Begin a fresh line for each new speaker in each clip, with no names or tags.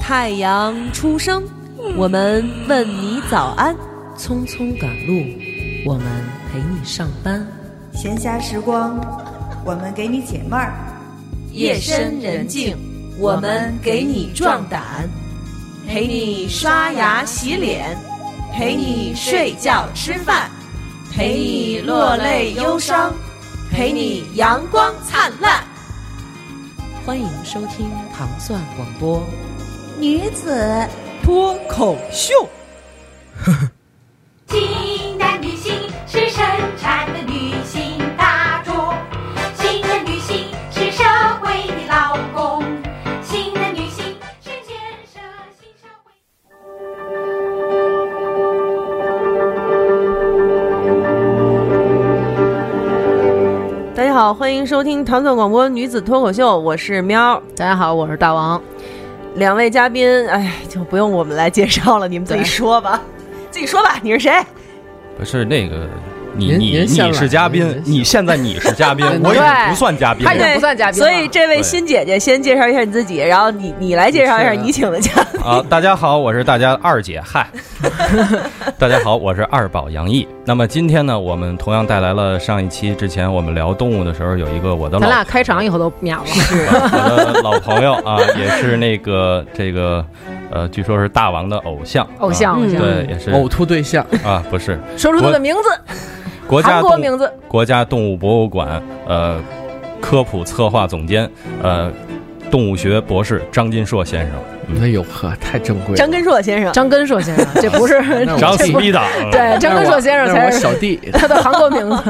太阳初升，我们问你早安；
匆匆赶路，我们陪你上班；
闲暇时光，我们给你解闷儿；
夜深人静，我们给你壮胆；陪你刷牙洗脸，陪你睡觉吃饭，陪你落泪忧伤，陪你阳光灿烂。
欢迎收听糖蒜广播。
女子
脱口秀，
新的旅行是生产的旅行大众，新的旅行是社会的劳工，新的旅行是建设新社会。
大家好，欢迎收听糖蒜广播女子脱口秀，我是喵。
大家好，我是大王。
两位嘉宾，哎，就不用我们来介绍了，你们自己说吧，自己说吧，你是谁？
不是那个，你
您
你
您先来
你是嘉
您
宾
您，先，
你现在你是嘉宾 我已经
对
不算嘉宾
他已经
了
不算嘉宾了
所以这位
对
新姐姐先介绍一下你自己，然后你你来介绍一下
是
你请的嘉宾。
啊！大家好，我是大家二姐，嗨， 大家好，我是二宝杨毅。那么今天呢，我们同样带来了上一期之前我们聊动物的时候，有一个我的
咱
老
俩开场以后都秒了，
我的老朋友啊，也是那个这个呃，据说是大王的偶像，
偶
嗯
像嗯
啊
偶像
嗯
对，也是
呕吐对象，
啊，不是
说出他的名字，
国家
韩国
动物
名字，
国家动物博物馆呃科普策划总监呃动物学博士张金硕先生。
哎呦呵，太珍贵了。
张根硕先生，
张根硕先生，这不是
那我
长
这
死
不
逼的，
对张根硕先生
那
才
是我
是
小弟
他的韩国名字。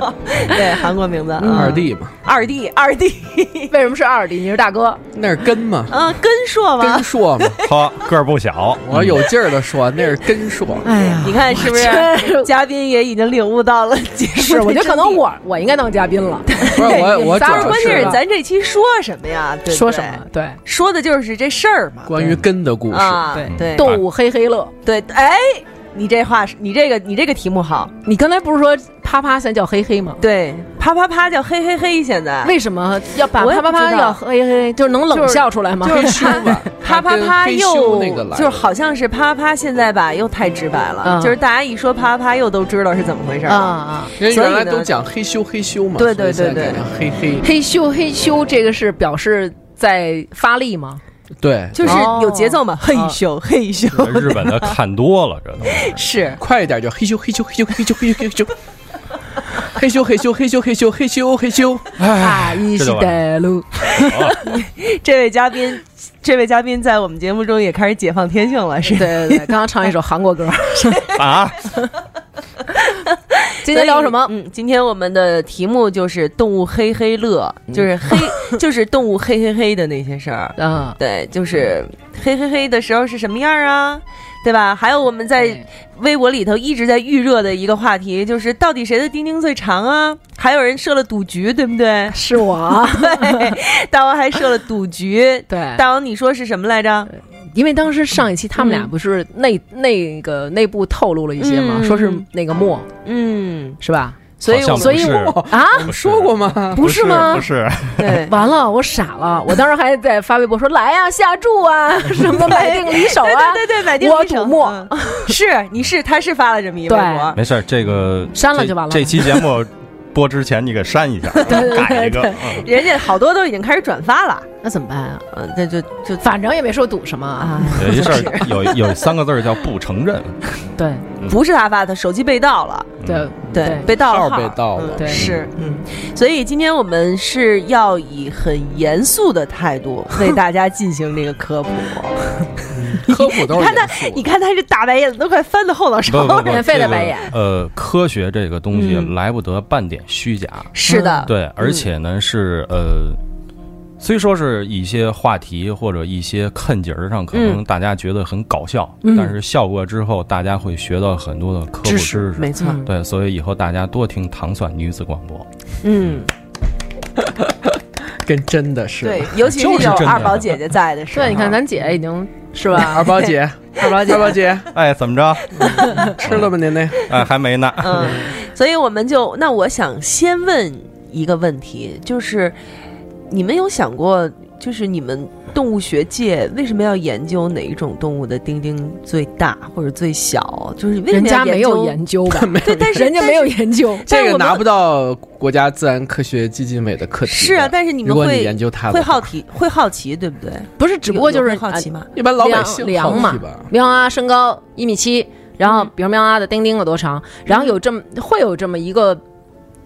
对，韩国名字，
二
嗯
弟嘛，
二弟，二弟，
为什么是二弟？你是大哥，
那是根嘛，
啊，根硕吗
根？硕嘛。
他个儿不小，嗯
我有劲儿 的说，那是根硕。
哎呀
你看是不是？嘉宾也已经领悟到了节目的
是我觉得可
真谛
能我我应该当嘉宾了，
不是我，我主
仨
不是，关
要
人是
键
吧
是咱这期说什么呀？对不
说
对
什么？对，
说的就是这事儿嘛。
关于根的故事。
啊，
对嗯
对
动物嘿嘿乐。
对，哎，你这话是，你这个，你这个题目好。
你刚才不是说啪啪现在叫嘿嘿吗？
对，啪啪啪叫嘿嘿嘿，现在
为什么要把
我也
啪
不
啪啪
知道
要嘿嘿，就是能冷笑出来吗？
就是
羞吧，
啪啪
跟
啪
黑
又
羞那个来，
就是好像是啪啪，现在吧又太直白了，
嗯
就是大家一说啪啪又都知道是怎么回事
啊
了。
啊！
人
所以
原来
呢
都讲嘿羞嘿羞嘛，
对对
所以现
对
在
对
改成嘿嘿，
嘿咻嘿咻，这个是表示在发力吗？
对，
就是有节奏嘛，嘿
哦
咻嘿咻，
日本的看多了，这都 是
是
快一点就嘿羞嘿羞嘿羞嘿羞嘿羞嘿羞。嘿羞嘿羞嘿羞嘿羞嘿羞嘿羞，
哎
啊，一
这
起
就完
带路，
这位嘉宾，这位嘉宾在我们节目中也开始解放天性了，是
对 对对，刚刚唱一首韩国歌。
啊，
今天聊什么
所？以嗯，今天我们的题目就是动物嘿嘿乐，就是嘿， 就是动物嘿嘿嘿的那些事儿。
嗯，
对，就是嘿嘿嘿的时候是什么样啊？对吧？还有我们在
对？
微博里头一直在预热的一个话题，就是到底谁的丁丁最长啊？还有人设了赌局，对不对
是我，啊
对，大王还设了赌局。
对，
大王，你说是什么来着？
因为当时上一期他们俩
嗯
不是内那个内部透露了一些嘛，
嗯
说是那个墨
嗯，
是吧？
所以
好
我们
像
所以
不是
我啊，
我们说过吗？
不是吗
不？是，
对
完了，我傻了，我当时还在发微博说来呀、下注 啊，什么买定离手啊，
对对对，买定
我
离手
赌墨
嗯是你是他是发了这么一微
对
博，
没事儿，这个
删了
这
就完了
这期节目播之前你给删 一下，改一个。嗯
人家好多都已经开始转发了。
那怎么办啊？
嗯，那就就
反正也没说赌什么
啊，
啊，
有一事儿，有有三个字儿叫不承 认，
对
嗯
不是他发的，手机被盗了。
对
嗯对，被盗了
号被盗了
嗯
对
是，嗯，所以今天我们是要以很严肃的态度为大家进行这个科普。
科普
你
都是
看他
严肃，的
你看他这大白眼子都快翻到后脑勺
不不
了。
不，
免费的白眼
这个呃，科学这个东西
嗯
来不得半点虚假，
是
嗯
的，
对，而且呢是呃。虽说是一些话题或者一些看节儿上，可能大家觉得很搞笑，
嗯
但是笑过之后，大家会学到很多的科普
知
知
识
识。
没错，
嗯
对，所以以后大家多听糖蒜女子广播。
嗯，
跟真的是。
对，尤其
就是
有
真的
二宝姐姐在的时候，
对，你看咱姐已经是 吧？
二宝姐，二宝姐，二宝姐，
哎，怎么着？
吃
嗯
了吗您那？
哎，还没呢。
嗯，所以我们就那我想先问一个问题，就是你们有想过就是你们动物学界为什么要研究哪一种动物的丁丁最大或者最小？就是为什
人
么要
家没有
研究？
研究吧？
对，但是
人家没有研究，
但是
这
我
个
们
拿不到国家自然科学基金委的课题的。
是啊，但是你
如
们
果你
会
研究它的
会
话
好奇，会好奇，对不对？
不是，只不过就是啊
有会好奇嘛。
一般老百
梁
姓好
梁嘛
奇吧，，
喵啊，身高一米七，然后比如喵啊的丁丁有多长，然后有这么会有这么一个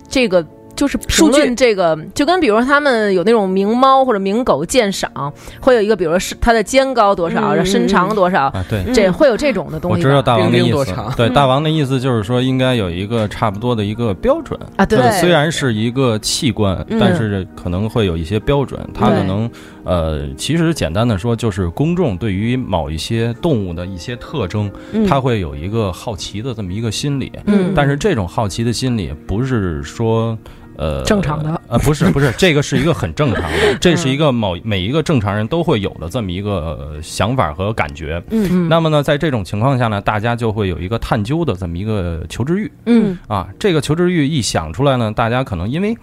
这个。就是评
数据
论这个，就跟比如说他们有那种名猫或者名狗鉴赏，会有一个，比如说是它的肩高多少，
嗯
然后身长多少，
啊，对。
这会有这种的东
我
西吧。
知道大王的
丁丁
意
多
思
长，
对大王的意思就是说，应该有一个差不多的一个标准
啊对
就是虽然是一个器官，
嗯
但是可能会有一些标准，它
对
可能呃，其实简单的说，就是公众对于某一些动物的一些特征，
嗯
他会有一个好奇的这么一个心理，
嗯
但是这种好奇的心理不是说。呃，
正常的
呃，不是不 是，这个是一个很正常
嗯
的，这是一个某每一个正常人都会有的这么一个呃想法和感觉。
嗯
那么呢，在这种情况下呢，大家就会有一个探究的这么一个求知欲
嗯
啊。这个求知欲一想出来呢，大家可能因为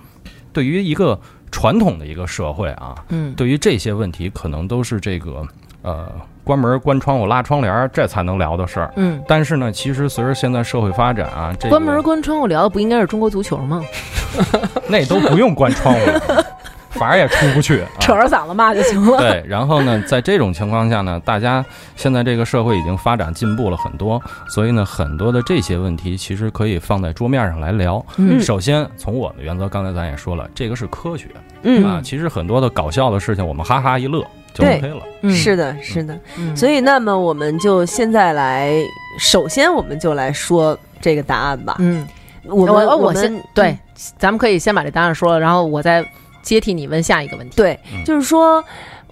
对于一个传统的一个社会啊，
嗯
对于这些问题，可能都是这个呃关门关窗户拉窗帘儿这才能聊的事儿。
嗯，
但是呢，其实随着现在社会发展啊，这个
关门关窗户聊的不应该是中国足球吗？
那都不用关窗户， 反正也出不去、啊。
扯着嗓子骂就行 了。
对，然后呢，在这种情况下呢，大家现在这个社会已经发展进步了很多，所以呢，很多的这些问题其实可以放在桌面上来聊。
嗯
首先从我的原则，刚才咱也说了，这个是科学啊。
嗯，
其实很多的搞笑的事情，我们哈哈一乐就
对
OK 了。
嗯
是的，是的。
嗯
所以，那么我们就现在来，首先我们就来说这个答案吧。
嗯，
我
我
们
我
我
先
们
对，咱们可以先把这答案说了，然后我再接替你问下一个问题。
对
嗯，
就是说，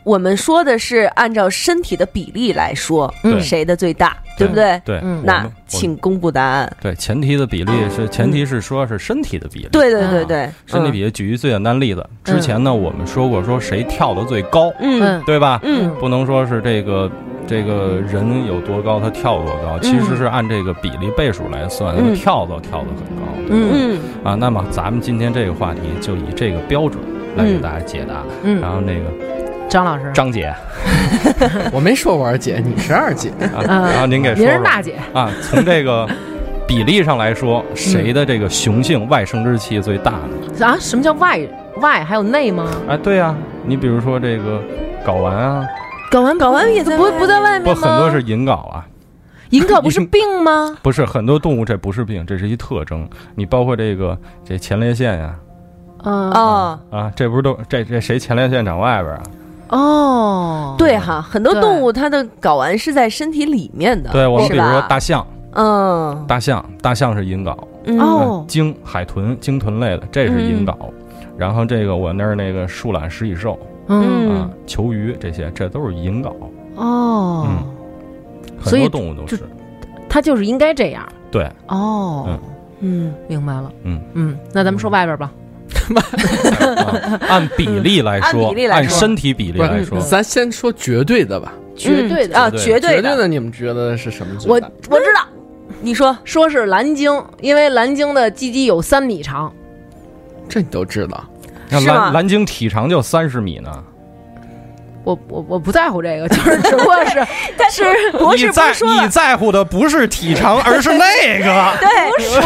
我们说的是按照身体的比例来说，
对
谁的最大，对不对？
对，
嗯
我
那
们我
请公布答案。
对前提的比例是前提是说是身体的比例。
对对对
啊
对，
身体比例举一最简单例子，之前呢我们说过说谁跳得最高，
嗯
嗯
对吧？
嗯
不能说是这个这个人有多高，他跳多高，其实是按这个比例倍数来算，
嗯
跳都跳得很高，对吧
嗯
啊。那么咱们今天这个话题就以这个标准来给
嗯
大家解答。
嗯
然后那个
张老师，
张姐
我没说我二姐，你是二姐，
啊，
嗯
然后您给说
您是
说
大姐，
啊，从这个。比例上来说，谁的这个雄性外生殖器最大呢？
啊？什么叫外外还有内吗？
啊，对啊，你比如说这个睾丸啊，
睾丸睾丸也在
不不在外
不
面吗？
很多是隐睾啊，
银睾不是病吗？
不是很多动物这不是病，这是一特征。你包括这个这前列腺呀、
嗯
哦，
啊，这不是都这这谁前列腺长外边啊？
哦，
对哈，很多
对
动物它的睾丸是在身体里面的，
对我们比
哦是
如
吧
说大象，
嗯
大象，大象是银睾，
嗯
哦
嗯鲸、海豚、鲸豚类的这是银睾，然后这个我那儿那个树懒、食蚁兽
嗯
啊
嗯、
球鱼这些，这都是银睾，
哦，
很
所以
多动物都。
就是他就是应该这样。
对，
哦，
嗯
明白了。
嗯
嗯，那咱们说外边吧。
啊按比例来
嗯按
说
比例，来
按
说
身体比例
不
来
是
说，，
咱先说绝对的吧。
绝对的
嗯啊，
绝
绝
绝
对
对
的，
的，你们觉得是什么最
我
大？
我知道。你说
说是蓝鲸，因为蓝鲸的鸡鸡有三米长，
这你都知道，
那
是吗
蓝蓝鲸体长就三十米呢，
我我我不在乎这个，就是只不过是
是博士
你
不
在
是说
你
了，
在乎的不是体长，而是那个。
对，不是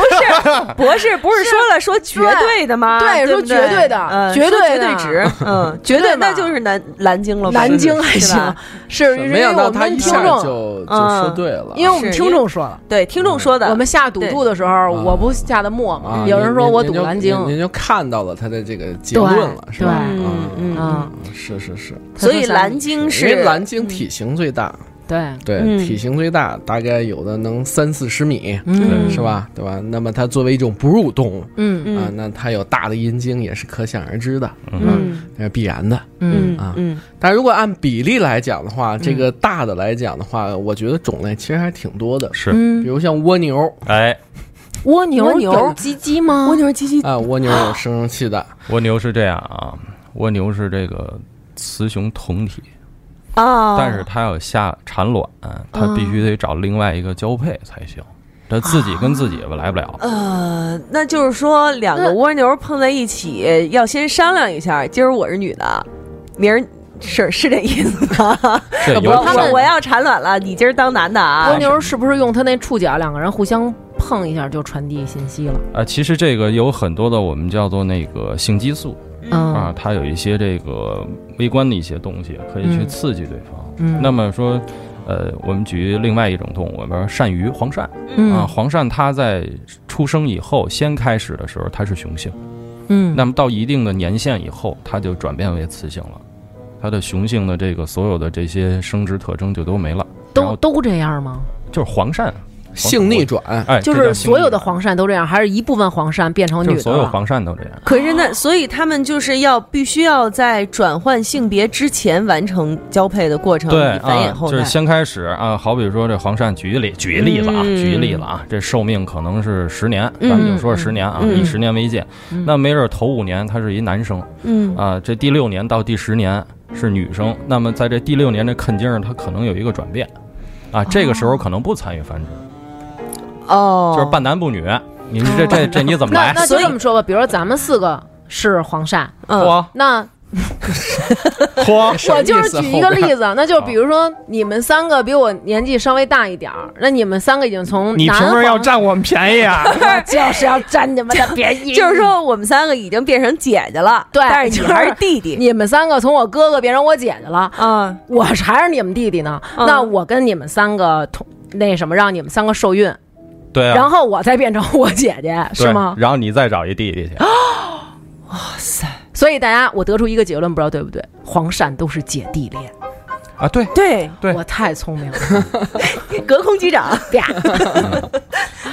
博 士 不是说了说绝对的吗？
对
对不
说绝对的
嗯
绝
说
对
绝
的
对值， 嗯，绝
绝对
对
嘛
那就是蓝蓝鲸了吧，
蓝鲸还
是
行
吧，
是因
没
为
想
我
到他
们
一
听
下
众，嗯
就就说对了。
因为我们
是
听众说了，
对听众说的，
我们下赌注的时
啊
候，
对
我不下的默嘛
啊，
有人说
您
我
您
赌
就
蓝鲸，
您就看到了他的这个结论了，是吧？
对
嗯嗯
嗯，
是是是，
所以蓝鲸
因
是
为
啊
蓝鲸体型最大，
对，
对，
嗯
体型最大，大概有的能三四十米，
嗯，
是？吧？对吧？那么它作为一种哺乳动物
嗯
啊，
嗯
那它有大的阴茎也是可想而知的，
嗯
那是必然的。
嗯，
啊
嗯
但如果按比例来讲的话，这个大的来讲的话，我觉得种类其实还挺多的，
嗯
是，
比如像蜗牛
哎，
蜗牛
蜗牛
有鸡鸡吗？
蜗牛鸡鸡
啊，蜗牛有生殖器的，
蜗牛是这样啊，蜗牛是这个雌雄同体，
哦
啊，
但是它要下产卵，它必须得找另外一个交配才行。它自己跟自己吧来不了，
啊
呃，那就是说两个
那
蜗牛碰在一起，要先商量一下。今儿我是女的，明儿是是这意思吗？
对，
呃不
有
要
我
他们
我我要产卵了，你今儿当男的啊
蜗？牛是不是用它那触角，两个人互相碰一下就传递信息了？
啊，其实这个有很多的，我们叫做那个性激素
嗯
啊，它有一些这个微观的一些东西可以去
嗯
刺激对方。
嗯
那么说，呃，我们举另外一种动物，我们说鳝鱼、黄鳝啊，
嗯
黄鳝它在出生以后，先开始的时候它是雄性，
嗯，
那么到一定的年限以后，它就转变为雌性了，它的雄性的这个所有的这些生殖特征就都没了，然
都
后
都这样吗？
就是黄鳝，
性逆转，
哎，
就
这叫
是
性
所有
逆
的
转，
黄鳝都这样，还是一部分黄鳝变成
就是
女的
所有
了？
黄鳝都这样。
可是那，所以他们就是要必须要在转换性别之前完成交配的过程，
对
以繁衍
啊，
后
就
代。
是先开始啊，好比说这黄鳝，举例举例子啊，
嗯
举例子啊，这寿命可能是十年，
嗯
咱们就说是十年啊，
嗯
以十年为界，
嗯
那没准头五年它是一男生
嗯
啊，这第六年到第十年是女生，那么在这第六年这肯定它可能有一个转变。啊，这个时候可能不参与繁殖，
哦，
就是半男不女。你这这这你怎么
那
来？
那就
所以
这么说吧，比如说咱们四个是黄鳝，
嗯
嚯
那
嚯，
什么
我
意思
就是举一个例
后
子，那
啊
就比如说你们三个比我年纪稍微大一点儿，那你们三个已经从
你凭
男
什么要
黄
占我们便宜 啊？
就是要占 你们的便
嗯
宜
就是说我们三个已经变成姐姐了，
对
但是
就
你
是
还是弟弟
你们三个从我哥哥变成我姐姐了，
啊。
我还是你们弟弟呢。
嗯
那我跟你们三个同那什么，让你们三个受孕，
对啊，
然后我再变成我姐姐，
对
是吗？啊
然后你再找一弟弟去，
所以大家，我得出一个结论，不知道对不对？黄鳝都是姐弟恋，
啊，对，
对，
对
我太聪明了，
隔空击掌。
啪！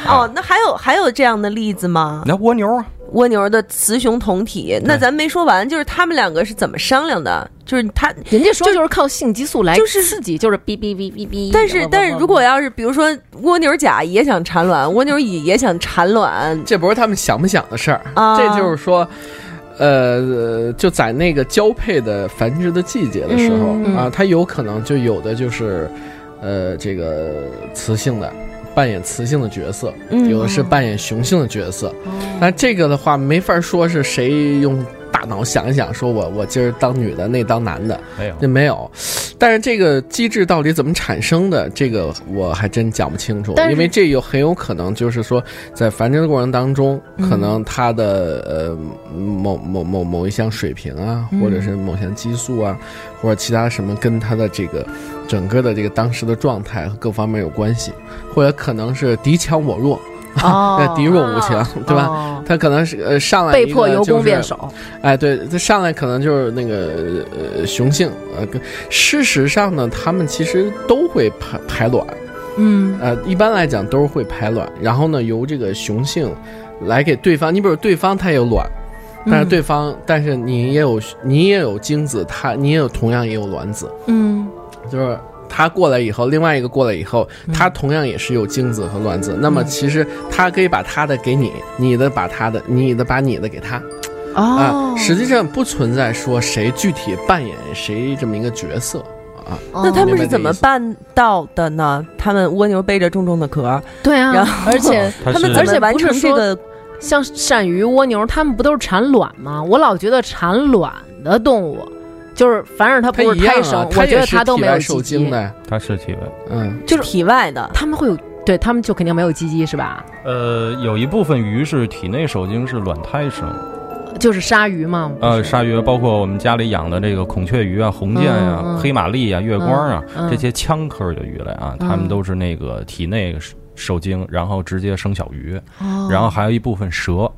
哦，那还有还有这样的例子吗？
那蜗牛啊，
蜗牛的雌雄同体，那咱没说完，就是他们两个是怎么商量的？就是他，
人家说就是靠性激素来
就是
刺激，就是哔哔哔哔哔。
但是但是如果要是比如说蜗牛甲也想产卵，蜗牛乙也想产卵，
这不是他们想不想的事儿，
啊
这就是说。呃，就在那个交配的繁殖的季节的时候、
嗯嗯
啊，它有可能就有的就是，呃，这个雌性的扮演雌性的角色，
嗯哦
有的是扮演雄性的角色。那、这个的话，没法说是谁用大脑想一想，说我我今儿当女的，那当男的，
没有
这没有。但是这个机制到底怎么产生的，这个我还真讲不清楚
但，是
因为这有很有可能就是说，在繁殖的过程当中，
嗯
可能它的呃某某某某一项水平啊，或者是
嗯
某项激素啊，或者其他什么跟它的这个整个的这个当时的状态和各方面有关系，或者可能是敌强我弱，
哦
那敌弱我强，对吧？
哦
他可能是呃上来
被
一
迫
个
由
就
攻
是
变守，
哎，对，它上来可能就是那个呃雄性，呃，跟事实上呢，他们其实都会排排卵，
嗯
呃，一般来讲都会排卵，然后呢，由这个雄性来给对方，你比如对方他有卵，但是对方，但是你也有你也有精子，他你也有同样也有卵子，
嗯
就是。他过来以后，另外一个过来以后，他同样也是有精子和卵子。那么其实他可以把他的给你，你的把他的，你的把你的给他。啊
哦，，
实际上不存在说谁具体扮演谁这么一个角色啊。
那他们
明白
是
这
怎么
意思
办到的呢？他们蜗牛背着重重的壳，
对啊
然， 后
而且
它
他们
是
怎
而且
么完
不是
成这
说
个？
像鳝鱼、蜗牛，它们不都是产卵吗？我老觉得产卵的动物，就是凡是它
它
不
一
是胎
样
生，
啊，
我觉
也
得
是
它都
体
没
外
有
受
鸡
精
鸡，
的，
它是体温。
嗯，
就是体外的，
它们会有，对它们就肯定没有鸡鸡是吧？
呃，有一部分鱼是体内受精，是卵胎生。
就是鲨鱼嘛，
呃，鲨鱼包括我们家里养的这个孔雀鱼啊、红箭呀、
嗯嗯
黑玛丽啊、月光啊、
嗯嗯嗯
这些枪科的鱼类啊，它们都是那个体内受精，然后直接生小鱼。
哦
然后还有一部分蛇。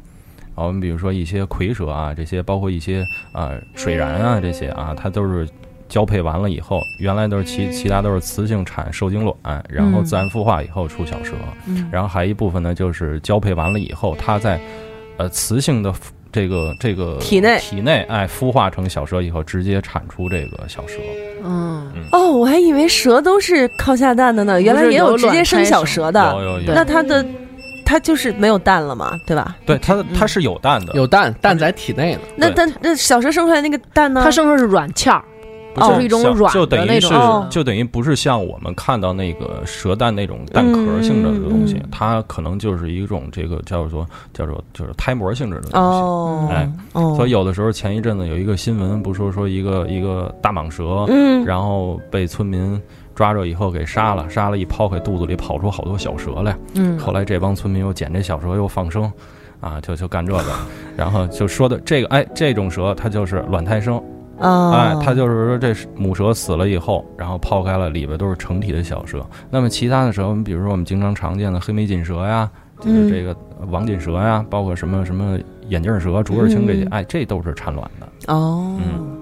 啊，我们比如说一些蝰蛇啊，这些包括一些啊、水蚺啊这些啊，它都是交配完了以后，原来都是其其他都是雌性产受精卵，然后
嗯
自然孵化以后出小蛇，
嗯
然后还一部分呢就是交配完了以后，它在呃雌性的孵这个这个
体内
体内哎孵化成小蛇以后，直接产出这个小蛇。
嗯，
哦，我还以为蛇都是靠下蛋的呢，原来
不是
也
有
直接
卵
生
胎
小
生
蛇的。
有有有，
对
那它的它就是没有蛋了嘛，对吧？
对它它是有蛋的，
有蛋，蛋在体内呢。
那
对
但那小蛇生出来那个蛋呢？
它生的是软壳儿，
不是
哦就是一种
像
软
就
的
等
那
于
种哦
是就等于不是像我们看到那个蛇蛋那种蛋壳性质的东
嗯
西，它可能就是一种这个叫做叫做就是胎膜性质的东西。
哦，
哎
哦，
所以有的时候前一阵子有一个新闻，不说说一个一个大蟒蛇，
嗯
然后被村民抓着以后给杀了，杀了一抛开，肚子里跑出好多小蛇来。
嗯，
后来这帮村民又捡这小蛇又放生，啊，就就干这个，然后就说的这个，哎，这种蛇它就是卵胎生，哎
哦
啊，，
它就是说这母蛇死了以后，然后抛开了，里边都是成体的小蛇。那么其他的蛇，我们比如说我们经常常见的黑眉锦蛇呀，
嗯
就是这个王锦蛇呀，包括什么什么眼镜蛇、竹耳青这些，
嗯
哎，这都是产卵的。
哦，
嗯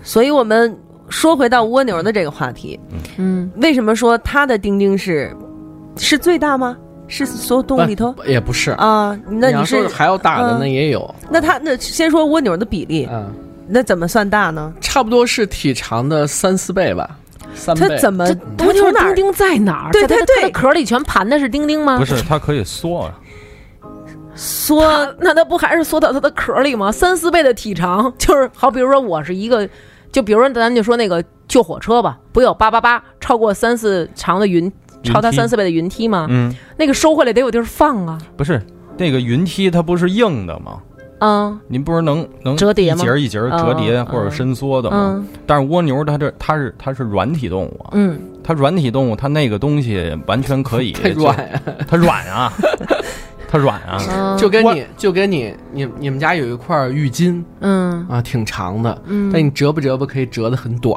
所以我们说回到蜗牛的这个话题，
嗯，
为什么说它的丁丁是是最大吗？是所有动物里头
不也不是，
啊？那
要
你
说
是
还要大的那
嗯
也有，
那它那先说蜗牛的比例，
嗯，
那怎么算大呢？
差不多是体长的三四倍吧，三
它
倍。
怎么
这
它
蜗牛
从哪
丁
儿？
丁在哪儿？
对
在它的
对
它的
对
壳里全盘的是丁丁吗？
不是，它可以缩啊，
缩
它，那它不还是缩到它的壳里吗？三四倍的体长，就是好，比如说我是一个，就比如说咱就说那个救火车吧，不有八八八超过三四长的云，
云
超它
梯
三四倍的云梯吗？
嗯，
那个收回来得有地儿放啊，
不是那个云梯，它不是硬的吗？
嗯
您不是能能
折叠吗
一节儿一节儿折叠
嗯
或者伸缩的吗？
嗯
但是蜗牛它这它是它是软体动物啊，
嗯，
它软体动物，它那个东西完全可以
太软呀、
就，它软啊，它软 啊，
嗯
就跟你就跟你你你们家有一块浴巾
嗯
啊，挺长的，
嗯
但你折吧折吧可以折得很短，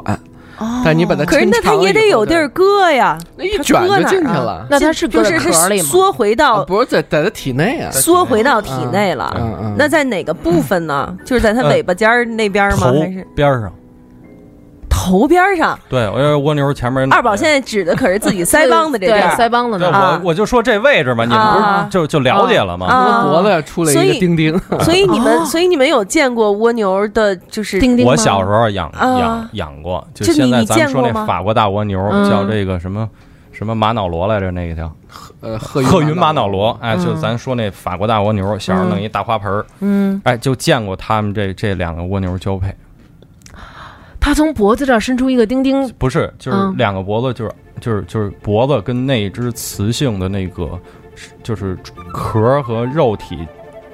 但你把它
哦可是那它
抻长了
也得
以后
有地儿，搁呀，
那一卷就进
它搁
去
哪儿
了，
那它是
就
搁在
是是
壳里吗？
缩回
啊
到
不是在在它体内啊，
缩回到体内了。
嗯
嗯嗯，
那在哪个部分呢？就是在它
呃
尾巴尖儿那边吗？
头
还是
边儿上。
头边儿上？
对，我要蜗牛前面
二宝现在指的可是自己腮帮子这边
对腮
儿，
帮子
对
那
啊
儿，
我我就说这位置嘛，你们不
啊
是就就了解了吗？
啊
那脖子上出来
所
一
以
个 钉钉，
所以你们，所以你们有见过蜗牛的，就是
丁丁吗。
嗯我小时候养
啊
养养过，就
就你
现在
你
咱们
见
说
过
那
吗
法国大蜗牛
嗯
叫这个什么什么玛瑙螺来着那一条。
呃，鹤
鹤云
云
玛瑙
瑙
螺，哎，就
嗯
咱说那法国大蜗牛，小时候弄一大花盆儿，
嗯，
哎，就见过他们这这两个蜗牛交配，
它从脖子这儿伸出一个丁丁，
不是，就是
嗯
两个脖子，就是就是就是脖子跟那只雌性的那个，就是壳儿和肉体。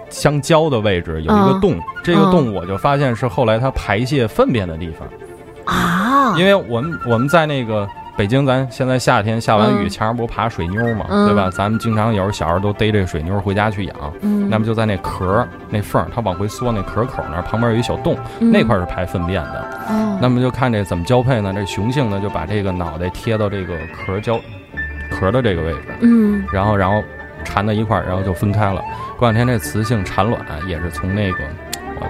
相交的位置有一个
嗯
洞，这个
嗯
洞我就发现是后来它排泄粪便的地方，
啊，
因为我们我们在那个北京，咱现在夏天下完雨，
嗯
墙上不是爬水妞嘛，
嗯
对吧？咱们经常有时候小时候都逮这水妞回家去养，
嗯
那么就在那壳儿那缝儿，它往回缩，那壳口那儿旁边有一小洞，
嗯
那块儿是排粪便的。
哦
那么就看这怎么交配呢？这雄性呢就把这个脑袋贴到这个壳儿交壳儿的这个位置，
嗯
然后然后缠到一块儿，然后就分开了。过两天这雌性产卵啊也是从那个，呃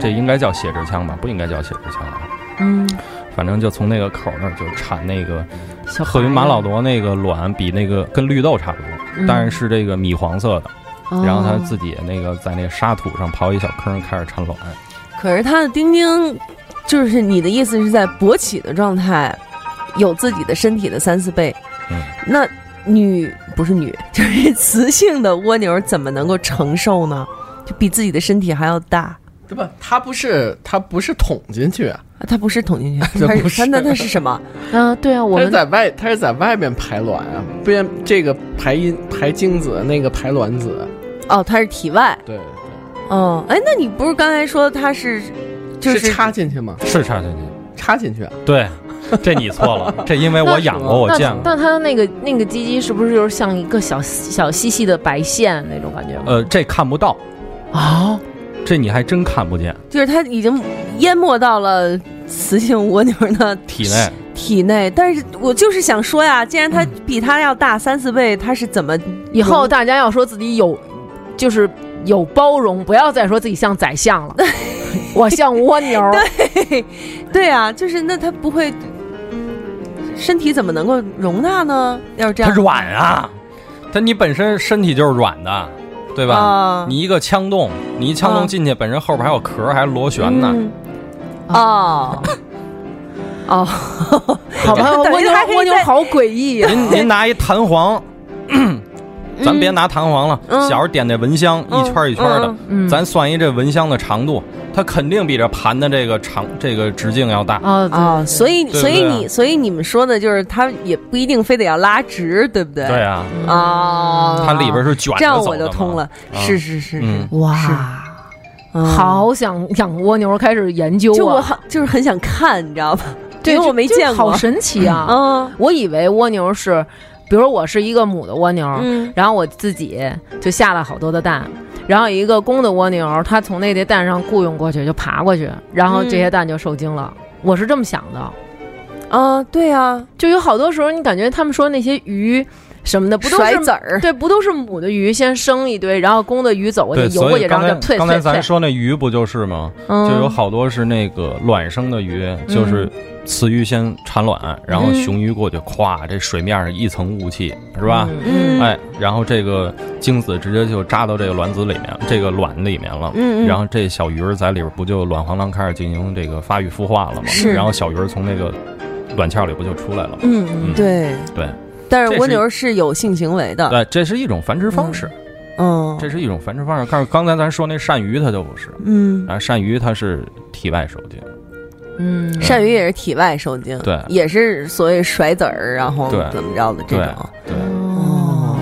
这应该叫血殖腔吧？不应该叫血殖腔啊，
嗯，
反正就从那个口儿那儿就产那个
小
鹤云
白
玛瑙
的，
螺那个卵比那个跟绿豆差不多，
嗯
但是是这个米黄色的。
哦
嗯
然后它自己那个在那个沙土上刨一小坑，开始产卵。
可是它的丁丁，就是你的意思是在勃起的状态，有自己的身体的三四倍。
嗯
那女不是女， 就是雌性的蜗牛怎么能够承受呢？就比自己的身体还要大。
对吧？它不是它不是捅进去啊，
啊它不是捅进去，
这
它
不
它
是
那它是什么？
嗯啊，对啊，我
它是
们
在外它是在外面排卵啊，变这个排阴排精子，那个排卵子，
哦，它是体外。
对，
哦，哎，那你不是刚才说它是，就是
插进去吗？
是插进去？
插进去啊，
对，这你错了，这因为我养过，我
那
见过。
那它那个那个鸡鸡是不是就是像一个小小细细的白线那种感觉吗？
呃，这看不到，
哦，
这你还真看不见。
就是它已经淹没到了雌性蜗牛的
体内
体内。但是我就是想说呀，既然
嗯
它比它要大三四倍，它是怎么
以后大家要说自己有，就是有包容，不要再说自己像宰相 了，我像蜗牛。
对啊？就是那它不会。身体怎么能够容纳呢？要是这
它
样，
软啊，它你本身身体就是软的，对吧？
啊
你一个腔洞，你一腔
啊
洞进去，本身后边还有壳，还螺旋呢。
嗯哦哦，
好吧，
等
蜗
于
牛
还可以
蜗牛
再嗯
好诡异呀、
您您拿一弹簧，咱别拿弹簧了，
嗯
小时候点那蚊香一圈儿一圈儿的，
嗯
咱算一这蚊香的长度，它肯定比这盘的这个长这个直径要大。
啊
啊、所以
对
所以
对啊
你所以你们说的就是它也不一定非得要拉直，对不对？
对啊，
啊，
它里边是卷着
这样
走
我
的
就
嘛
通了，
啊
是是是是
嗯，
哇，
嗯，
好想养蜗牛，开始研究
就我
啊，
好就是很想看，你知道吧？
对，
因为
就
我没
就
见过
好，神奇啊！
嗯
我以为蜗牛是，比如我是一个母的蜗牛，
嗯
然后我自己就下了好多的蛋，然后一个公的蜗牛，它从那些蛋上雇佣过去，就爬过去，然
嗯
后这些蛋就受精了。我是这么想的，
啊，对啊，
就有好多时候你感觉他们说那些鱼什么的，不都
甩
是
籽儿，
对，不都是母的鱼先生一堆，然后公的鱼走过
对，
去游过
所
去，
以刚
然后再
才
退
刚才
退
咱
退，
说那鱼不就是吗？
嗯，
就有好多是那个卵生的鱼，就是雌鱼先产卵，然后
嗯
雄鱼过去，咵，这水面上一层雾气，是吧？
嗯
哎，然后这个精子直接就扎到这个卵子里面，这个卵里面了。
嗯嗯
然后这小鱼儿在里边不就卵黄囊开始进行这个发育孵化了吗？
是
然后小鱼儿从那个卵鞘里不就出来了吗？
嗯嗯
嗯
对，
对
但是
这
蜗
是
牛是有性行为的，
对，这是一种繁殖方式，
嗯
这是一种繁殖方式。但是刚才咱说那鳝鱼它就不是，
嗯，
啊，鳝鱼它是体外受精，
嗯，
鳝鱼也是体外受精，
对
也是所谓甩籽儿，然后
对
怎么着的这
对
种，
对，
哦，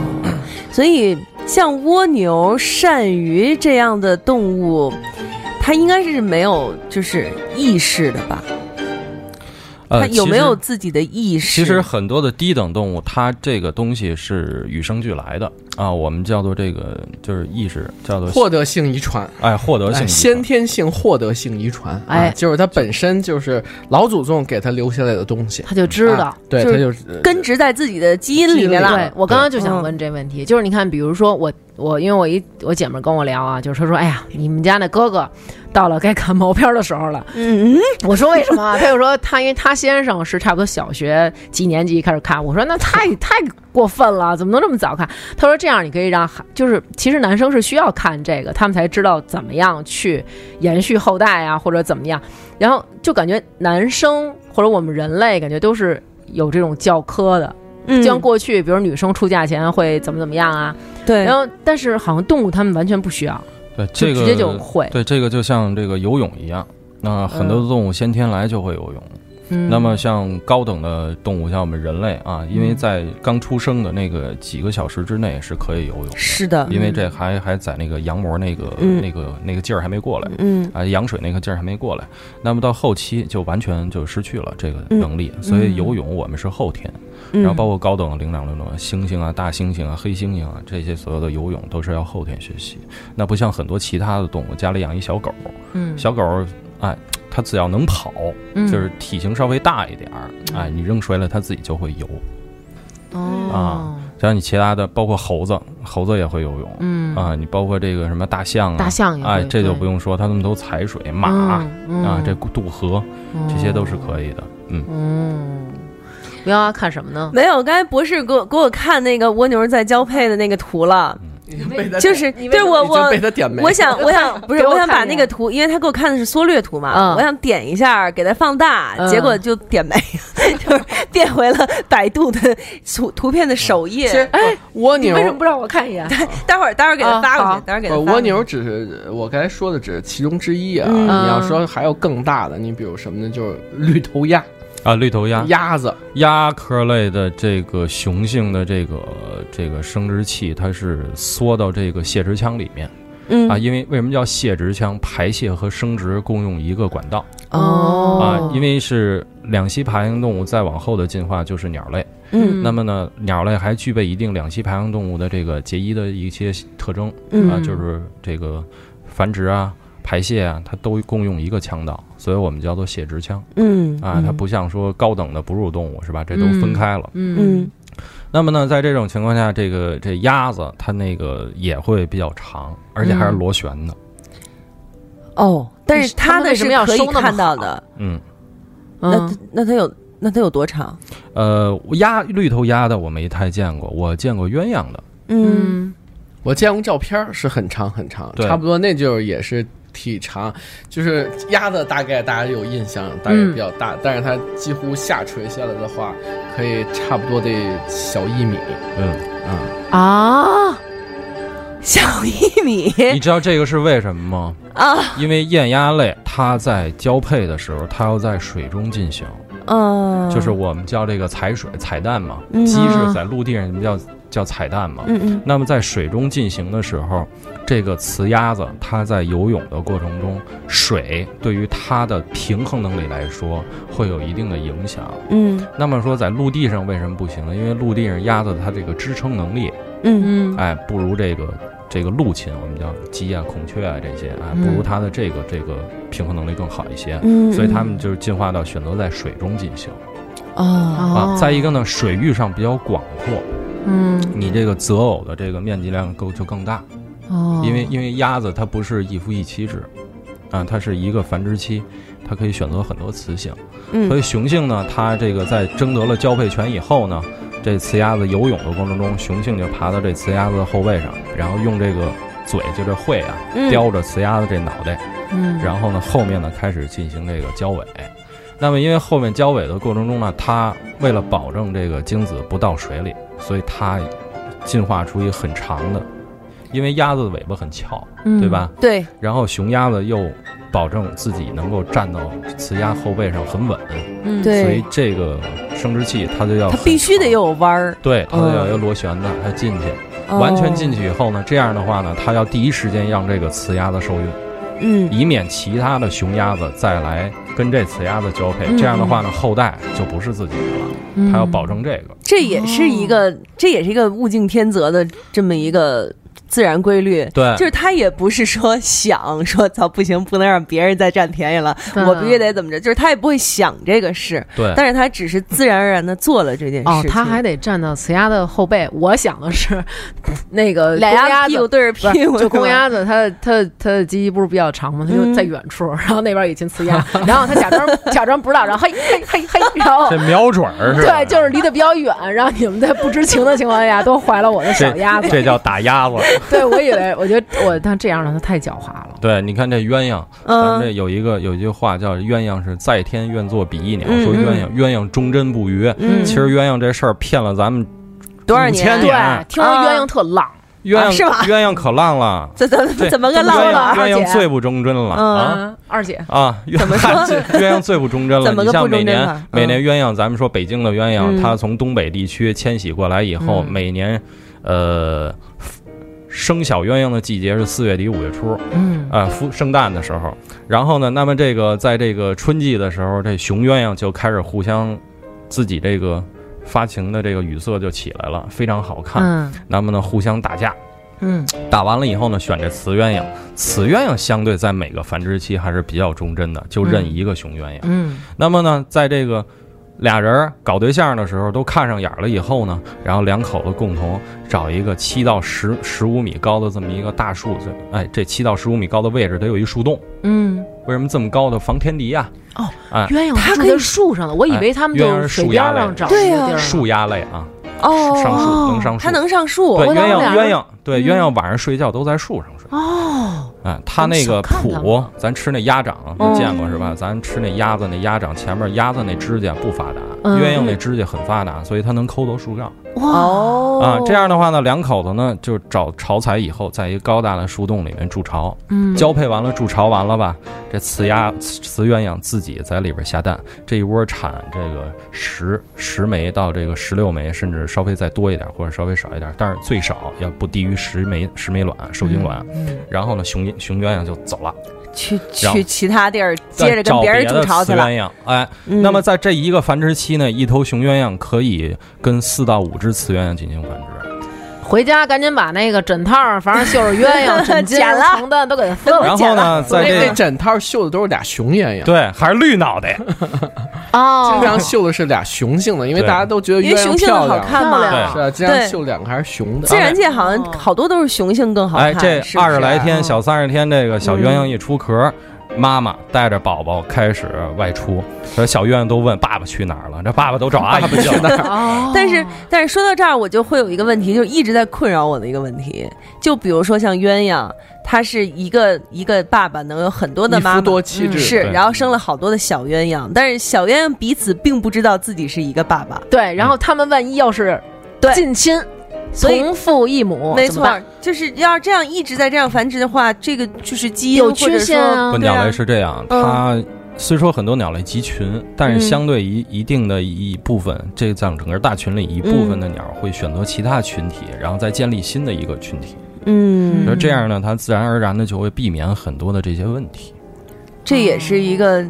所以像蜗牛、鳝鱼这样的动物，它应该是没有就是意识的吧？它
呃，
有没
其实
有自己的意识？
其实很多的低等动物，它这个东西是与生俱来的啊，我们叫做这个就是意识，叫做
获得性遗传，
哎获得性遗
哎
传
先天性获得性遗传，啊
哎
就是它本身就是老祖宗给它留下来的东西，
他就知道
啊。对，
就
它
是
就是呃
根植在自己的基因里面
啊
基因里
了。
对我刚刚就想问这问题，就是你看，比如说我我因为我一我姐们儿跟我聊啊，就是她说，哎呀，你们家那哥哥到了该看毛片儿的时候了。
嗯，
我说为什么啊？她就说她因为她先生是差不多小学几年级开始看。我说那太 太过分了，怎么能这么早看？她说这样你可以让孩就是其实男生是需要看这个，他们才知道怎么样去延续后代啊，或者怎么样。然后就感觉男生或者我们人类感觉都是有这种教科的。
嗯
就像过去，比如女生出嫁前会怎么怎么样啊，
对，
然后但是好像动物它们完全不需要，
对
就
这个
直接就会。
对这个就像这个游泳一样，那很
嗯
多动物先天来就会游泳。
嗯
那么像高等的动物，像我们人类啊，
嗯
因为在刚出生的那个几个小时之内是可以游泳的，
是的，
因为这还还在那个羊膜那个、
嗯
那个那个劲儿还没过来。
嗯
啊，羊水那个劲儿还没过来，那么到后期就完全就失去了这个
嗯
能力，所以游泳我们是后天，
嗯，
然后包括高等的灵长类动物，猩猩啊、大猩猩啊、黑猩猩啊，这些所有的游泳都是要后天学习。那不像很多其他的动物，家里养一小狗，
嗯
小狗儿哎，它只要能跑，
嗯
就是体型稍微大一点儿，哎，你扔水里它自己就会游。
哦，
像你其他的，包括猴子，猴子也会游泳。
嗯
啊，你包括这个什么大象啊，
大象也会
哎，这就
对
不用说，它们都踩水，马、
嗯
啊
嗯，
这渡河，这些都是可以的。嗯，
嗯，不要看什么呢？
没有，刚才博士给我给我看那个蜗牛在交配的那个图了，
已经被它
就是
已经
对我我
被它点没了，
我想，我想不是，
给我
我想
看
把
一
那
眼
个图，因为他给我看的是缩略图嘛，
嗯
我想点一下，给它放大，
嗯
结果就点没， 就是变回了百度的图图片的首页。
其实蜗
你
牛
为什么不让我看一眼？
待会儿，待会儿给它
啊
发过
好
去，待会儿给它
呃，
发过去。
蜗牛只是我刚才说的只是其中之一啊。
嗯
你要说还有更大的，你比如什么呢？就是绿头鸭、
啊，绿头鸭，
鸭子，
鸭科类的这个雄性的这个这个生殖器，它是缩到这个泄殖腔里面
嗯
啊，因为为什么叫泄殖腔？排泄和生殖共用一个管道
哦，
啊，因为是两栖爬行动物再往后的进化就是鸟类。
嗯
那么呢，鸟类还具备一定两栖爬行动物的这个结衣的一些特征啊，
嗯
就是这个繁殖啊、排泄啊，它都共用一个腔道，所以我们叫做泄殖腔
嗯
啊。它
嗯
不像说高等的哺乳动物是吧？这都分
嗯
开了。
嗯
嗯
那么呢，在这种情况下，这个这鸭子它那个也会比较长，而且还是螺旋的。
哦，但是
他
它
们
的
为什
是
么要
可以
收那么
看到
好
的，
嗯，
那
嗯，
那它有那它有多长？
呃，鸭绿头鸭的我没太见过，我见过鸳鸯的。
嗯
嗯
我见过照片儿是很长很长，
对
差不多那就是也是体长，就是鸭子大概大家有印象，大概
嗯
比较大，但是它几乎下垂下来的话，可以差不多得小一米。
嗯，
啊，
啊，
小一米
你知道这个是为什么吗？
哎啊，
因为雁鸭类它在交配的时候，它要在水中进行，
嗯，
就是我们叫这个采水彩蛋嘛，
嗯
鸡是在陆地上叫叫彩蛋嘛。
嗯嗯
那么在水中进行的时候，这个雌鸭子它在游泳的过程中，水对于它的平衡能力来说会有一定的影响。
嗯
那么说在陆地上为什么不行呢？因为陆地上鸭子它这个支撑能力
嗯
嗯
哎，不如这个这个陆禽，我们叫鸡啊、孔雀啊这些啊，
嗯
不如它的这个这个平衡能力更好一些，
嗯，
所以它们就是进化到选择在水中进行
哦，
啊
哦。，
再一个呢，水域上比较广阔，
嗯
你这个择偶的这个面积量够就更大，
哦，
嗯因为因为鸭子它不是一夫一妻制。啊，它是一个繁殖期，它可以选择很多雌性，所
嗯
以雄性呢，它这个在争得了交配权以后呢，这雌鸭子游泳的过程中，雄性就爬到这雌鸭子的后背上，然后用这个嘴就这喙啊，
嗯
叼着雌鸭子这脑袋，
嗯
然后呢，后面呢开始进行这个交尾。那么因为后面交尾的过程中呢，它为了保证这个精子不到水里，所以它进化出一个很长的，因为鸭子的尾巴很翘，对吧？？
嗯对，
然后雄鸭子又保证自己能够站到雌鸭后背上很稳，
嗯
对
所以这个生殖器它就要
它
很
必须得
长，
有弯儿，
对，它就要
嗯哦
有螺旋的，它进去。完全进
去，
去以后呢，这样的话呢，它要第一时间让这个雌鸭子受孕，
嗯
以免其他的雄鸭子再来跟这雌鸭子交配。这样的话呢，
嗯
后代就不是自己的了。它要保证这个。
这也是一个，
哦
这也是一个物竞天择的这么一个自然规律。
对
就是他也不是说 想说操不行，不能让别人再占便宜了，
对
我必须得怎么着，就是他也不会想这个事，
对，
但是他只是自然而然的做了这件事
哦
情。，
他还得站到雌鸭的后背。我想的是， 那个
俩
公
鸭子
鸭子
屁股对着 屁
不是嗯
股，
就公鸭子，它的它的它的鸡鸡不是比较长吗？它就在远处，然后那边有一群雌鸭，然后它假装 假装不知道，然后嘿嘿嘿嘿，然后
这瞄准儿是吧？
对，就是离得比较远，然后你们在不知情的情况下都怀了我的小鸭
这
子。
这叫打鸭子。
对，我以为我觉得我但这样让它太狡猾了。
对，你看这鸳鸯，咱们 这
嗯，
有一个有一句话叫“鸳鸯是在天愿做比翼鸟”，
嗯
说鸳
嗯
鸯鸳鸯忠贞不渝。
嗯
其实鸳鸯这事儿骗了咱们
多少
5000
对
年？
年，
听说鸳鸯特浪，
鸳鸯、
啊是吗
鸳鸯可浪了，
这怎么
对
怎么个
怎么
浪
说
法？
呢
鸳
二
鸯
姐
最不忠贞了、
嗯
啊。
嗯，二姐，
啊，鸳
怎么说
鸳鸯最不忠贞 了。
怎么
你
个
像
不忠
每
贞
年、
法
每年鸳鸯，咱们说北京的鸳鸯，
嗯
它从东北地区迁徙过来以后，
嗯
每年呃生小鸳鸯的季节是四月底五月初，
嗯
啊，孵生蛋的时候。然后呢，那么这个在这个春季的时候，这雄鸳鸯就开始互相自己这个发情的这个羽色就起来了，非常好看。
嗯
那么呢，互相打架，
嗯
打完了以后呢，选这雌鸳鸯。雌鸳鸯相对在每个繁殖期还是比较忠贞的，就认一个雄鸳鸯。
嗯
那么呢，在这个俩人儿搞对象的时候都看上眼儿了以后呢，然后两口子共同找一个七到十十五米高的这么一个大树，这哎，这七到十五米高的位置得有一树洞。
嗯，
为什么这么高的防天敌呀、
鸳鸯
它
住
可以
在树上的，我以为它们
哎鸳鸯
就是水
树
边
鸭
儿
类
上
的
长一个
对
地
啊
儿。
树鸭类啊，上
哦，
树能上树
它。能上树，
对
我当
鸳
时
鸯
俩
鸳
人嗯
鸯对鸳鸯晚上睡觉都在树上睡。
哦，
哎，它那个
看到
蹼，咱吃那鸭掌，
嗯
你见过是吧？咱吃那鸭子，那鸭掌前面鸭子那指甲不发达，
嗯
鸳鸯那指甲很发达，所以它能抠到树干
哇，
哦
啊。这样的话呢，两口子呢就找巢材以后，在一个高大的树洞里面筑巢，
嗯，
交配完了筑巢完了吧，这雌鸭雌雌鸳鸯自己在里边下蛋，这一窝产这个十十枚到这个十六枚，甚至稍微再多一点或者稍微少一点，但是最少要不低于十枚十枚卵受精卵。
嗯
然后呢，雄雄鸳鸯就走了。
去
然后
去其他地儿接着
再找
跟别人
的
筑巢去
雌
了。
鸳鸯，哎，
嗯
那么在这一个繁殖期呢，一头雄鸳鸯可以跟四到五只雌鸳鸯进行繁殖，
回家赶紧把那个枕套儿，反正就是 鸳鸯、枕巾、
剪了
床单都给它分了
然后呢，在这
那
个
枕套绣的都是俩雄鸳鸯，
对还是绿脑袋，
哦
经常绣的是俩雄性的，因为
对
大家都觉得
因为
鸳鸯
雄性的
漂
好
亮，
看
漂
嘛
亮，
是吧？经常
对
绣两个还是雄的啊
自。然界好像
哦
好多都是雄性更好看。
啊哎，这
是不
二
是啊嗯
十来天
嗯
小三十天，这个小鸳鸯一出壳。妈妈带着宝宝开始外出，这小鸳鸯都问爸爸去哪儿了，这爸爸都找阿姨去了。
哦
但是，但是说到这儿，我就会有一个问题，就是一直在困扰我的一个问题，就比如说像鸳鸯，它是一个一个爸爸能有很多的
一
妈
夫
妈，
多妻制，
是，
对嗯
然后生了好多的小鸳鸯，但是小鸳鸯彼此并不知道自己是一个爸爸，
对，然后他们万一要是
对
近亲，
所以
同父异母，
没
怎么
错
办，
就是要这样一直在这样繁殖的话，这个就是基因
有缺陷
或者说
啊
不，
对嗯
鸟
啊
类是这样，它虽说很多鸟类集群，但
嗯
是相对一一定的一部分，这在整个大群里一部分的
嗯
鸟会选择其他群体，然后再建立新的一个群体。
嗯，
那这样呢，它自然而然的就会避免很多的这些问题。
这也是一个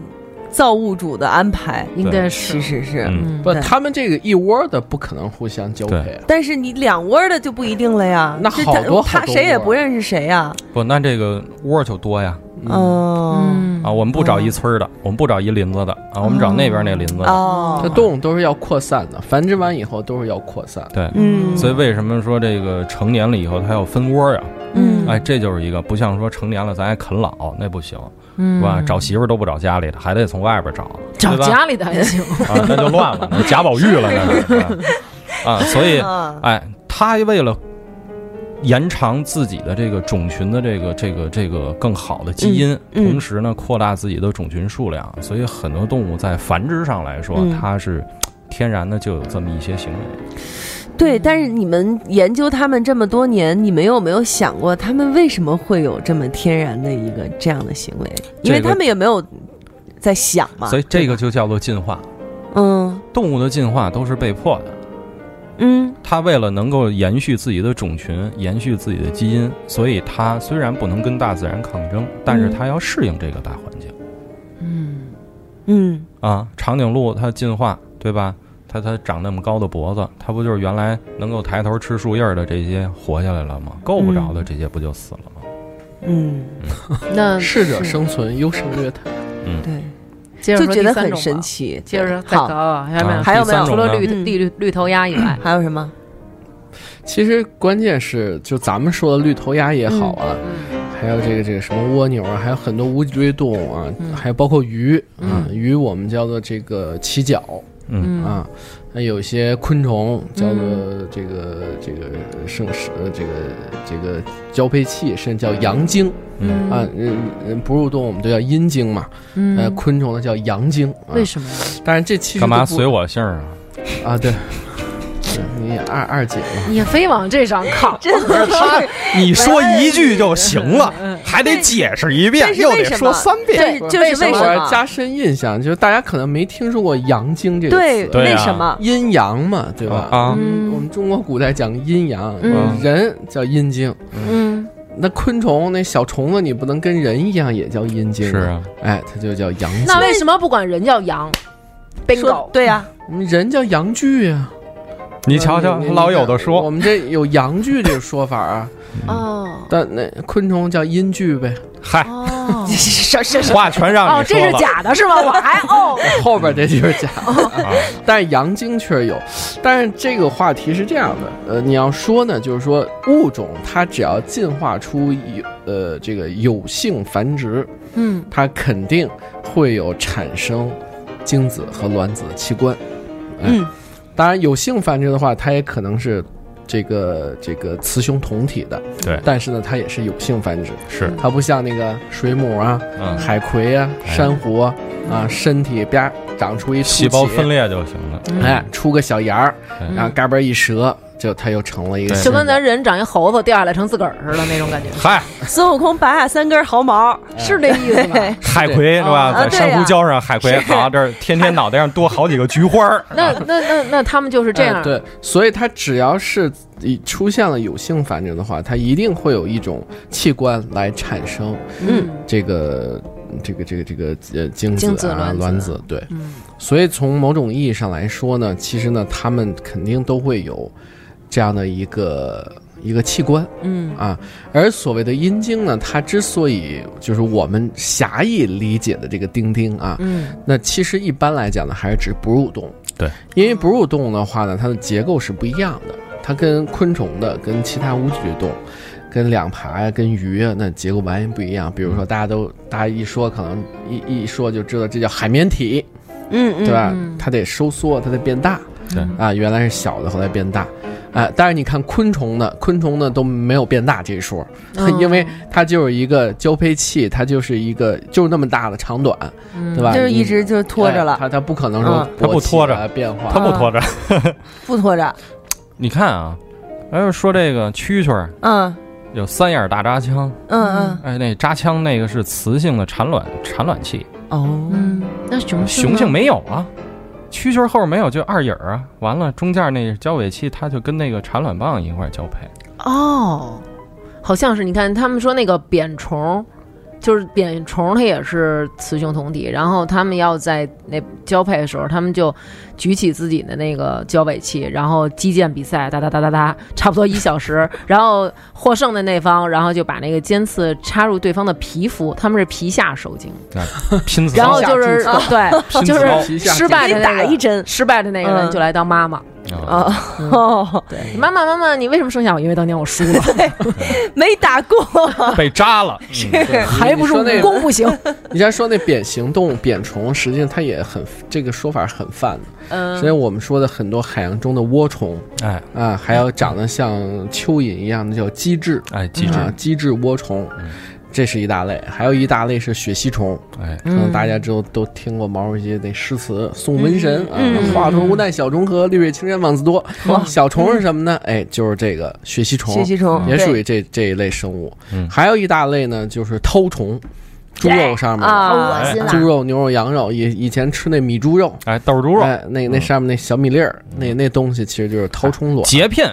造物主的安排，
应该
其
是。
实是。
嗯
嗯，
不，
对
他们这个一窝的不可能互相交配
对
啊。
但是你两窝儿的就不一定了呀，
那
这
好
他
多好
他
多
谁也
窝儿
不认识谁呀，
不，那这个窝就多呀。
嗯
哦
嗯
啊，我们不找一村儿的，我们不找一林子的啊，我们找那边那林子的。
这
嗯
哦，
动物都是要扩散的，繁殖完以后都是要扩散。
对，
嗯，
所以为什么说这个成年了以后它要分窝呀、
嗯
哎，这就是一个不像说成年了咱还啃老，那不行，是
嗯
吧？找媳妇儿都不找家里的，还得从外边找，
找
对吧？
家里的还行，
啊，那就乱了，那贾宝玉了，那是啊，所以
啊
哎，他为了延长自己的这个种群的这个这个这个更好的基因，
嗯嗯
同时呢扩大自己的种群数量，所以很多动物在繁殖上来说，
嗯
它是天然的就有这么一些行为。
对，但是你们研究他们这么多年，你们有没有想过他们为什么会有这么天然的一个这样的行为？因为
这个
他们也没有在想嘛。
所以这个就叫做进化。
嗯
动物的进化都是被迫的，
嗯
它为了能够延续自己的种群，延续自己的基因，所以它虽然不能跟大自然抗争，但
嗯
是它要适应这个大环境。
嗯，
嗯
啊，长颈鹿它进化，对吧？它它长那么高的脖子，它不就是原来能够抬头吃树叶儿的这些活下来了吗？够不着的这些不就死了吗？
嗯，
那
适者
是
生存，优胜劣汰。
对，
接着
就
说
觉
第
得
三
很
种吧
神。奇。
接着说再搞
好，
搞，还有没有
啊？
还有没有
第三种
除了
呢
绿
嗯
绿绿头鸭以外，
还有什么？
其实关键是，就咱们说的绿头鸭也好啊，
嗯
还有这个这个什么蜗牛啊，还有很多无脊椎动物啊，
嗯
还有包括鱼，
嗯
鱼我们叫做这个鳍脚
嗯，
嗯
啊，那有些昆虫
嗯
叫做这个、这个生食呃这个这个交配器，甚至叫阳茎
嗯
啊，呃呃哺乳动物我们都叫阴茎嘛，呃，
嗯，
昆虫呢叫阳茎啊
为，什么呀？
但是这其实
干嘛
都不
随我姓儿啊？
啊？对，对你二二姐嘛。
你非往这上靠，
真的是，
你说一句 就行 了，还得解释一
这是为什么？对，
不
就是为什
我
么？
加深印象，就是大家可能没听说过“阳经”这个
对，嗯
词，
对
为
啊
什么？
阴阳嘛，对吧？
啊
我们中国古代讲阴阳，
嗯
人叫阴经，
嗯，
那昆虫那小虫子，你不能跟人一样也叫阴经，
是啊，
哎，它就叫阳经。
那为什么不管人叫羊
说
？bingo，
对啊 呀，
嗯人叫阳具啊，
你瞧瞧，
你你
老有的
我
说，
们这有阳具这个说法啊，
哦
但那昆虫叫阴具呗，
嗨，
哦
什什
话全让
哦
你，
这
说
是
了。
假的是吗？我还哦，
后边这就是假
啊
但是阳经确实有，但是这个话题是这样的，呃，你要说呢，就是说物种它只要进化出有呃这个有性繁殖，
嗯
它肯定会有产生精子和卵子的器官。哎
嗯，
当然，有性繁殖的话，它也可能是这个这个雌雄同体的，
对
但是呢，它也是有性繁殖，
是，
它不像那个水母啊、
嗯，
海葵啊、
哎嗯
珊瑚啊，啊身体边长出一凸
细胞
起
分裂就行了。
哎，出个小芽儿，
嗯
然后嘎嘣儿一折，就它又成了一个
对
新
就
的。
跟咱人长一猴子掉下来成自个儿似的那种感觉，
嗨，
孙悟空拔下三根毫毛，
是这意思吧？
海葵是吧？
啊
在
对
珊瑚
呀
礁上，海葵好，这儿天天脑袋上多好几个菊花儿。
那那那那他们就是这样
哎，对，所以它只要是一出现了有性繁殖的话，它一定会有一种器官来产生
嗯
这个这个这个这个呃精子啊
精子卵子
卵子。对，
嗯
所以从某种意义上来说呢，其实呢，它们肯定都会有这样的一个一个器官。
嗯
啊，而所谓的阴茎呢，它之所以就是我们狭义理解的这个丁丁啊，
嗯
那其实一般来讲呢，还是指哺乳动物。
对，
因为哺乳动物的话呢，它的结构是不一样的，它跟昆虫的、跟其他无脊椎动物、跟两爬呀、跟鱼啊，那结构完全不一样。比如说，大家都大家一说，可能一一说就知道这叫海绵体，
嗯
对
嗯，
吧？
嗯
它得收缩，它得变大。
对
啊，原来是小的，后来变大。啊，但是你看昆虫呢，昆虫呢都没有变大这一说，
嗯
因为它就是一个交配器，它就是一个就是那么大的长短，
嗯
对吧？
就是一
你
直就是拖着
哎
了，
它它不可能说
嗯
它不
勃起
拖着
啊变化，
它不拖着。
不拖着，
你看啊，然后说这个蛐蛐儿
嗯
有三眼大扎枪，
嗯
哎，那扎枪那个是雌性的产卵产卵器，
嗯，哦，
嗯，那雄
雄性
呢
没有啊，蛐蛐儿后面没有，就二眼儿啊。完了，中间那交尾器，它就跟那个产卵棒一块儿交配。
哦，好像是。你看他们说那个扁虫，就是扁虫，它也是雌雄同体。然后他们要在那交配的时候，他们就举起自己的那个交尾器，然后击剑比赛，哒哒哒哒哒， 差不多一小时。然后获胜的那方，然后就把那个尖刺插入对方的皮肤，他们是皮下受精。
嗯
那拼死
然
猫
后就是
下
对，
拼
就
刺猫
是失败的
给
那
打
个
一针
失败的那个人
嗯
就来当妈妈。
啊，
啊，哦，
嗯对，妈妈妈妈，你为什么生下我？因为当年我输了。
没打过，
被扎了。嗯
对
还不是
你说那
武
个
功不行。
你刚才说那扁形动物、扁虫，实际上它也很这个说法很泛的。实际
嗯，
上我们说的很多海洋中的涡虫
哎
啊，还有长得像蚯蚓一样的叫机雉
哎，机智，
啊，机雉涡虫
嗯，
这是一大类。还有一大类是血吸虫，
哎，
可
嗯
能大家之后都听过毛主席那诗词《送瘟神》
嗯
啊，画中无奈小虫和，绿水青山枉自多。小虫是什么呢？哎，就是这个血吸虫
学，习虫
也属于这这一类生物
嗯。
还有一大类呢，就是绦虫，猪肉上面的。
啊，
哎
猪肉、牛肉、羊肉，以以前吃那米猪肉，
哎，豆儿猪肉啊
哎，那那上面那小米粒儿，那那东西其实就是绦虫卵。
截片，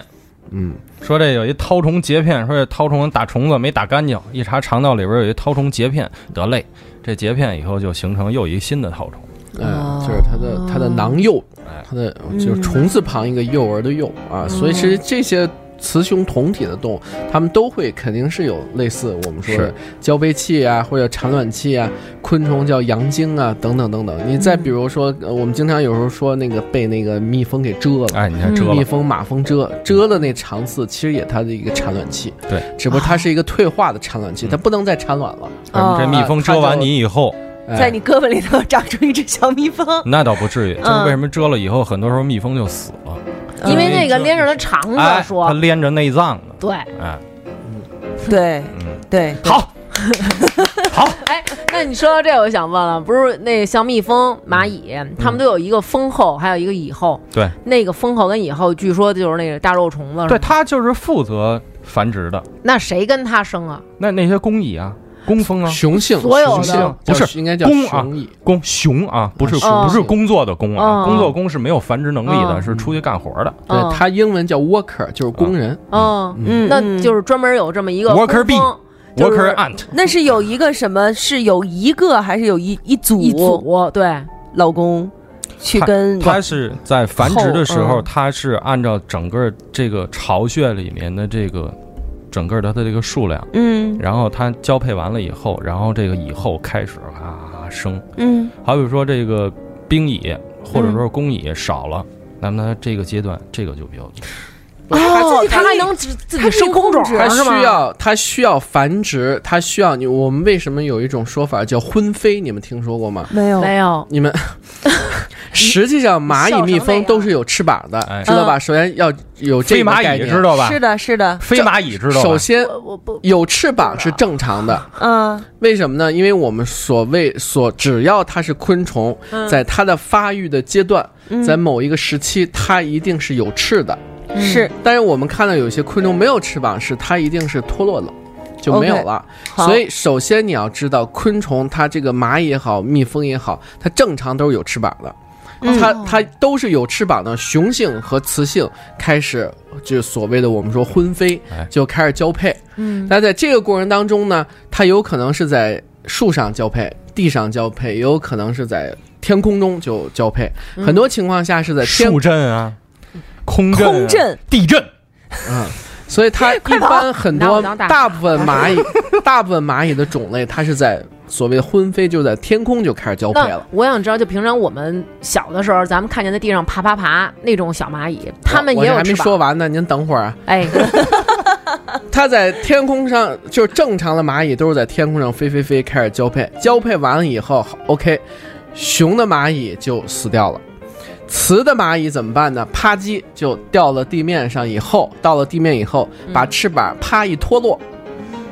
嗯，
说这有一绦虫截片，说这绦虫打虫子没打干净，一查肠道里边有一绦虫截片，得嘞，这截片以后就形成又一新的绦虫。
嗯，就是它的它的囊幼，
哎
它的就是虫字旁一个幼儿的幼啊，所以其实这些雌雄同体的动物，它们都会肯定是有类似我们说的
是
交配器啊，或者产卵器啊，昆虫叫阳茎啊，等等等等。你再比如说，呃我们经常有时候说那个被那个蜜蜂给蛰了。
哎，你看折
蜜
了，
蜂、马蜂蛰蛰了那肠刺，其实也它的一个产卵器，
对，嗯
只不过它是一个退化的产卵器，它不能再产卵了。
啊
这蜜蜂蛰完你以后，
哎
在你胳膊里头长出一只小蜜蜂，
那倒不至于，就是
嗯
为什么蛰了以后，很多时候蜜蜂就死了，
嗯
因为那个连着他肠
哎
子，
它
说，
连着内脏呢，
对，
哎，
对
嗯，
对，
好，好，
哎，那你说到这，我就想问了，不是那像蜜蜂、蚂蚁，
嗯
它们都有一个蜂后，还有一个蚁后，
对，
那个蜂后跟蚁后，据说就是那个大肉虫子，
对，，它就是负责繁殖的，
那谁跟它生啊？
那那些工蚁啊，工蜂啊，
雄性，
所有的
雄性
不是
叫应该叫
公啊
雄蚁，
工熊啊，不是
啊
不是工作的工啊，
嗯
工作工是没有繁殖能力的，
嗯
是出去干活的。
嗯
对，它英文叫 worker，就是工人。
啊
嗯，
嗯，
那就是专门有这么一个
Worker bee
蜂蜂嗯就是
Worker ant，
那是有一个什么？是有一个还是有一一组
一组，对，
老公去
他
跟
它是在繁殖的时
后
候，
嗯
它是按照整个这个巢穴里面的这个整个它的这个数量，
嗯
然后它交配完了以后，然后这个以后开始啊生。
嗯
好比说这个兵蚁或者说是
嗯
工蚁少了，那么它这个阶段这个就比
啊
较
哦
多。
它还能自自己生空种，
它
是吗
需要它需要繁殖，它需要你。我们为什么有一种说法叫婚飞？你们听说过吗？
没有
没有？
你 们实际上蚂
笑
蚁、
成
蜜
那
蜂
样
都是有翅膀
哎
的，知道
嗯
吧？首先要有这
飞
个
蚂
概
蚁
念
知。道吧？
是的，是的，
飞蚂蚁知道吧
首？先
我我不
有翅膀是正常的，
嗯
为什么呢？因为我们所谓所只要它是昆虫，在它的发育的阶段，在某一个时期，它一定是有翅的。
嗯
是
但是我们看到有些昆虫没有翅膀时，它一定是脱落了，就没有了。
好
所以首先你要知道，昆虫它这个蚂蚁也好，蜜蜂也好，它正常都是有翅膀的，它它都是有翅膀的，雄性和雌性开始就所谓的我们说婚飞
哎，
就开始交配。嗯，那在这个过程当中呢，它有可能是在树上交配，地上交配，也有可能是在。天空中就交配，很多情况下是在天
树震啊，空震、
空震、
地震，
嗯所以它一般很
拿
多
我当大
大部分 蚂蚁，大部分蚂蚁的种类，它是在所谓的婚飞，就在天空就开始交配
那
了。
我想知道，就平常我们小的时候，咱们看见在地上爬爬爬那种小蚂蚁，它们
我
也
我
有
还没
翅
说
膀。
完呢，您等会儿啊。
哎，
它在天空上，就是正常的蚂蚁都是在天空上飞飞飞，开始交配。交配完了以后，OK，雄的蚂蚁就死掉了。雌的蚂蚁怎么办呢？啪叽就掉了地面上以后，到了地面以后，把翅膀啪一脱落，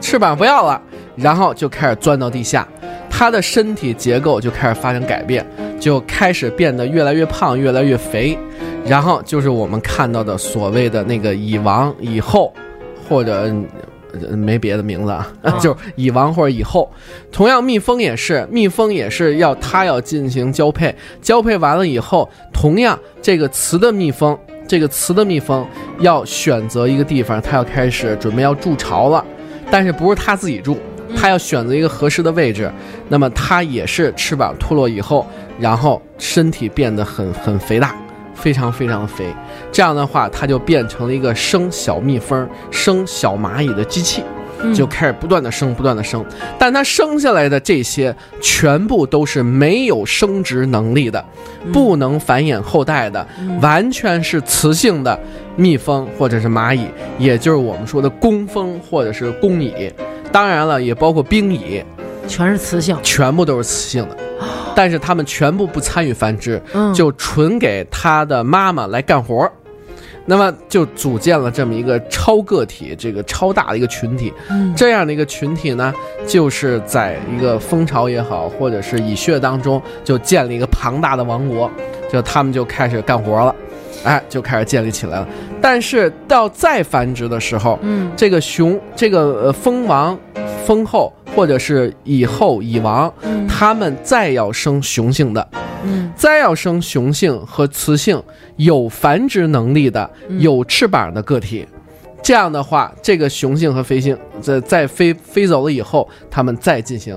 翅膀不要了，然后就开始钻到地下，它的身体结构就开始发生改变，就开始变得越来越胖，越来越肥，然后就是我们看到的所谓的那个以王以后，或者呃没别的名字啊， 就是以王或者以后。同样，蜜蜂也是，蜜蜂也是要它要进行交配，交配完了以后，同样这个雌的蜜蜂，这个雌的蜜蜂要选择一个地方，它要开始准备要筑巢了，但是不是它自己筑。它要选择一个合适的位置，那么它也是翅膀脱落以后，然后身体变得很很肥大，非常非常肥。这样的话，它就变成了一个生小蜜蜂、生小蚂蚁的机器，
嗯
就开始不断的生、不断的生。但它生下来的这些，全部都是没有生殖能力的，
嗯
不能繁衍后代的，完全是雌性的蜜蜂或者是蚂蚁，也就是我们说的工蜂或者是工蚁。当然了，也包括兵蚁，
全是雌性，
全部都是雌性的，但是它们全部不参与繁殖，
嗯，
就纯给它的妈妈来干活儿。那么就组建了这么一个超个体，这个超大的一个群体。
嗯
这样的一个群体呢，就是在一个蜂巢也好，或者是蚁穴当中，就建立一个庞大的王国，就他们就开始干活了，哎，就开始建立起来了。但是到再繁殖的时候，
嗯
这个熊，这个呃蜂王、蜂后或者是蚁后、蚁王，
嗯
他们再要生雄性的，
嗯
再要生雄性和雌性有繁殖能力的、
嗯
有翅膀的个体。这样的话，这个雄性和飞性在在飞飞走了以后，它们再进行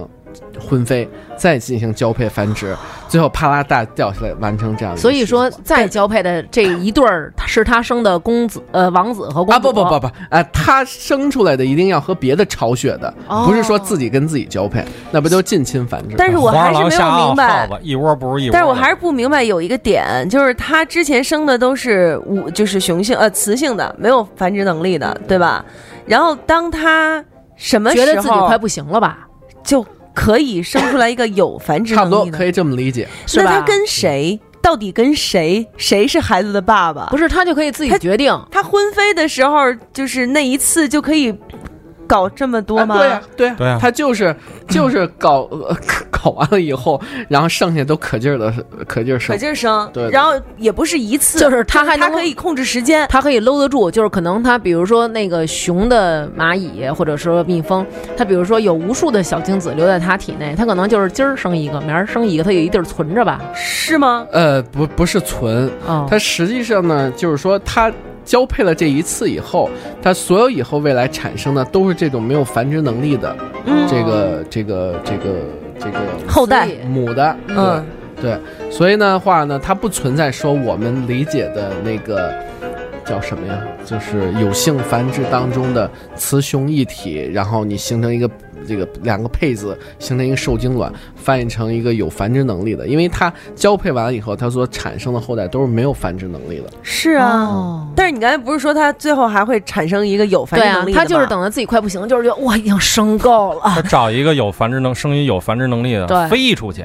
婚飞，再进行交配繁殖，最后啪啦大掉下来，完成
啊
这样的一个
所以
循
说
环。
哎
再交配的这一对儿是他生的公子呃王子和公主
啊不不不不啊，它生出来的一定要和别的巢穴的，
哦
不是说自己跟自己交配，那不就近亲繁殖吗？
但是我还
黄
是
狼
没
下
有
耗
明白
耗，子一窝不如一窝的。
但是我还是不明白有一个点，就是它之前生的都是无，就是雄性呃雌性的，没有繁殖能力的，对吧？然后当它什么时
觉
候
得自己快不行了吧？
就可以生出来一个有繁殖
差不多
能力的，
可以这么理解。
是
那
吧
它跟谁？到底跟谁？谁是孩子的爸爸？
不是，他就可以自己
他
决定。
他婚飞的时候，就是那一次就可以搞这么多吗？嗯
啊对呀、对呀、
对啊
他就是就是搞、 呃搞完了以后，然后剩下都可劲儿的可劲儿
可
生。
劲儿生，
对对
然后也不是一次，
就是他还能
他可以控制时间，
它可以搂得住，就是可能它，比如说那个雄的蚂蚁或者说蜜蜂，它比如说有无数的小精子留在它体内，它可能就是今儿生一个，明儿生一个，它有一地儿存着吧。
是吗？
呃，不不是存，
哦，
它实际上呢，就是说它交配了这一次以后，它所有以后未来产生的都是这种没有繁殖能力的
嗯
这个这个这个这个
后代
所，以
母的，对
嗯，
对，所以呢话呢，它不存在说我们理解的那个叫什么呀？就是有性繁殖当中的雌雄一体，然后你形成一个这个两个配子，形成一个受精卵，翻译成一个有繁殖能力的，因为它交配完了以后，它所产生的后代都是没有繁殖能力的。
是啊。
哦
但是你刚才不是说它最后还会产生一个有繁
对
殖
啊
能力，的吗
它就是等到自己快不行，就是觉得我已经生够了。
他找一个有繁殖能、生育有繁殖能力
对
的飞出 去，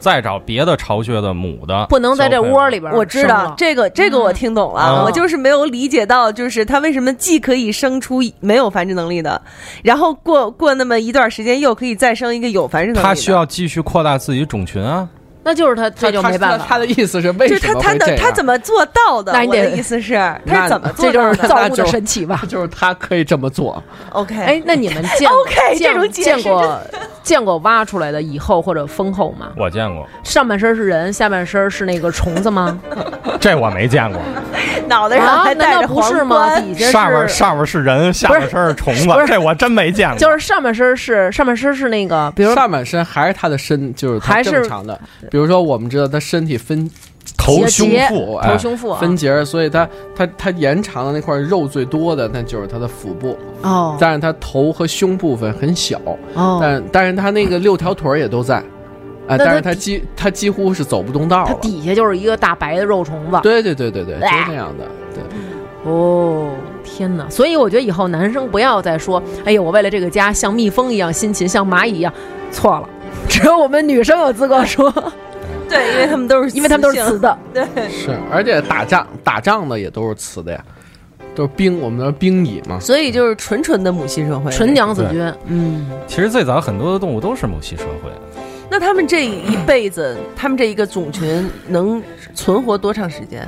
再找别的巢穴的母的，
不能在这窝里边儿
我知
生
道
了
这个，这个我听懂了，
嗯
嗯我就是没有理解到，就是它为什么既可以生出没有繁殖能力的，然后过过那么一段时间又可以再生一个有繁殖能力的。
它需要继续扩大自己种群啊。
那就是它，这就没办
他
法
他
了。
的意思是为
就是
什
他
么
他
会这
能
样？
他怎么做到的？
那你
我的
得
意思是，他是怎么
这
做
就
到
是
的
造物
那就？
的神奇吧
就是他可以这么做，
？OK，
哎，那你们见
OK，这种解
见
释
见过见过挖出来的蚁后或者蜂后吗？
我见过，
上半身是人，下半身是那个虫 子吗？
这我没见过。
脑袋上
啊，
还
难
戴
道
着
不
皇
是吗？
冠，
底下
上面
是
上面是人，下面是虫子
不是，
这我真没见过。
就是上半身是上半身是那个，比如
上半身还是他的身，就是他
还是
正常的。比如说，我们知道他身体分
头
结
胸
节
腹，哎
头，胸腹啊
分节儿，所以它它它延长的那块肉最多的，那就是它的腹部，
哦
但是它头和胸部分很小，
哦，
但但是它那个六条腿儿也都在，啊，
那它
但是它
底
几它几乎是走不动道
它
了。
底下就是一个大白的肉虫子。
对对对对对，就是那样的。对，
哦，天哪！所以我觉得以后男生不要再说，哎呦，我为了这个家像蜜蜂一样辛勤，像蚂蚁一样，错了。只有我们女生有资格说，
对，因为他们都是，
因为他们都是雌，的。
是，而且打仗打仗的也都是雌的呀，都是兵，我们说兵蚁嘛。
所以就是纯纯的母系社会，
纯。娘子军，嗯，
其实最早很多的动物都是母系社会，
那他们这一辈子，他们这一个种群能存活多长时间？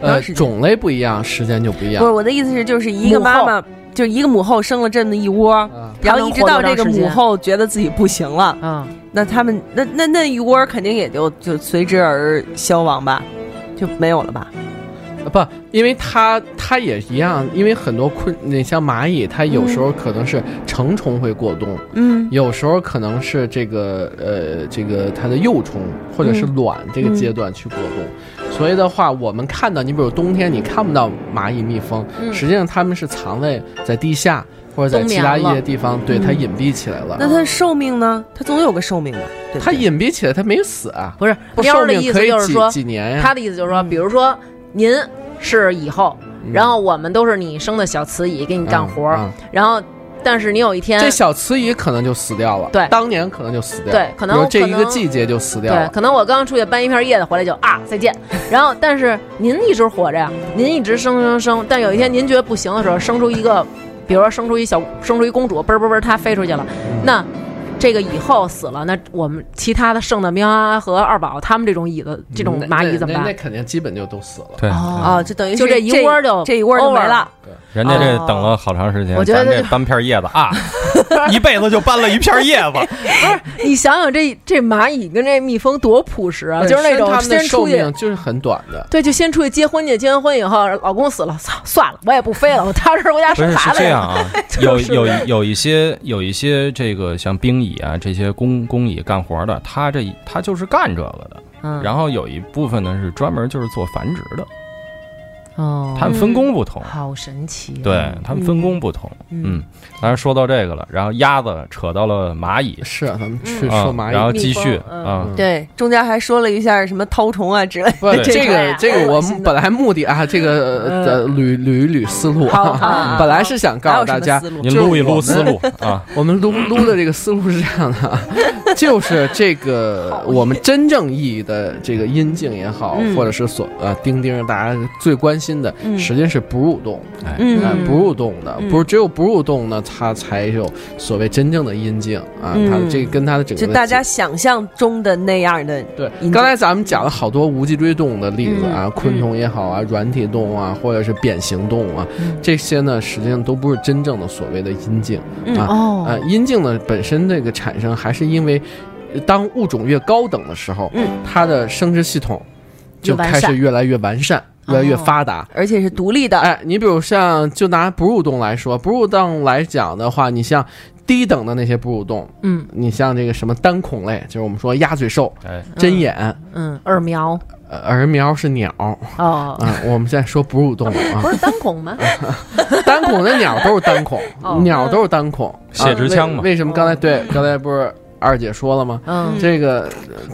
多
呃，
长时间？
种类不一样，时间就不
不
一
是
样。
我的意思是，就是一个
母
妈
后
妈，就一个母后生了这么一窝，
啊，
然后一直到这个母后觉得自己不行了，
嗯，
那他们那那那一窝肯定也就就随之而消亡吧，就没有了吧？
呃不，因为它它也一样，因为很多昆，你像蚂蚁，它有时候
嗯
可能是成虫会过冬，
嗯
有时候可能是这个呃这个它的幼虫或者
嗯
是卵这个阶段去过冬，所以的话，我们看到你比如冬天你看不到蚂蚁、蜜蜂，
嗯
实际上它们是藏在在地下或者在
冬
其
眠
他一些
了嗯
地方，对它隐蔽起来了。
那它的寿命呢？它总有个寿命吧？对不
它
对
隐蔽起来，它没死啊，
不是
不
喵
寿
儿的
命
意
可
思
以
就是
几
说，
几年嗯呀、
他的意思就是说，比如说您是蚁后，然后我们都是你生的小雌蚁，给你
嗯
干活儿，
嗯
然后但是你有一天
这小雌蚁可能就死掉了，
对
当年可能就死掉了，
对可能
比如这一
可
个
能
季节就死掉
对，
了。
可能我刚刚出去搬一片叶子回来就 啊再见，然后但是您一直活着呀，您一直生生生，但有一天您觉得不行的时候，生出一个，比如说生出一小生出一公主，嘣儿嘣儿嘣儿她飞出去了，
嗯
那这个蚁后死了，那我们其他的剩的喵啊和二宝他们这种蚁子这种
那
蚂蚁怎么
那那那
办？
肯定基本就都死了。
对，
哦
啊，就等于
就是这一窝儿就
这一窝儿就没
over
了
了。
人家这等了好长时间，
哦我觉得
咱这
就
搬片叶子 啊，一辈子就搬了一片叶子，
你想想这这蚂蚁跟这蜜蜂多朴实啊，
本
就是那
身
种
它们的
先
寿
出去
命就是很短的。
对，就先出去结婚去，结完婚以后，老公死了，操，算了，我也不飞了，我踏实回家
不
生
是
孩
是
子去。
这样 啊，有有有一些有一些这个像兵蚁啊这些工工蚁干活的，他这他就是干这个的。
嗯，
然后有一部分呢是专门就是做繁殖的，
哦，
他们分工不同，
嗯
好神奇、啊。
对他们分工不同。嗯，当然说到这个了，然后鸭子扯到了蚂蚁
是啊，咱们去
啊
说，蚂
然后
蚁。嗯
继续
蜜蜂
啊，
对，中间还说了一下什么绦虫啊之类的。
不，
对
这
这
个
个
这个我
恶心
们
的
本来目的啊，这个呃呃捋捋一捋思路
好好
啊
好，
本来是想告诉大家
还有什么思，
您
就是
撸一
我
撸
们
思路啊，
我们撸撸的这个思路是这样的啊， 就是这个我们真正意义的这个阴茎也好，
嗯
或者是所呃钉钉大家最关心的，
嗯
实际是哺乳动物，
哎
哎
嗯，
哺乳动物的，
嗯
不是只有哺乳动物呢，它才有所谓真正的阴茎啊，
嗯
它的这个跟它的整个
就
的
大家想象中的那样的，
对
引，
刚才咱们讲了好多无脊椎动物的例子
嗯
啊，昆虫也好啊，软体动物啊，或者是扁形动物啊，
嗯
这些呢，实际上都不是真正的所谓的阴茎
嗯
啊。
哦
啊，阴茎呢本身这个产生还是因为，呃当物种越高等的时候，
嗯
它的生殖系统就
越完
开始
善
越来越完善，越来越
哦
发达。
而且是独立的。
哎，你比如像就拿哺乳动物来说，哺乳动物来讲的话，你像低等的那些哺乳动物，
嗯，
你像这个什么单孔类，就是我们说鸭嘴兽、
哎，
针眼、
嗯，耳苗
呃耳苗是鸟啊、
哦，
我们现在说哺乳动物啊
不，是单孔吗？
单孔的鸟都是单孔，
哦
鸟都是单孔，
蟹
啊
殖腔嘛
为为什么刚才对刚才不是二姐说了吗？
嗯，
这个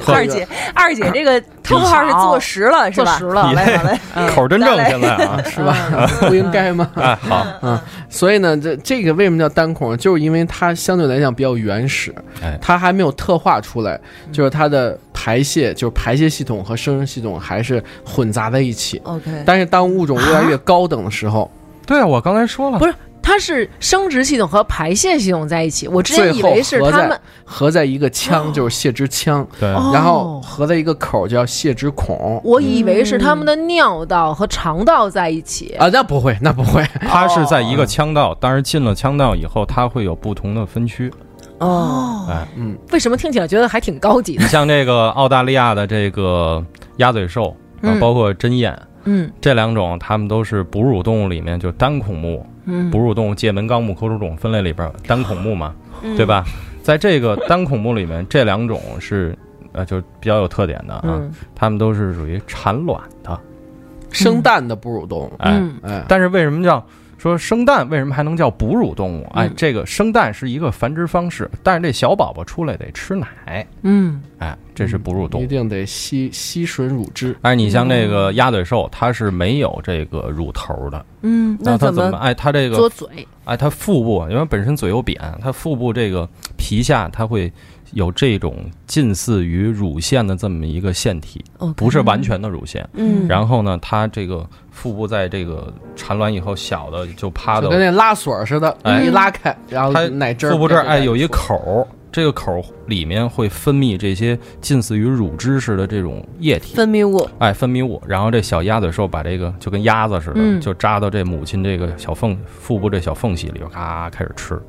呵
二姐，二姐这个称号是坐实了，是
坐
吧？
实了
好嘞，好嘞，
口真正 现在 啊，
是吧？不应该吗？嗯
哎好，
所以呢，这这个为什么叫单孔？就是因为它相对来讲比较原始
哎，
它还没有特化出来，就是它的排泄，就是排泄系统和生殖系统还是混杂在一起。
OK，
但是当物种越来越高等的时候，
对我刚才说了
不，是， 它是生殖系统和排泄系统在一起。我之
最
前以
后
为是
合
他
在
们
合在一个腔，就是泄殖腔，
对，
哦
然后合在一个口叫泄殖孔。
我以为是他们的尿道和肠道在一起。
啊，那不会，那不会，
嗯
它是在
哦
一个腔道，但是进了腔道以后，它会有不同的分区。
哦，
哎嗯
为什么听起来觉得还挺高级的
啊
你？像这个澳大利亚的这个鸭嘴兽，啊
嗯，
包括针鼹
嗯
这两种，它们都是哺乳动物里面就单孔目，
嗯
哺乳动物界门纲目科属种分类里边儿单孔目嘛，
嗯
对？吧？在这个单孔目里面，这两种是呃，就比较有特点的啊，
嗯
它们都是属于产卵的，
生蛋的哺乳动物，
哎，
嗯
哎，
但是为什么叫说生蛋？为什么还能叫哺乳动物？哎，
嗯
这个生蛋是一个繁殖方式，但是这小宝宝出来得吃奶，
嗯
哎，这是哺乳动
一
物。
定得吸吸吮乳汁。
哎，你像那个鸭嘴兽，它是没有这个乳头的，
嗯，
那
它
怎
怎么
么？
办？哎，它这
嘬
个
嘴，
哎，它腹部因为本身嘴又扁，它腹部这个皮下它会有这种近似于乳腺的这么一个腺体，不是完全的乳腺。
嗯，
然后呢，它这个腹部在这个产卵以后，小的就趴
就
到
跟那拉锁似的，
哎
一拉开，然后
它
奶汁儿
腹部这儿
就在
哎有一
出来
口儿，这个口里面会分泌这些近似于乳汁似的这种液体，
分泌物，
哎，分泌物。然后这小鸭嘴兽把这个就跟鸭子似的，
嗯
就扎到这母亲这个小缝腹部这小缝隙里边，咔开始吃。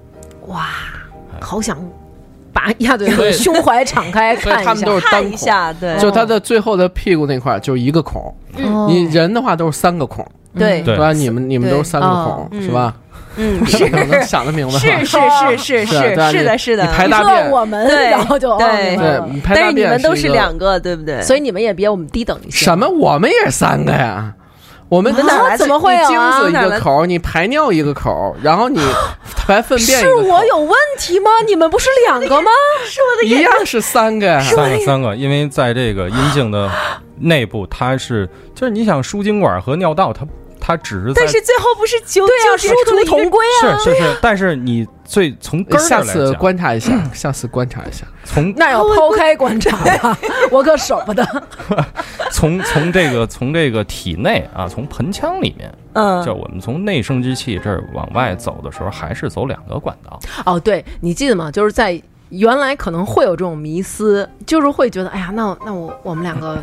哇，好想把鸭嘴兽胸怀敞开
所以
看
他们
一下
都。是单
看一
孔，
下，对
就它的最后的屁股那块儿就一个孔，
哦
你人的话都是三个孔，
对
对
是吧？你们你们都是三个
哦
孔，是吧？
嗯，
是能想得明白
是
吗？
是是是
对啊
是是的，
你
是
你排
的。
你
大
说
便
到，我们，
对
然后就哦
对
明白了
对，你排
但是
大
你
便
们都
是
是
一个
两个，对不对？
所以你们也比我们低等一些。
什么？我们也是三个呀。我们
啊
你们哪来的
怎么会
你精
精
子
子
一
一
个
个口，你排尿一个口，然后你排粪便一
是
个口
我有问题吗？你们不是两个吗？
一样是三个呀。
三个三个，因为在这个阴茎的内部，它是就是你想输精管和尿道，它它只是在
但是最后不是纠
对啊，
纠
殊
结出了一
途
个
同归啊。
是是是，但是你最从根儿上
哎下
来
次
讲，
观察一下，下次观察一下。
从
那要抛开观察呀， 我可舍不得。
从从这个从这个体内啊，从盆腔里面，就
嗯，
我们从内生殖器这儿往外走的时候，还是走两个管道。
哦，对，你记得吗？就是在原来可能会有这种迷思，就是会觉得，哎呀，那那我我们两个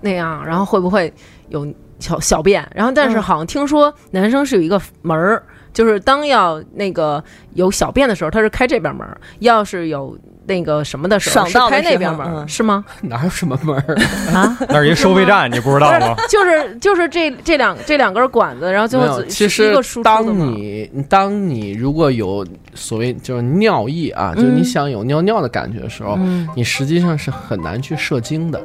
那样，然后会不会有小小便？然后但是
嗯
好像听说男生是有一个门儿，就是当要那个有小便的时候，他是开这边门儿；要是有那个什么的时候，
爽
是
到的
开那
时
边
候
门儿，
嗯
是吗？
哪有什么门 儿？
啊，
那是一收费站，你不知道吗？
就是就是这这两这两根管子，然后最
没
后
有，
只
其
是一
实
个输出的
当
嘛
你当你如果有所谓就是尿意啊，就是你想有尿尿的感觉的时候，
嗯
你实际上是很难去射精的。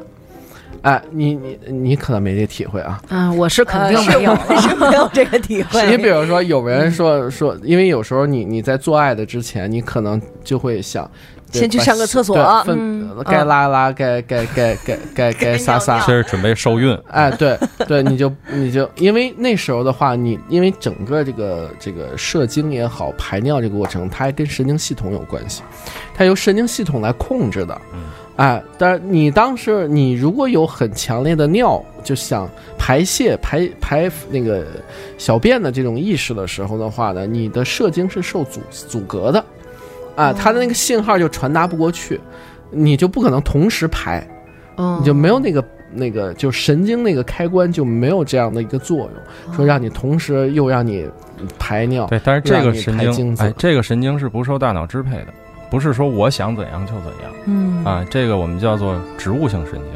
哎，你你你可能没这体会啊。
啊，我是肯定没有了。
呃是 是嗯没有这个 体
你
会。
比如说，有人说说，因为有时候你你在做爱的之前，你可能就会想
先去上个厕所
对粪
嗯
该拉拉，该该该 该该该撒撒，
这是准备受孕，
哎，对对，你就你就因为那时候的话，你因为整个这个这个射精也好，排尿这个过程，它还跟神经系统有关系，它由神经系统来控制的。
嗯，
哎，但是你当时你如果有很强烈的尿，就想排泄排排那个小便的这种意识的时候的话呢，你的射精是受阻阻隔的，啊，它的那个信号就传达不过去，你就不可能同时排。
嗯，
你就没有那个那个，就神经那个开关就没有这样的一个作用，说让你同时又让你排尿。
对，但是这个神
啊让你排
经
精，子
哎，这个神经是不受大脑支配的，不是说我想怎样就怎样。
嗯
啊，这个我们叫做植物性神经，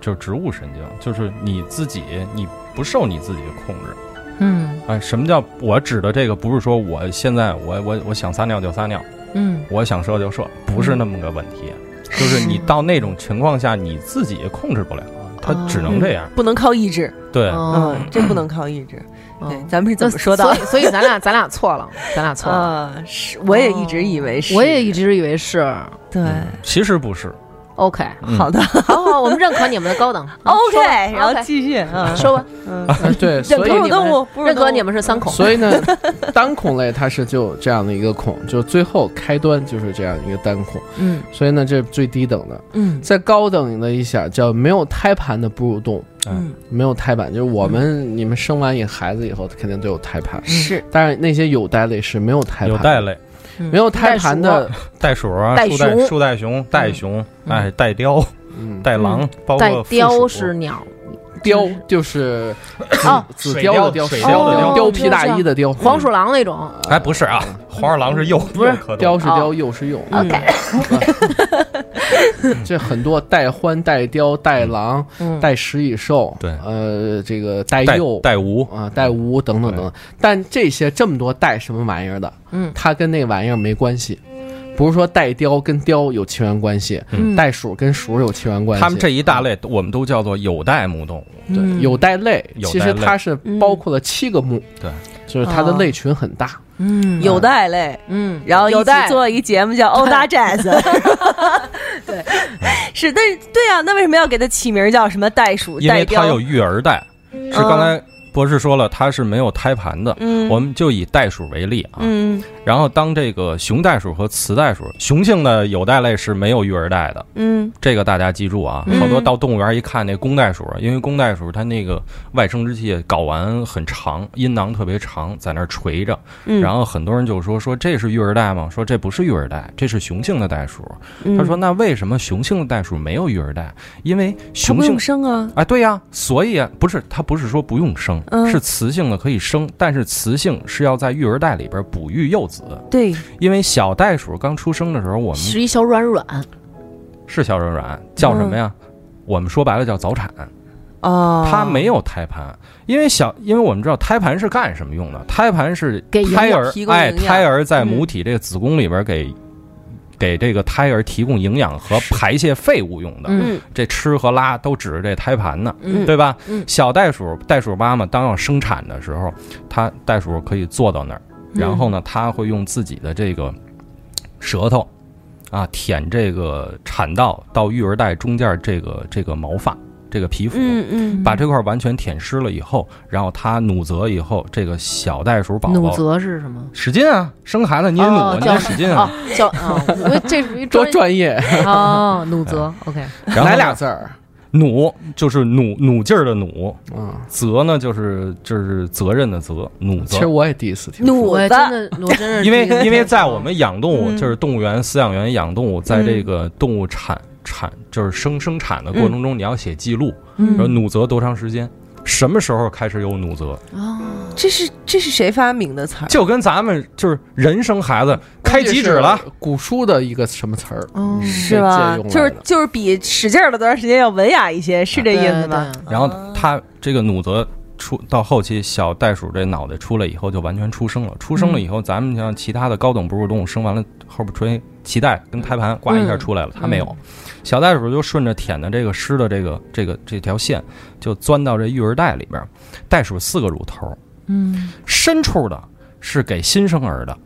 就是植物神经，就是你自己，你不受你自己的控制。
嗯
啊，什么叫我指的这个？不是说我现在我我我想撒尿就撒尿，
嗯
我想射就射，不是那么个问题，就是你到那种情况下你自己也控制不了，它只能这样。
不能靠意志，
对，
哦
嗯，这不能靠意志。对，
哦
咱们是
那
怎么说到
所以，？所以咱俩咱俩错 了，咱俩错了。
啊，是，我也哦一直以为是，
我也一直以为是
对。
其实不是。
OK，
嗯
好的
好好，我们认可你们的高等。嗯
，OK，然后
OK
继续啊，
说吧，
嗯，
哎对，
认
所
可
以
哺乳
你
动
们
物，，哺乳
认
动物
可你们是三孔。
所以呢， 单孔类它是就这样的一个孔，就最后开端就是这样一个单孔。
嗯
所以呢，这是最低等的。
嗯
再高等的一下叫没有胎盘的哺乳动物，
嗯，
没有胎盘，就是我们你们生完以孩子以后肯定都有胎盘，
是
但是那些有袋类是没有胎盘，
有袋，类，
嗯
没有胎盘的，
袋鼠啊，
袋
树袋
熊
树袋熊、袋熊，哎，袋雕、
嗯，
袋狼，包
带
括
雕
负鼠
是鸟，
貂就是
哦
紫
水貂
貂的貂，
水
貂的貂
貂皮大衣的嗯貂，
黄鼠狼那种。
哎，不是啊，黄二郎是右，不
是貂
哦
是貂，鼬是鼬。嗯 这很多带獾、带貂、带狼、
嗯
带食蚁兽，
对
呃，这个带
带
鼬
带无，
啊、带乌等等等等。但这些这么多带什么玩意儿的，
嗯
它跟那玩意儿没关系。不是说带貂跟貂有亲缘关系，
嗯
带鼠跟鼠有亲缘关系。
他们这一大类我们都叫做有袋目动物，
嗯
有袋类，
有
其
袋
实
类
它是包括了七个目，
对，
就是它
哦
的类群很大。
嗯
有袋类，
嗯，
然后一
有
起
带
做一节目叫《欧大 Jazz》。
对，
是，但是对啊，那为什么要给它起名叫什么袋鼠、
因为
袋
它
貂？
有育儿袋，是刚才博士说了，它是没有胎盘的。
嗯
我们就以袋鼠为例啊，
嗯
然后当这个雄袋鼠和雌袋鼠，雄性的有袋类是没有育儿袋的，
嗯
这个大家记住啊。好多到动物园一看那公袋鼠，因为公袋鼠它那个外生殖器睾丸很长，阴囊特别长，在那儿垂着，
嗯，
然后很多人就说说这是育儿袋吗？说这不是育儿袋，这是雄性的袋鼠。
嗯
他说那为什么雄性的袋鼠没有育儿袋？因为
他
雄
不
性
用生啊，
啊，对呀、所以啊不是它不是说不用生，
嗯
是雌性的可以生，但是雌性是要在育儿袋里边哺育幼子，
对，
因为小袋鼠刚出生的时候，我们
是一小软软，
嗯
是小软软，叫什么呀？
嗯
我们说白了叫早产，
哦，
它没有胎盘，因为小，因为我们知道胎盘是干什么用的？胎盘是
给营养嗯
胎儿
提，供
哎，
营养
胎儿在母体这个子宫里边给、给这个胎儿提供营养和排泄废物用的，
嗯
这吃和拉都指着这胎盘呢。
嗯
对吧？
嗯
小袋鼠袋鼠妈妈当要生产的时候，它袋鼠可以坐到那儿，然后呢，
嗯
它会用自己的这个舌头啊舔这个产道到育儿袋中间这个这个毛发这个皮肤。
嗯嗯，
把这块完全舔湿了以后，然后它努责以后，这个小袋鼠宝
努
宝
责是什么？
使劲啊，生孩子你得努啊，
哦
你得使劲
哦
啊，，
叫啊，我这属于
多
专
专业，
哦，努责，OK，
然后呢
来俩字儿，
努就是努努劲儿的努，
嗯，
责呢就是就是责任的责，努责
其实。我也第一次听说，
努
我
子，
真的，我真是
因为
第一个
因为
听
在
说
我们养动物，
嗯
就是动物园、饲养员养动物，在这个动物产产就是生生产的过程中，你要写记录，说
嗯，
努责多长时间，什么时候开始有努责，
哦，
这是这是谁发明的词儿？
就跟咱们就是人生孩子开几指了，，
古书的一个什么词儿，
哦
嗯
是吧
借用？来
就是
的
就是比使劲儿了多长时间要文雅一些，是这意思吧？
对？对
然后它这个努责。出到后期，小袋鼠这脑袋出来以后就完全出生了。出生了以后，咱们像其他的高等哺乳动物生完了后边垂脐带跟胎盘呱一下出来了，它没有。小袋鼠就顺着舔的这个湿的这个这个这条线，就钻到这育儿袋里边。袋鼠四个乳头，
嗯，
深处的是给新生儿的，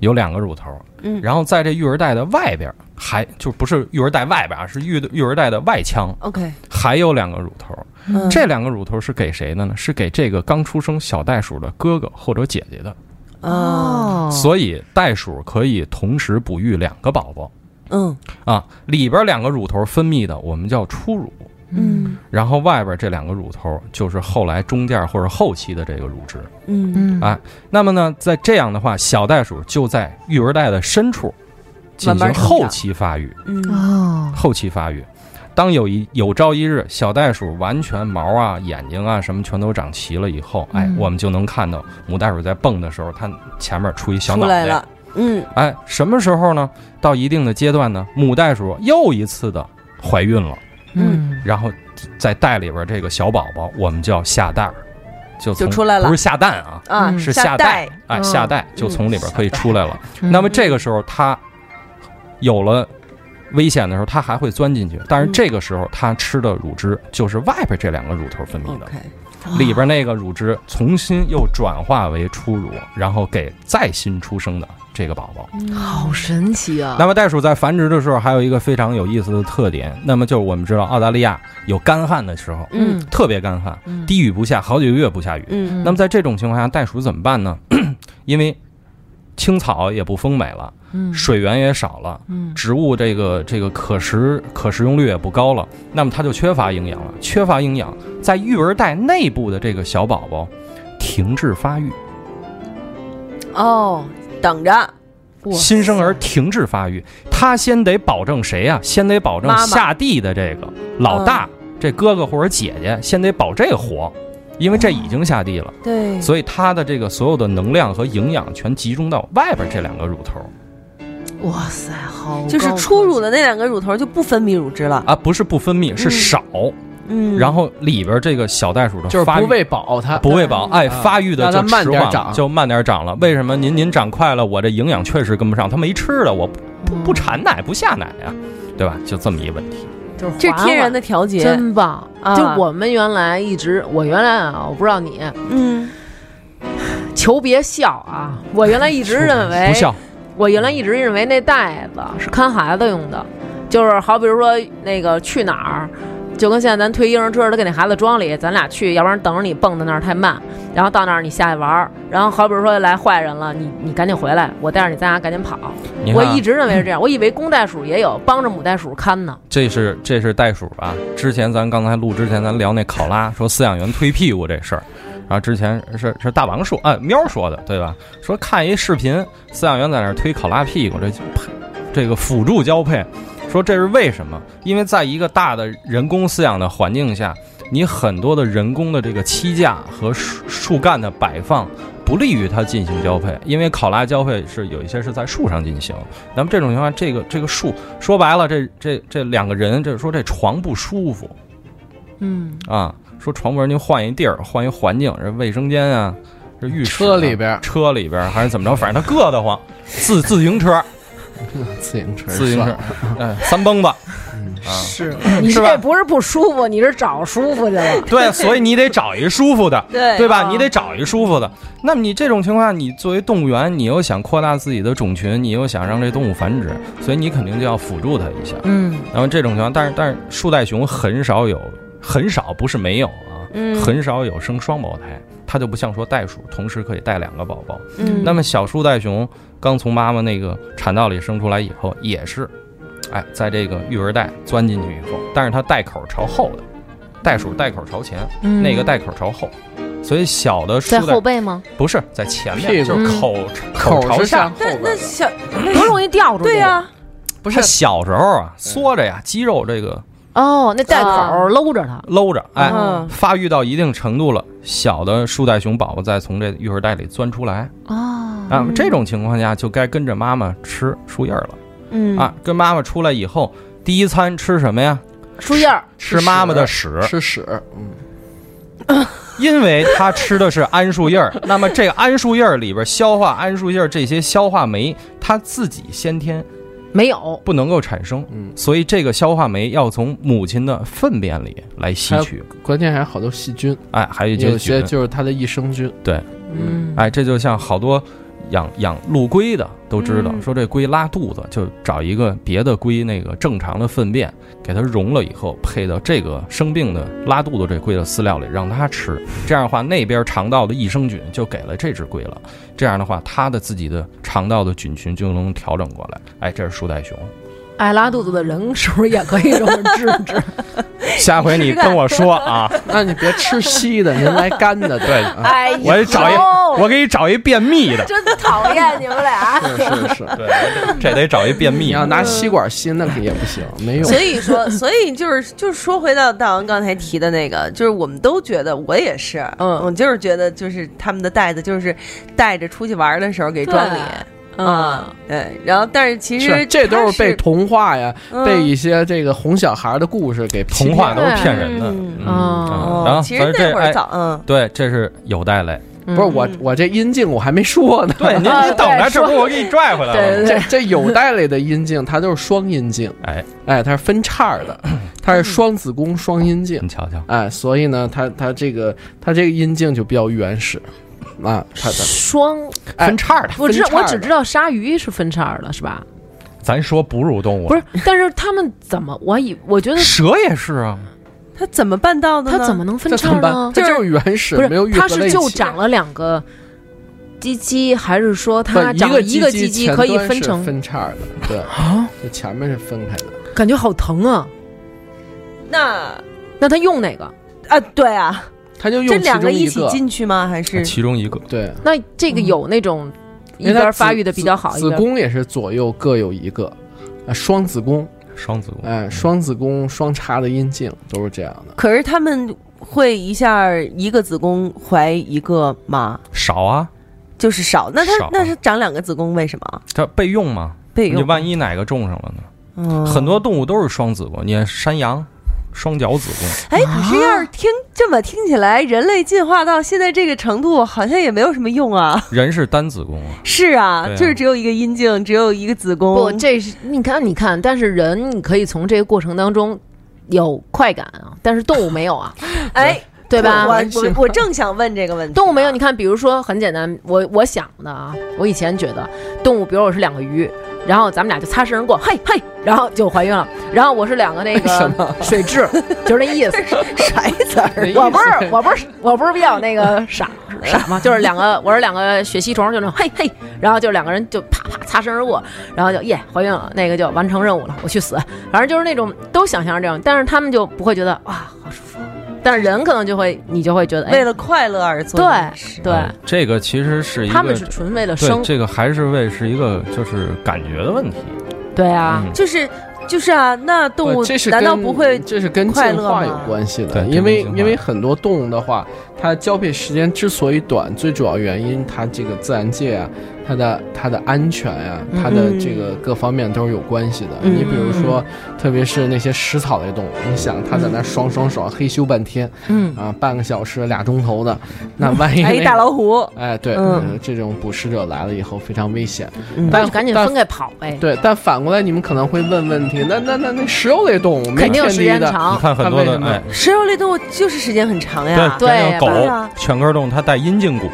有两个乳头。
嗯
然后在这育儿袋的外边还就不是育儿袋外边啊，是育育儿袋的外腔
OK，
还有两个乳头。
嗯
这两个乳头是给谁的呢？是给这个刚出生小袋鼠的哥哥或者姐姐的。
哦，
所以袋鼠可以同时哺育两个宝宝
嗯
啊，里边两个乳头分泌的我们叫初乳，
嗯
然后外边这两个乳头就是后来中间或者后期的这个乳汁。
嗯，
嗯
啊那么呢，在这样的话，小袋鼠就在育儿袋的深处进
慢慢
行
成长
后期发育。
嗯
哦，
后期发育。当有一有朝一日，小袋鼠完全毛啊、眼睛啊什么全都长齐了以后，哎，
嗯
我们就能看到母袋鼠在蹦的时候，它前面出一小
出
脑
来
袋。
了，嗯
哎，什么时候呢？到一定的阶段呢，母袋鼠又一次的怀孕了，
嗯，
然后在袋里边这个小宝宝，我们叫下蛋儿，就
就
从
出来了
不是下蛋啊，
啊，
嗯
是
下
蛋
带，，
哎，
嗯
下蛋就从里边可以出来了。
嗯
那么这个时候它有了危险的时候，它还会钻进去，
嗯
但是这个时候它吃的乳汁就是外边这两个乳头分泌的，
OK，
里边那个乳汁重新又转化为初乳，然后给再新出生的这个宝宝。
嗯
好神奇啊！
那么袋鼠在繁殖的时候还有一个非常有意思的特点，那么就是我们知道澳大利亚有干旱的时候，
嗯
特别干旱，
嗯
低雨不下，好几个月不下雨。
嗯
那么在这种情况下，袋鼠怎么办呢？ 因为青草也不丰美了，
嗯
水源也少了，
嗯
植物这个这个可食可食用率也不高了，那么它就缺乏营养了。缺乏营养，在育儿袋内部的这个小宝宝停滞发育，
哦，等着，
哇
新生儿停滞发育，他先得保证谁呀、先得保证
妈妈
下地的这个老大，这哥哥或者姐姐，先得保这活，因为这已经下地了。
对，
所以它的这个所有的能量和营养全集中到外边这两个乳头
哇塞，好
就是
高
初乳
科
的那两个乳头就不分泌乳汁了，
啊，不是不分泌，是少。
嗯，
然后里边这个小袋鼠的
就是
发
不
育。
喂饱 它，
不喂饱，哎，
啊
发育的
让它
就
慢
迟
点
缓了，
长
就慢点长了。为什么？您您长快了，我这营养确实跟不上，它没吃的，我不
嗯
不不产奶，不下奶啊，对吧？就这么一问题。
技，
这是天然
的。
的调节，
真棒！
啊
就我们原来一直，我原来啊，我不知道你，
嗯
求别笑啊！我原来一直认 为，
不笑，
我原来一直认为那袋子是看孩子用的，就是好比如说那个去哪儿，就跟现在咱推婴儿车，他给那孩子装里，咱俩去，要不然等着你蹦到那儿太慢，然后到那儿你下去玩儿，然后好比说来坏人了，你你赶紧回来，我带着你咱俩赶紧跑。
你
我
看啊
一直认为是这样，我以为公袋鼠也有帮着母袋鼠看呢。
这是这是袋鼠啊！之前咱刚才录之前，咱聊那考拉说饲养员推屁股这事儿，然后之前是是大王说，啊，喵说的对吧？说看一视频，饲养员在那儿推考拉屁股，这呸这个辅助交配，说这是为什么？因为在一个大的人工饲养的环境下，你很多的人工的这个栖架和树树干的摆放。不利于它进行交配，因为考拉交配是有一些是在树上进行。那么这种情况下，这个这个树说白了，这这这两个人，这说这床不舒服
嗯，
啊，说床不人就换一地儿，换一环境，这卫生间啊，这浴室啊、
车里边儿
车里边儿还是怎么着，反正他硌得慌。自自行车，
自行车，
自行车，哎，三蹦子，
是
你
是
这
吧
不是不舒服，你是找舒服去了。
对，所以你得找一舒服的，
对啊
对吧？你得找一舒服的。那么你这种情况下，你作为动物园，你又想扩大自己的种群，你又想让这动物繁殖，所以你肯定就要辅助它一下。
嗯，
然后这种情况，但是但是树袋熊很少有，很少不是没有啊，
嗯
很少有生双胞胎，它就不像说袋鼠同时可以带两个宝宝。
嗯
那么小树袋熊刚从妈妈那个产道里生出来以后，也是，哎，在这个育儿袋钻进去以后，但是它袋口朝后的，袋鼠袋口朝前，
嗯
那个袋口朝后，所以小的树
在
袋
后背吗？
不是在前
屁
面，
股
就是口
口
朝
是
下
向。后
但
边
那
的，
小
多容易掉出去。
对呀、
不是小时候啊，缩着呀，肌肉这个
哦，那袋口
啊
搂着它。
搂着，哎，
嗯
发育到一定程度了，小的树袋熊宝宝再从这育儿袋里钻出来
哦，
啊，这种情况下就该跟着妈妈吃树叶儿了
嗯
啊。跟妈妈出来以后，第一餐吃什么呀？
树叶儿。
吃妈妈的屎，
吃屎，嗯，
因为它吃的是桉树 叶儿。那么这个桉树叶儿里边消化桉树叶儿这些消化酶，它自己先天
没有，
不能够产生
嗯，
所以这个消化酶要从母亲的粪便里来吸取。
关键还有好多细菌，
哎，还有一
有
些
些
菌
就是它的益生菌，
嗯，
哎，这就像好多养养陆龟的都知
嗯
道，说这龟拉肚子，就找一个别的龟那个正常的粪便，给它溶了以后，配到这个生病的拉肚子这龟的饲料里，让它吃。这样的话，那边肠道的益生菌就给了这只龟了。这样的话，它的自己的肠道的菌群就能调整过来。哎，这是树袋熊。
爱拉肚子的人是不是也可以这么治 治？
下回你跟我说啊，
那你别吃稀的，您来干的，对，啊
哎呦，
我得找一，我给你找一便秘的。
真讨厌你们俩。
是是是，
对，这得找一便秘
你
的
要。拿吸管吸那个也不行，没用
所。以说，所以就是就是说回到大王刚才提的那个，就是我们都觉得，我也是，
嗯
我就是觉得，就是他们的袋子就是带着出去玩的时候给装里，
嗯，
对，然后但是其实
是，这都
它
是被童话呀，
嗯
被一些这个哄小孩的故事给
童
欺骗
话
了
都是骗人的，
嗯
嗯
哦
然后
其
反
实
正
那
这
会儿
哎，
早，嗯，
对，这是有带类。
嗯
不是我，我这阴茎我还没说呢。
对，您
啊
您等着，
对
这不是我给你拽回来
对
了
对
吗？
这这有袋类的阴茎，它都是双阴茎，
哎，
哎，它是分叉儿的，它是双子宫双阴茎，
你瞧瞧，
哎，所以呢，它它这个它这个阴茎就比较原始，啊，它的
双，
哎
分叉的，
我知
分叉
我
的
只知道鲨鱼是分叉的，是吧？
咱说哺乳动物，
不是，但是他们怎么？我以我觉得
蛇也是啊，
他怎么办到的呢？
它怎么能分
这怎
叉
么办？
呢？
它就是原始
不，
没有
是，
愈
它
合在
是
一
就
起。
长了两个鸡鸡，还是说它
不
长了一个
鸡鸡
鸡鸡
前
可以
端
分
是
成？
分叉的，对啊，这前面是分开的。
感觉好疼啊！
那
那它用哪个？
啊？对啊，
它就
这
用其
两
中
一
一
起
个，
进去吗？还是
其中一个
对，
那这个有那种一
嗯因为它
边发
子
育的比较好，一
子
边
宫也是左右各有一个，啊，双子宫，
双子宫，
哎，双子宫双叉的阴茎都是这样的。
可是他们会一下一个子宫怀一个吗？
少啊，
就是少，那
少
他
啊
那是长两个子宫，为什么
这备用嘛，
备
你
用？
万一哪个种上了呢？
嗯
很多动物都是双子宫，你看山羊。双脚子 宫，
哎，可是要是听这么听起来，人类进化到现在这个程度，好像也没有什么用啊。
人是单子宫啊，
是啊，
对啊
就是只有一个阴茎，只有一个子宫。
不，这是你看，你看，但是人你可以从这个过程当中有快感啊，但是动物没有啊，
哎，
对 吧？
我我我正想问这个问题。
动物没啊有，你看，比如说很简单，我我想的啊，我以前觉得动物，比如我是两个鱼，然后咱们俩就擦身而过，嘿嘿，然后就怀孕了。然后我是两个那
什
啊
个 水蛭，就是那意思。
甩子儿，
我不是我不是我不是比较那个傻傻吗？就是两个我是两个血吸虫，就那种嘿嘿，然后就两个人就啪啪擦身而过，然后就耶怀孕了，那个就完成任务了，我去死！反正就是那种都想象这样，但是他们就不会觉得哇好舒服，但是人可能就会你就会觉得
为
哎
了快乐而做
对
的事。
对
啊，
嗯
这个其实是一
他们
个
是纯为了
对
生，
这个还是为是一个就是感觉的问题。
对啊，
嗯
就是就是啊，那动物
呃这是
难道
跟
不 会
这是跟进
快乐
化
吗
有关系
对
的，
这
因
跟
为
进化
因为很多动物的话，它交配时间之所以短，最主要原因它这个自然界啊，它的它的安全啊，它的
嗯
这个各方面都是有关系的。
嗯
你比如说，特别是那些食草类动物，你想它在那
嗯
爽爽爽嘿咻半天
嗯，
啊，半个小时俩钟 头的，那万一那
哎，
个
大老虎，
哎对，
嗯
呃这种捕食者来了以后非常危险。
嗯
那
但
就赶紧
但
分开跑呗，
对，但反过来你们可能会问问题，那那那那食肉类动物没
肯定
天
时
敌
间
的嗯
你
长，
看很多
它为
的
什么
哎，
食肉类动物就是时间很长哎呀。
对
对
那个狗
呀
犬哥动物它带阴茎骨，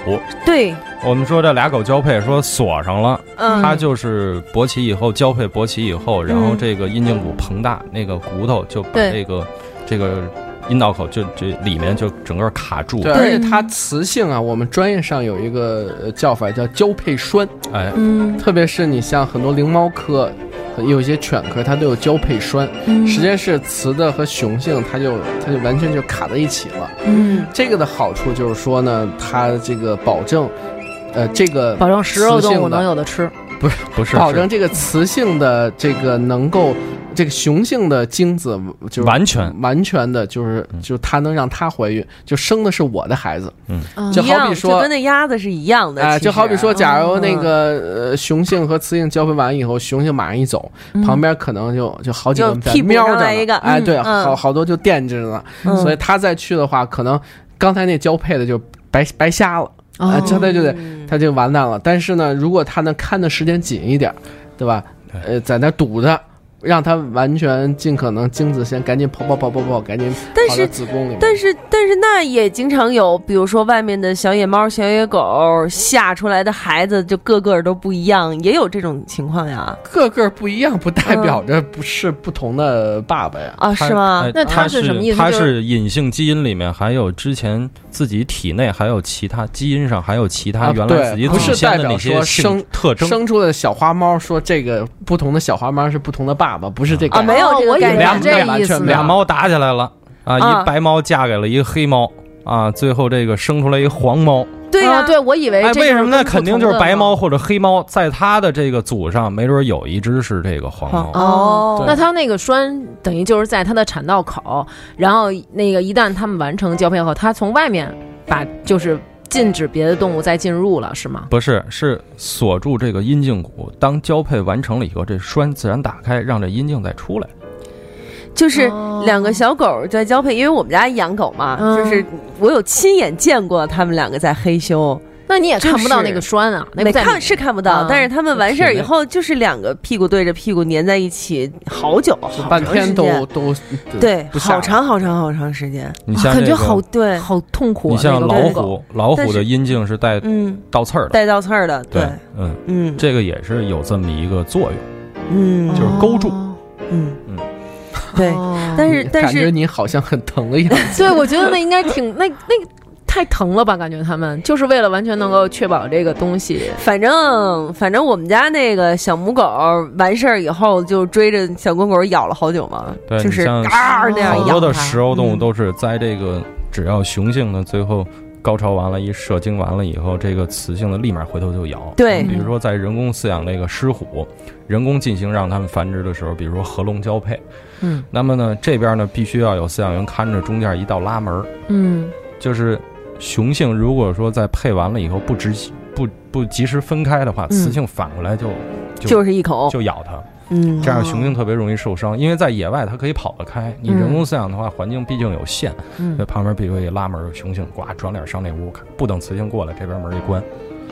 对，
我们说这俩狗交配说锁上了，
嗯，
它就是勃起以后交配勃起以后，然后
嗯
这个阴茎骨膨大，那个骨头就把
对
这个这个阴道口就这里面就整个卡住
对，，
对
而且它雌性啊，我们专业上有一个呃叫法叫交配栓，
哎，
嗯
特别是你像很多灵猫科。很有一些犬科它都有交配栓，
嗯
实际上是雌的和雄性，它就它就完全就卡在一起了。
嗯
这个的好处就是说呢，它这个保证，呃，这个
保证食
雌
肉动
性
物
的
能有的吃，
不是
保
是
证这个雌性的这个能够，这个雄性的精子就是
完全
完全的，就是就它能让它怀孕，就生的是我的孩子。
嗯一
就好比
样
说
就跟那鸭子是一样的
啊、
其实
就好比说，假如那
嗯嗯
个呃雄性和雌性交配完以后，雄性马上一走，旁边可能就就好几个
就
在
屁股
瞄
上
着
来
呢
一个
哎，
嗯
对，
嗯
好好多就惦记着呢，
嗯
所以他再去的话，可能刚才那交配的就白白瞎了，啊、
哦
他他就得他就完蛋了。但是呢，如果他能看的时间紧一点，对吧？呃，在那堵着。让他完全尽可能精子先赶紧跑跑跑跑跑，赶紧
但
跑
是
到子宫里面。
但是但是那也经常有，比如说外面的小野猫、小野狗吓出来的孩子，就个个都不一样，也有这种情况呀。
个个不一样，不代表着
嗯
不是不同的爸爸呀。
啊，
它
是吗
哎？
那它
它
是什么意思
它
就是
隐性基因里面还有之前自己体内还有其他基因上还有其他
啊
原来
对
自己
不是
祖先的
代
那
表
些
说
性
生
特征。
生出来的小花猫说这个不同的小花猫是不同的爸爸，不是这个
啊没有这个
哦我以
概念
为
俩
是这
俩
意思
全
呢，
俩猫打起来了啊！
啊
一白猫嫁给了一个黑猫啊，最后这个生出来一黄猫。
对呀、
啊对，我以为
哎，
这
为
就
什么
是
呢？
跟不
肯定
同
就是
的
白猫。或者黑猫，在它的这个祖上，没准有一只是这个黄
黄
猫。
哦，
那它那个栓等于就是在它的产道口，然后那个一旦它们完成交配后，它从外面把就是禁止别的动物再进入了，是吗？
不是，是锁住这个阴茎骨。当交配完成了以后，这栓自然打开，让这阴茎再出来。
就是
哦
两个小狗在交配，因为我们家养狗嘛，
嗯
就是我有亲眼见过它们两个在嘿咻，
那你也
就
看不到那
是
个栓啊，那
没
个在
看
里
是看不到，
嗯
但是它们完事儿
体
以
内
后，就是两个屁股对着屁股粘在一起，好久，好
半
长
天
时
都
间
都
对，
不下
好长好长好长时间，
你
啊
像
感
这
觉
个，
好
对，
好痛苦、啊。
你像
那
老
个狗狗，
虎，老
但
虎的
是
阴茎是带
嗯，
倒刺儿的。
带倒刺儿的，对，，
嗯，
嗯
这个也是有这么一个作用。
嗯，
就是勾住
哦
嗯
嗯
对，
哦
但 是但
嗯感觉
是
你好像很疼的样子。
对，我觉得那应该挺那那太疼了吧？感觉他们就是为了完全能够确保这个东西。
反正反正我们家那个小母狗完事儿以后就追着小公狗咬了好久嘛，
对
就
你
是
像
嘎儿那样
好
咬
多的
它
食肉动物
嗯
都是在这个只要雄性的最后高潮完了，一射精完了以后，这个雌性的立马回头就咬。
对
比如说在人工饲养这个狮虎，人工进行让它们繁殖的时候，比如说合笼交配，
嗯
那么呢这边呢必须要有饲养员看着，中间一道拉门儿，
嗯
就是雄性如果说在配完了以后不直不不及时分开的话，
嗯哦
雌性反过来就就
就是一口，
就咬它。
嗯
这样雄性特别容易受伤，因为在野外它可以跑得开，你人工饲养的话，环境毕竟有限，那
嗯
旁边必须得拉门，雄性呱转脸上那屋，不等雌性过来，这边门一关。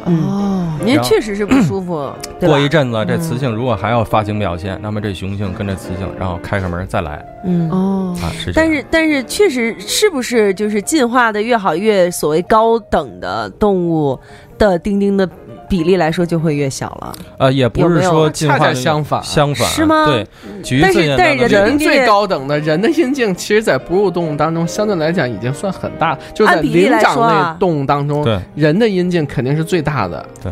嗯，
哦，
因为确实是不舒服，对吧
过一阵子，这
嗯
雌性如果还要发情表现，那么这雄性跟这雌性，然后开开门再来
嗯。
哦，
啊，是这
但
样。
是，但是，确实是不是就是进化的越好，越所谓高等的动物的丁丁的比例来说就会越小了。
呃，也
有
不
没
是
有
说 进
恰
化
恰
率
相反啊
相反啊
是吗
对，举一
但是
最简
但是
单的
人
例
类
子
人最高等的人的阴茎，其实，在哺乳动物当中，相对来讲已经算很大，就在
按比例
灵
来
长
说啊
类动物当中，
对
人的阴茎肯定是最大的。
对，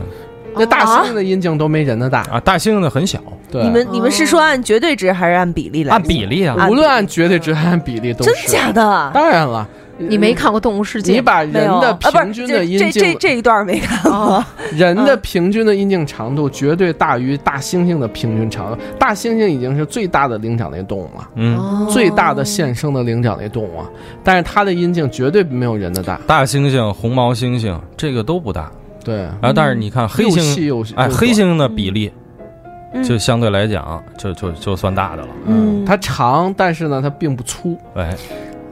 那大
啊
猩猩的阴茎都没人的大。
啊，大猩猩的很小，
对，
你们你们是说按绝对值还是按比例来？
按比例啊，
按
无论按绝对值还是按比例都是
真假的？
当然了，呃
你没看过《动物世界》？
你把人
没有
的
啊，不
平
是
均的阴
这这这嗯
茎，
这一段没看过。
人的平均的阴茎长度绝对大于大猩猩的平均长度。大猩猩已经是最大的灵长类动物了，
嗯，
哦
最大的现生的灵长类动物啊，但是它的阴茎绝对没有人的大。
大猩猩、红毛猩猩这个都不大，
对，
然后但是你看黑
又
猩，
细又
哎，
又
黑
短
猩猩的比例
嗯
就相对来讲就就就算大的了，
嗯，
嗯
它长，但是呢，它并不粗。
哎，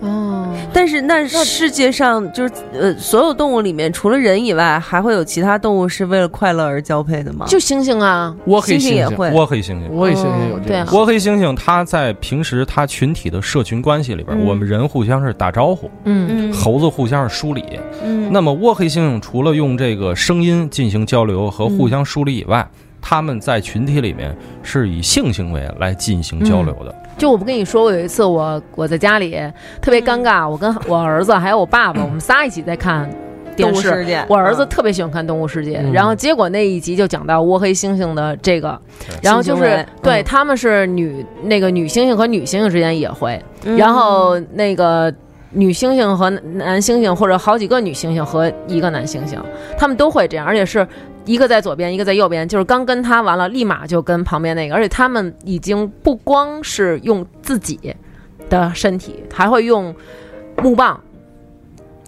哦，
但是那世界上就是呃，所有动物里面除了人以外，还会有其他动物是为了快乐而交配的吗？
就猩猩啊，
窝
猩
黑猩
猩也
猩，
会。
窝黑猩猩。
窝黑猩猩有
哦
这
对啊
个，
窝黑猩猩，它在平时它群体的社群关系里边，
嗯
我们人互相是打招呼，
嗯，
嗯
猴子互相是梳理。
嗯
那么窝黑猩猩除了用这个声音进行交流和互相梳理以外，
嗯
它们在群体里面是以性行为来进行交流的。
就我不跟你说，我有一次我我在家里特别尴
嗯
尬，我跟 我儿子还有我爸爸，我们仨一起在看
动
电
物
视
世。界，
我儿子
嗯
特别喜欢看《动物世界》
嗯
然后结果那一集就讲到窝黑猩猩的这个，
对
然后就
性
是、
行为
对
嗯
他们是女那个女猩猩和女猩猩之间也会，
嗯
然后那个女猩猩和男男猩猩，或者好几个女猩猩和一个男猩猩，他们都会这样，而且是一个在左边，一个在右边，就是刚跟他完了，立马就跟旁边那个，而且他们已经不光是用自己的身体，还会用木棒。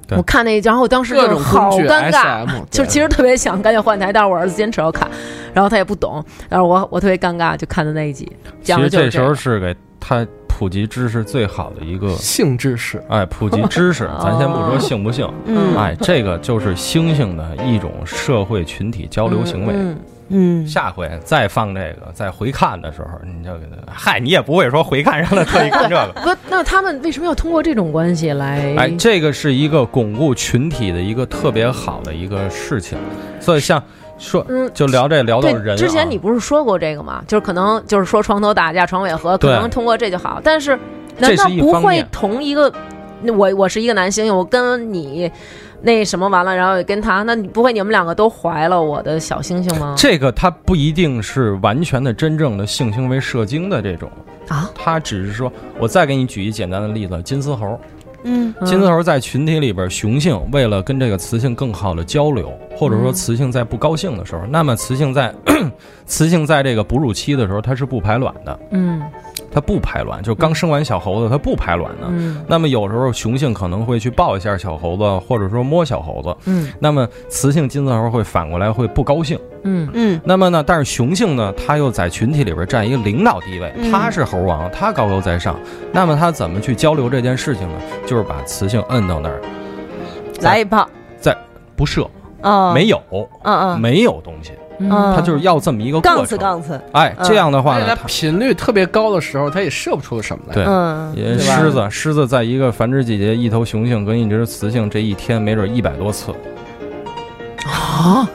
对
我看那，然后我当时就
各
是
种
好
工具
尴尬，
SM，
就
对
其实特别想赶紧换台，但是我儿子坚持要看，然后他也不懂，然后我我特别尴尬，就看的那一集，
其
讲的
实
就是
这时
个
候是给它普及知识最好的一 个，
性知识。
哎，普及知识
哦。
咱先不说性不 性，
嗯
哎，这个就是猩猩的一种社会群体交流行为。
嗯
嗯，
下回再放这个，再回看的时候，你就给他，嗨，你也不会说回看让他特意看这个。
不，那他们为什么要通过这种关系来？嗯
哎，这个是一个巩固群体的一个特别好的一个事情，所以像说
嗯
就聊这聊到
对
人、啊，
之前你不是说过这个吗？就是可能就是说床头打架床尾和，可
对
能通过这就好。但是难
这
道
是一
不
方
会
面
同一个？那我我是一个男猩猩，我跟你那什么完了，然后也跟他，那你不会你们两个都怀了我的小星星吗？
这个它不一定是完全的真正的性行为射精的这种
啊，
它只是说，我再给你举一简单的例子，金丝猴，
嗯
嗯
金丝猴在群体里边，雄性为了跟这个雌性更好的交流，或
嗯
者说雌性在不高兴的时候，那么雌性在 雌性在这个哺乳期的时候，它是不排卵的，
嗯
它不排卵，就
嗯
刚生完小猴子，它不排卵的。
嗯
那么有时候雄性可能会去抱一下小猴子，或者说摸小猴子。
嗯
那么雌性金丝猴会反过来会不高兴。
嗯
嗯
那么呢，但是雄性呢，它又在群体里边占一个领导地位，
嗯
它是猴王，它高高在上。那么它怎么去交流这件事情呢？就是把雌性摁到那儿，
来一炮
不射，
啊，
没有，
嗯嗯
没有东西，
嗯，
啊
它就是要这么一个
杠
过
次
程。
杠次，
哎，
嗯
这样的话
而且
呢，
它
它
频率特别高的时候，它也射不出什么来。
对
嗯
也
对吧
狮子，狮子在一个繁殖季节，一头雄性跟一只雌性这一天没准一百多次，
啊，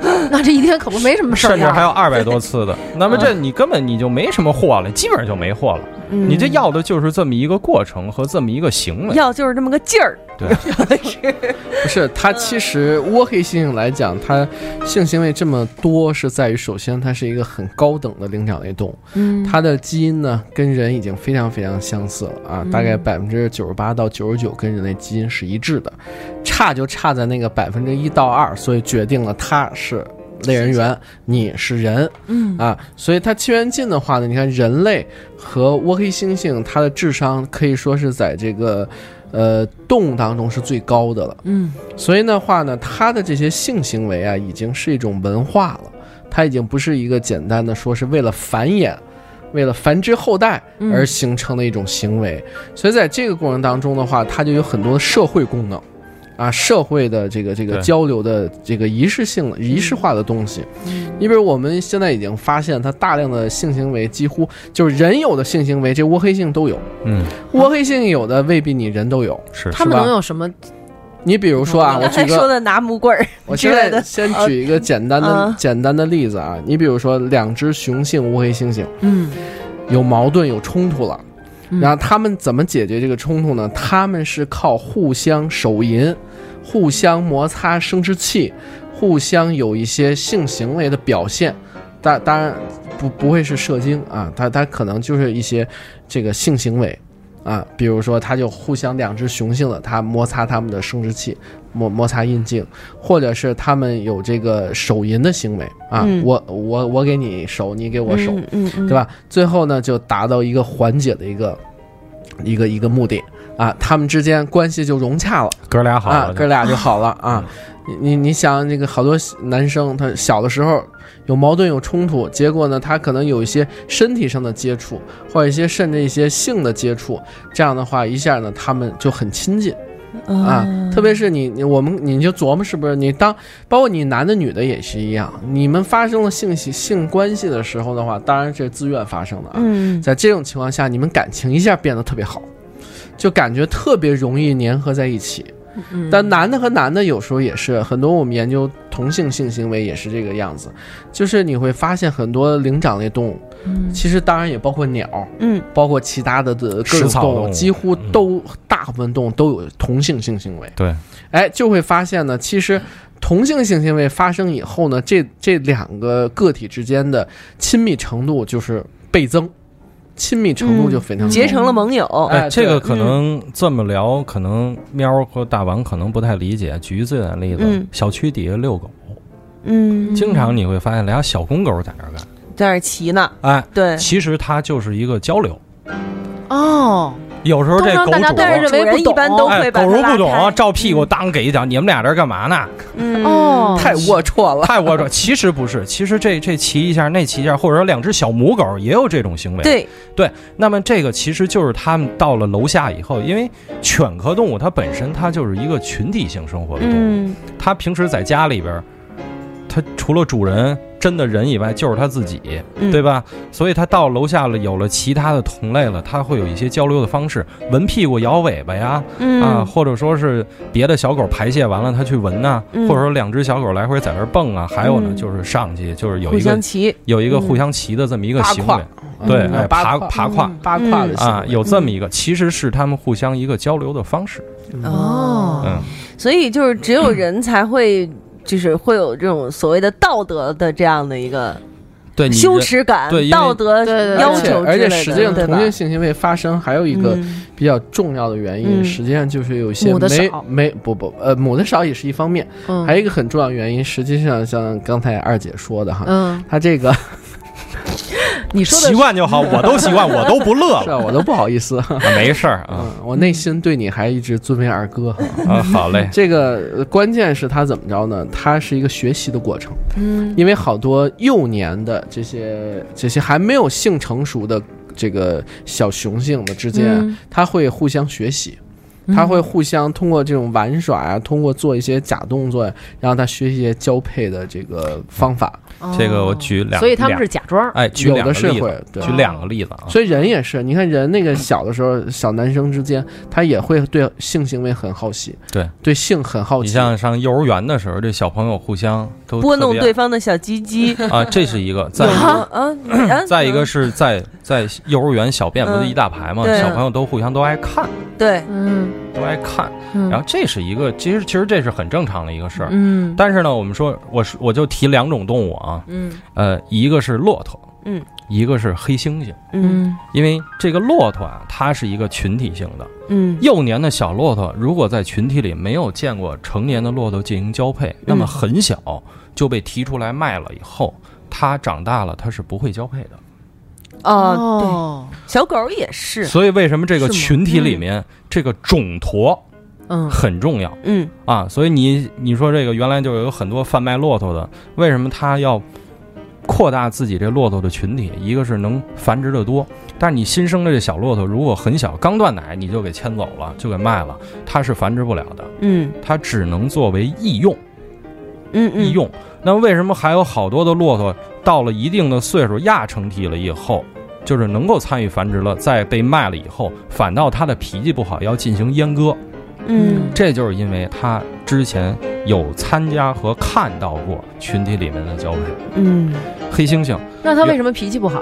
那这一天可不没什么事儿
甚至还
呀。
有二百多次的。那么这你根本你就没什么货了，基本上就没货了。
嗯
你这要的就是这么一个过程和这么一个行为。
要就是这么个劲儿，
不是，它其实窝黑猩猩来讲，它性行为这么多，是在于首先它是一个很高等的灵长类动物，
嗯
它的基因呢跟人已经非常非常相似了啊，大概
嗯
百分之九十八到九十九跟人类基因是一致的，差就差在那个百分之一到二，所以决定了它是类人猿，你是人，
嗯
啊，所以它亲缘近的话呢，你看人类和窝黑猩猩，它的智商可以说是在这个呃动物当中是最高的了。
嗯
所以的话呢，它的这些性行为啊，已经是一种文化了，它已经不是一个简单的说是为了繁衍。为了繁殖后代
嗯
而形成的一种行为，所以在这个过程当中的话，它就有很多的社会功能，啊，社会的这个这个
对
交流的这个仪式性、
嗯
仪式化的东西。你比如我们现在已经发现，它大量的性行为几乎就是人有的性行为，这窝黑性都有，
嗯，
窝黑性有的未必你人都有。
是
啊他们
是吧
能有什么
你比如 说啊，我
刚
举
才 说
个，
的拿木棍儿
我
之
现
类的
在，先举一个简单的
嗯
简单的例子啊，你比如说两只雄性乌黑猩猩
嗯
有矛盾有冲突了。
嗯
然后他们怎么解决这个冲突呢？他们是靠互相手淫、互相摩擦生殖器、互相有一些性行为的表现。当当然不不会是射精啊，他他可能就是一些这个性行为啊，比如说他就互相两只雄性的，他摩擦他们的生殖器，摩摩擦阴茎，或者是他们有这个手淫的行为啊，
嗯
我我我给你手，你给我手，
嗯嗯嗯，
对吧？最后呢，就达到一个缓解的一个一个一个目的啊，他们之间关系就融洽了
哥俩好
啊
了，，嗯
哥俩就好了啊。你你你想，那个好多男生，他小的时候有矛盾有冲突，结果呢，他可能有一些身体上的接触，或者一些甚至一些性的接触，这样的话，一下呢，他们就很亲近。啊，
嗯
特别是你你我们你就琢磨是不是你当包括你男的女的也是一样，你们发生了性喜性关系的时候的话，当然这是自愿发生的啊。
嗯，
在这种情况下，你们感情一下变得特别好，就感觉特别容易粘合在一起。
嗯
但男的和男的有时候也是，很多我们研究同性性行为也是这个样子，就是你会发现很多灵长类动物，其实当然也包括鸟，
嗯，
包括其他的的各
食
种
草
动
动
物，
物
几乎都、大部分动物都有同性性行为。
对，
哎，就会发现呢，其实同性性行为发生以后呢，这这两个个体之间的亲密程度就是倍增，亲密
嗯
程度就非常高
结成了盟友，
哎
这
对
个可能这么聊，可能喵和大王可能不太理解。举一最简单的例子
嗯，
小区底下遛狗，
嗯，
经常你会发现俩小公狗在那儿干，
在那儿骑呢，
哎，
对，
其实它就是一个交流。
哦，
有时候这
通常
狗主啊
大家都
但
是
是
认为
主
不
人一般
懂
都
哎，
会把
狗
它
如
拉
不懂，
开
照屁股当给一脚，你们俩这儿干嘛呢？
嗯
哦
太龌龊了。
太龌龊。其实不是，其实这这骑一下，那骑一下，或者说两只小母狗也有这种行为。，
对，
那么这个其实就是他们到了楼下以后，因为犬科动物它本身它就是一个群体性生活的动物，
嗯
它平时在家里边儿，它除了主人真的人以外，就是它自己。
嗯，
对吧？所以他到楼下了，有了其他的同类了，他会有一些交流的方式，闻屁股、摇尾巴呀，
嗯
啊，或者说是别的小狗排泄完了，它去闻呐、
嗯
或者说两只小狗来回在那儿蹦啊，还有呢，
嗯
就是上去，就是有
互
一个
相骑，
有一个
嗯
互相骑的这么一个
八
行为
胯，，
对，
嗯
哎
八
爬
胯
爬胯。
八胯的行为
啊，有这么一个，其实是他们互相一个交流的方式。
哦
嗯，
所以就是只有人才会，就是会有这种所谓的道德的这样的一个
对，你
羞耻感
对因、为
道德
对对对
要
而且
求之类
而且
的
实际上
对吧
同性性行为发生还有一个
嗯
比较重要的原因，
嗯
实际上就是有一些
母的
没
少
没不不呃母的少也是一方面，
嗯
还有一个很重要的原因，实际上像刚才二姐说的哈，
嗯，
他这 个
你说的
习惯就好，我都习惯，我都不乐
是
了，
啊我都不好意思。
啊没事儿啊
嗯，我内心对你还一直尊为二哥。
啊，好嘞，
这个呃关键是他怎么着呢？他是一个学习的过程，嗯，因为好多幼年的这些这些还没有性成熟的这个小雄性的之间，
嗯
他会互相学习。他会互相通过这种玩耍啊，通过做一些假动作呀，然后他学习一些交配的这个方法。
这个我举两，
哦所以他们是假装
两，哎，举
有
嗯两
的
个
是
例
会
子，
对
举两个例子啊，
所以人也是，你看人那个小的时候，小男生之间，他也会对性行为很好奇，
对
对性很好
你
奇。
像上幼儿园的时候，这小朋友互相都
拨弄
特别
对方的小鸡 鸡，
啊，这是一个。 再一个
啊啊，
再一个是在在幼儿园小便不是
嗯
一大排嘛，
对啊
小朋友都互相都爱看，
对，
嗯
都爱看。
嗯
然后这是一个，其实其实这是很正常的一个事儿。
嗯
但是呢，我们说，我是我就提两种动物啊，
嗯
呃，一个是骆驼，
嗯，
一个是黑猩猩。
嗯
因为这个骆驼啊，它是一个群体性的。
嗯
幼年的小骆驼，如果在群体里没有见过成年的骆驼进行交
嗯
配，那么很小就被提出来卖了以后，它长大了它是不会交配的。
哦，对，小狗也是，
所以为什么这个
是吗
群体里面这个种驼
嗯
很重要
嗯
啊？所以你你说这个原来就有很多贩卖骆驼的，为什么他要扩大自己这骆驼的群体？一个是能繁殖的多，但是你新生的这小骆驼如果很小，刚断奶你就给牵走了，就给卖了，它是繁殖不了的，
嗯
它只能作为易用。
嗯嗯，
易用。那为什么还有好多的骆驼到了一定的岁数亚成体了以后，就是能够参与繁殖了，再被卖了以后，反倒它的脾气不好，要进行阉割，
嗯
这就是因为他之前有参加和看到过群体里面的交配。
嗯，
黑猩猩，
那他为什么脾气不好？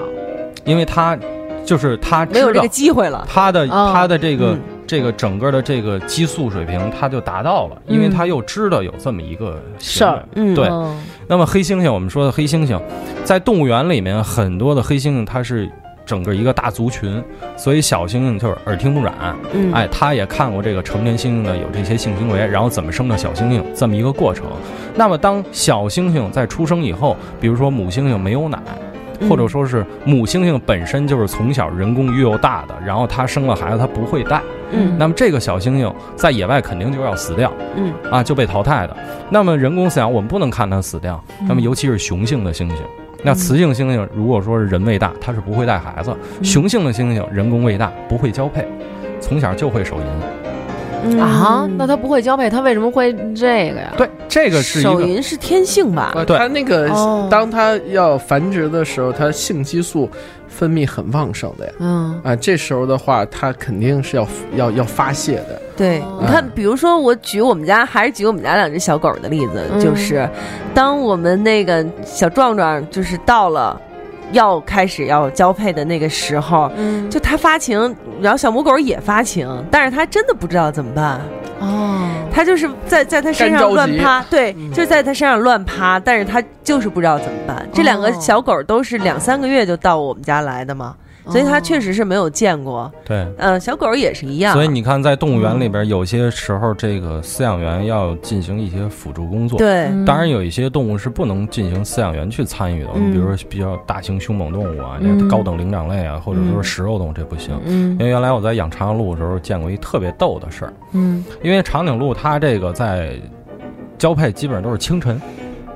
因为他就是他
没有
知
这
道
个机会了。
他的、
哦
他的这个、
嗯
这个整个的这个激素水平，他就达到了，因为
嗯
他又知道有这么一个
事儿
行为
嗯，
对
嗯
那么黑猩猩，我们说的黑猩猩，在动物园里面很多的黑猩猩，它是整个一个大族群，所以小猩猩就是耳听目染。
嗯，
哎，他也看过这个成年猩猩的有这些性行为，然后怎么生的小猩猩这么一个过程。那么当小猩猩在出生以后，比如说母猩猩没有奶，
嗯
或者说是母猩猩本身就是从小人工育幼大的，然后它生了孩子它不会带，
嗯
那么这个小猩猩在野外肯定就要死掉
嗯
啊，就被淘汰的。那么人工饲养我们不能看它死掉，那么尤其是雄性的猩猩。那雌性猩猩如果说是人喂大，它是不会带孩子；
嗯
雄性的猩猩人工喂大，不会交配，从小就会手淫。
嗯
啊，那他不会交配，他为什么会这个呀？
对，这个是一
手
个
淫是天性吧？
呃
对
它那个
哦
当它要繁殖的时候，它性激素分泌很旺盛的呀。
嗯，
啊，这时候的话，它肯定是要要要发泄的。
嗯
对，你看，比如说我举我们家，还是举我们家两只小狗的例子，
嗯
就是当我们那个小壮壮就是到了要开始要交配的那个时候，
嗯，
就它发情，然后小母狗也发情，但是它真的不知道怎么办，
哦，
它就是在在它身
干
上
着
乱
急
趴，对，
嗯
就是在它身上乱趴，但是它就是不知道怎么办。这两个
哦
小狗都是两三个月就到我们家来的嘛，
哦
所以它确实是没有见过。
对。
嗯、小狗也是一样，嗯
所以你看，在动物园里边，有些时候这个饲养员要进行一些辅助工作。，
对。
嗯，
当然有一些动物是不能进行饲养员去参与的，我们
嗯
比如说比较大型凶猛动物啊，
嗯
高等灵长类啊，或者说
嗯
食肉动物，这不行。
嗯
因为原来我在养长颈鹿的时候见过一特别逗的事儿，
嗯
因为长颈鹿它这个在交配基本上都是清晨，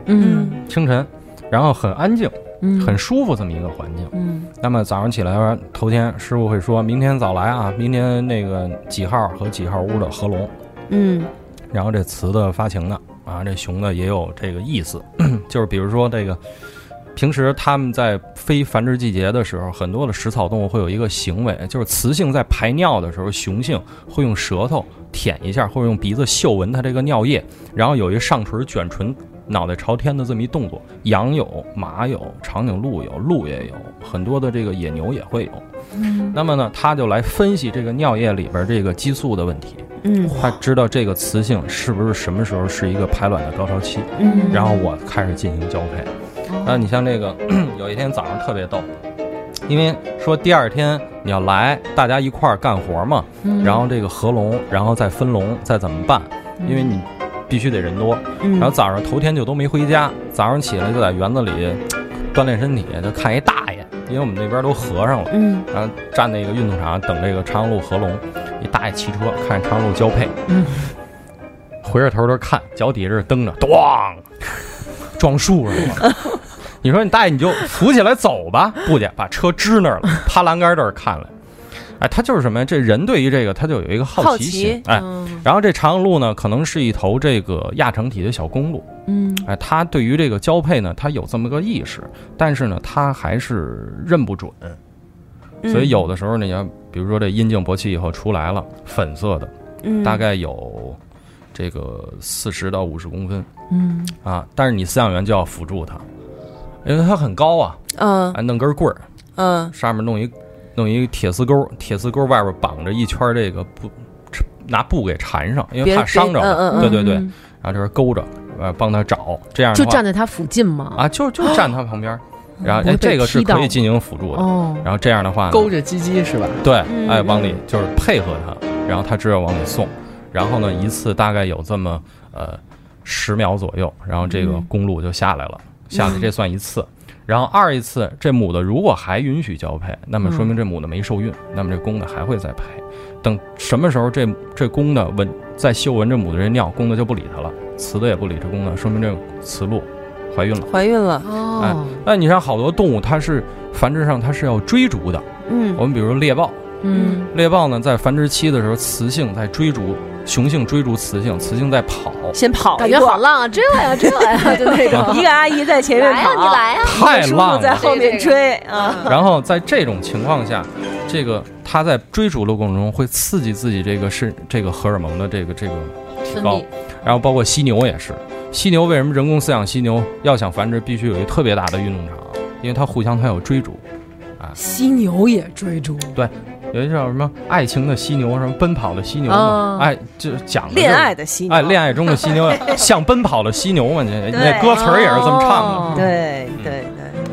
嗯
清晨，然后很安静，
嗯，
很舒服这么一个环境。
嗯
那么早上起来头天，师傅会说明天早来啊，明天那个几号和几号屋的合笼，
嗯
然后这雌的发情的啊，这雄的也有这个意思， 就是比如说这个，平时它们在非繁殖季节的时候，很多的食草动物会有一个行为，就是雌性在排尿的时候，雄性会用舌头舔一下，或者用鼻子嗅闻它这个尿液，然后有一上唇卷唇。脑袋朝天的这么一动作，羊有，马有，长颈鹿有，鹿也有，很多的这个野牛也会有。那么呢，他就来分析这个尿液里边这个激素的问题。
嗯
他知道这个雌性是不是什么时候是一个排卵的高潮期，
嗯哦
然后我开始进行交配。那你像这个， 有一天早上特别逗，因为说第二天你要来，大家一块儿干活嘛，
嗯
然后这个合笼，然后再分笼，再怎么办？因为你必须得人多。
嗯
然后早上头天就都没回家，早上起来就在园子里锻炼身体，就看一大爷，因为我们那边都合上了。
嗯
然后站那个运动场等这个长颈鹿合笼，一大爷骑车看长颈鹿交配，回着头儿这看，脚底下这蹬着，咣，撞树上 了。你说你大爷你就扶起来走吧，不去，把车支那儿了，趴栏杆这儿看了。哎，他就是什么呀？这人对于这个他就有一个好奇心，哎，然后这长颈鹿呢，可能是一头这个亚成体的小公鹿，
嗯
哎，它对于这个交配呢，它有这么个意识，但是呢，它还是认不准。
嗯
所以有的时候呢，你要比如说这阴茎勃起以后出来了，粉色的，
嗯
大概有这个四十到五十公分
嗯
啊，但是你饲养员就要辅助它，因为它很高啊，
嗯
啊弄根棍儿，
嗯
上面弄一弄一铁丝钩，铁丝钩外边绑着一圈这个布，拿布给缠上，因为
别
怕伤着
别嗯嗯嗯
它，对对对，
嗯
然后这边勾着，呃，帮它找，这样的
就
话
站在他附近嘛。
啊，就就站它旁边儿，然后
哦不会
哎，
被
这个是
踢到
可以进行辅助的，
哦，
然后这样的话呢
勾着鸡鸡是吧？
对，
嗯
哎，
嗯
往里就是配合他，然后他知道往里送，然后呢，一次大概有这么呃十秒左右，然后这个
嗯
公鹿就下来了，下来这算一次，然后二一次这母的如果还允许交配，那么
嗯
说明这母的没受孕，那么这公的还会再配，等什么时候这这公的闻再嗅闻这母的这尿，公的就不理它了，雌的也不理这公的，说明这雌鹿怀孕了。
怀孕了，
哎
哦，
那你像好多动物，它是繁殖上它是要追逐的，
嗯
我们比如说猎豹。
嗯
猎豹呢，在繁殖期的时候，雌性在追逐雄性，追逐雌性，雌性在跑，
先跑
感
一
觉
段
好浪啊，追我呀，追 我呀，就那种。
一个阿姨在前面
来呀，
啊
嗯
跑，
你来呀！
太
叔
浪
叔在
了。
后面追啊，
然后在这种情况下，这个它在追逐的过程中会刺激自己这个是这个荷尔蒙的这个这个提
分
高
泌，，
然后包括犀牛也是，犀牛为什么人工饲养犀牛要想繁殖必须有一个特别大的运动场，因为它互相它有追逐，
犀牛也追逐，
有一叫什么爱情的犀牛，什么奔跑的犀牛嘛
嗯，
哎，就是讲的就
哦
是
恋爱的犀牛，
哎，恋爱中的犀 牛像奔跑的犀牛嘛，你你那歌词儿也是这么唱的，
哦
对
嗯
对对，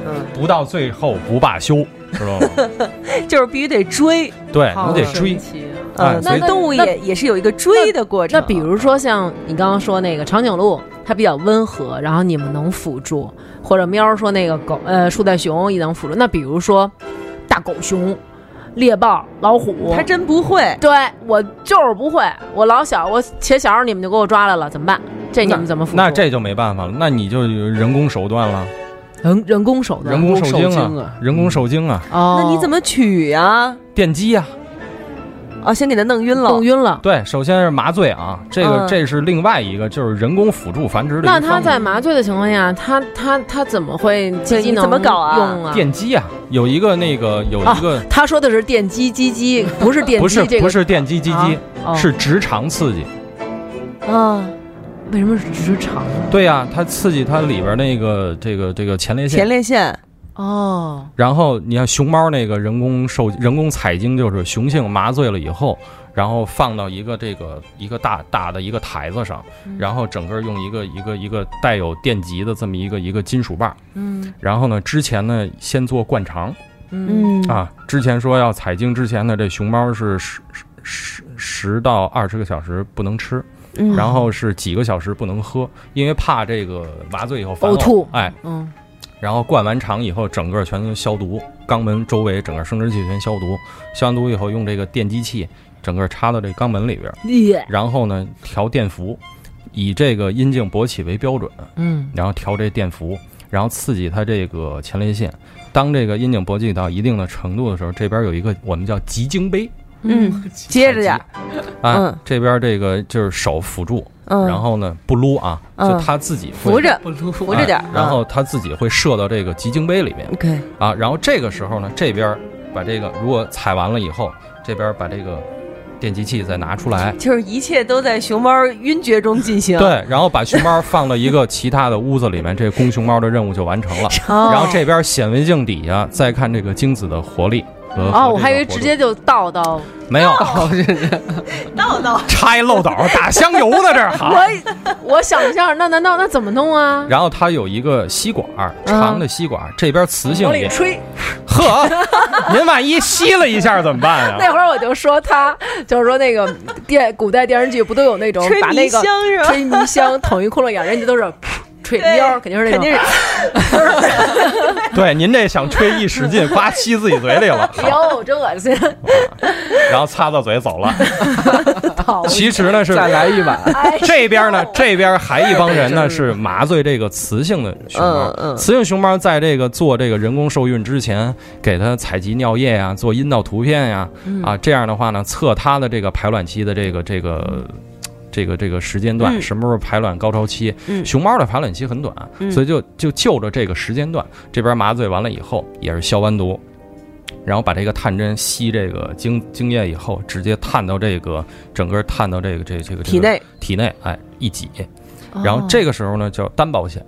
嗯，
不到最后不罢休，知道吗？
就是必须得追，
对
好
你得
神
追，
奇啊
哎
嗯，
所
所
以
以动物
那
也也是有一个追的过程。
那比如说像你刚刚说那个长颈鹿，它比较温和，然后你们能辅助，或者喵儿说那个狗呃树袋熊也能辅助。那比如说大狗熊、猎豹、老虎，
它真不会，
对我就是不会，我老小我且小时候你们就给我抓来了，怎么办？这你们怎么辅助？
那这就没办法了，那你就有人工手段了，
人人工手段
人工
手
精
精
啊
啊，
人工受精啊，
哦，
那你怎么取呀？
电击啊，
哦，先给它弄晕了，
弄晕了？
对，首先是麻醉啊，这个
嗯
这是另外一个就是人工辅助繁殖的一
那
方面。
他在麻醉的情况下，他他他怎么会
对
积极
你
能
怎么搞啊
用啊？
电击啊，有一个那个有一个、
他说的是电击击击，不是哦电
不
击
是
这个
不是电击击击，
哦
是直肠刺激。
啊，
为什么是直肠呢？
对呀、它刺激它里边那个这个这个前列腺。
前列腺
哦，
然后你看熊猫那个人工受人工采精，就是雄性麻醉了以后，然后放到一个这个一个大大的一个台子上，
嗯
然后整个用一个一个一个带有电极的这么一个一个金属棒，
嗯
然后呢，之前呢先做灌肠
嗯，
啊，之前说要采精之前呢，这熊猫是十十十十到二十个小时不能吃，
嗯
然后是几个小时不能喝，因为怕这个麻醉以后反
呕吐
哎，
嗯，
然后灌完肠以后，整个全都消毒，肛门周围整个生殖器全消毒，消完毒以后用这个电击器整个插到这肛门里边，
耶，
然后呢调电伏，以这个阴茎勃起为标准，
嗯
然后调这电伏，然后刺激它这个前列腺。当这个阴茎勃起到一定的程度的时候，这边有一个我们叫集精杯，
嗯， 接着点儿，
啊，
嗯
这边这个就是手辅助，
嗯，
然后呢不撸啊，
嗯
就它自己会
扶着
扶啊
扶着点儿，嗯
然后它自己会射到这个集精杯里面。
OK，
啊，然后这个时候呢，这边儿把这个如果采完了以后，这边儿把这个电击器再拿出来，
就是一切都在熊猫晕厥中进行。
对，然后把熊猫放到一个其他的屋子里面，这公熊猫的任务就完成了。
哦
然后这边显微镜底下再看这个精子的活力和。呃和
哦，我还以为
这个活
直
动
接就倒到
没有
啊
闹闹，
拆漏斗打香油呢， 这儿好。
我想一下，那难道那怎么弄啊？
然后它有一个吸管儿，
嗯
长的吸管儿，这边雌性
往里
也
吹，
呵，您万一吸了一下怎么 办呀？
那会儿我就说他，就是说那个电古代电视剧不都有那种
吹
把
迷
那
香
个
是吧？
吹迷香捅一窟窿眼，人家都是 噗吹腰，肯定是那
肯
种
定是
啊对，您这想吹一使 劲，呱吸自己嘴里了，好
哟，哦真恶心，
然后擦擦嘴走 了。
讨厌。
其实呢是
再来一 碗。
这边呢，这边还一帮人呢是麻醉这个雌性的熊
嗯嗯
猫。雌性熊猫在这个做这个人工受孕之前，给它采集尿液呀、做阴道图片呀、
嗯
啊，这样的话呢，测它的这个排卵期的这个这个。这个这个时间段
嗯
什么时候排卵高潮期？
嗯
熊猫的排卵期很短，
嗯
所以就就就着这个时间段，这边麻醉完了以后也是消完毒，然后把这个探针吸这个精精液以后，直接探到这个整个探到这个这个这个
体内
体内，哎，一挤，
哦
然后这个时候呢叫单保险。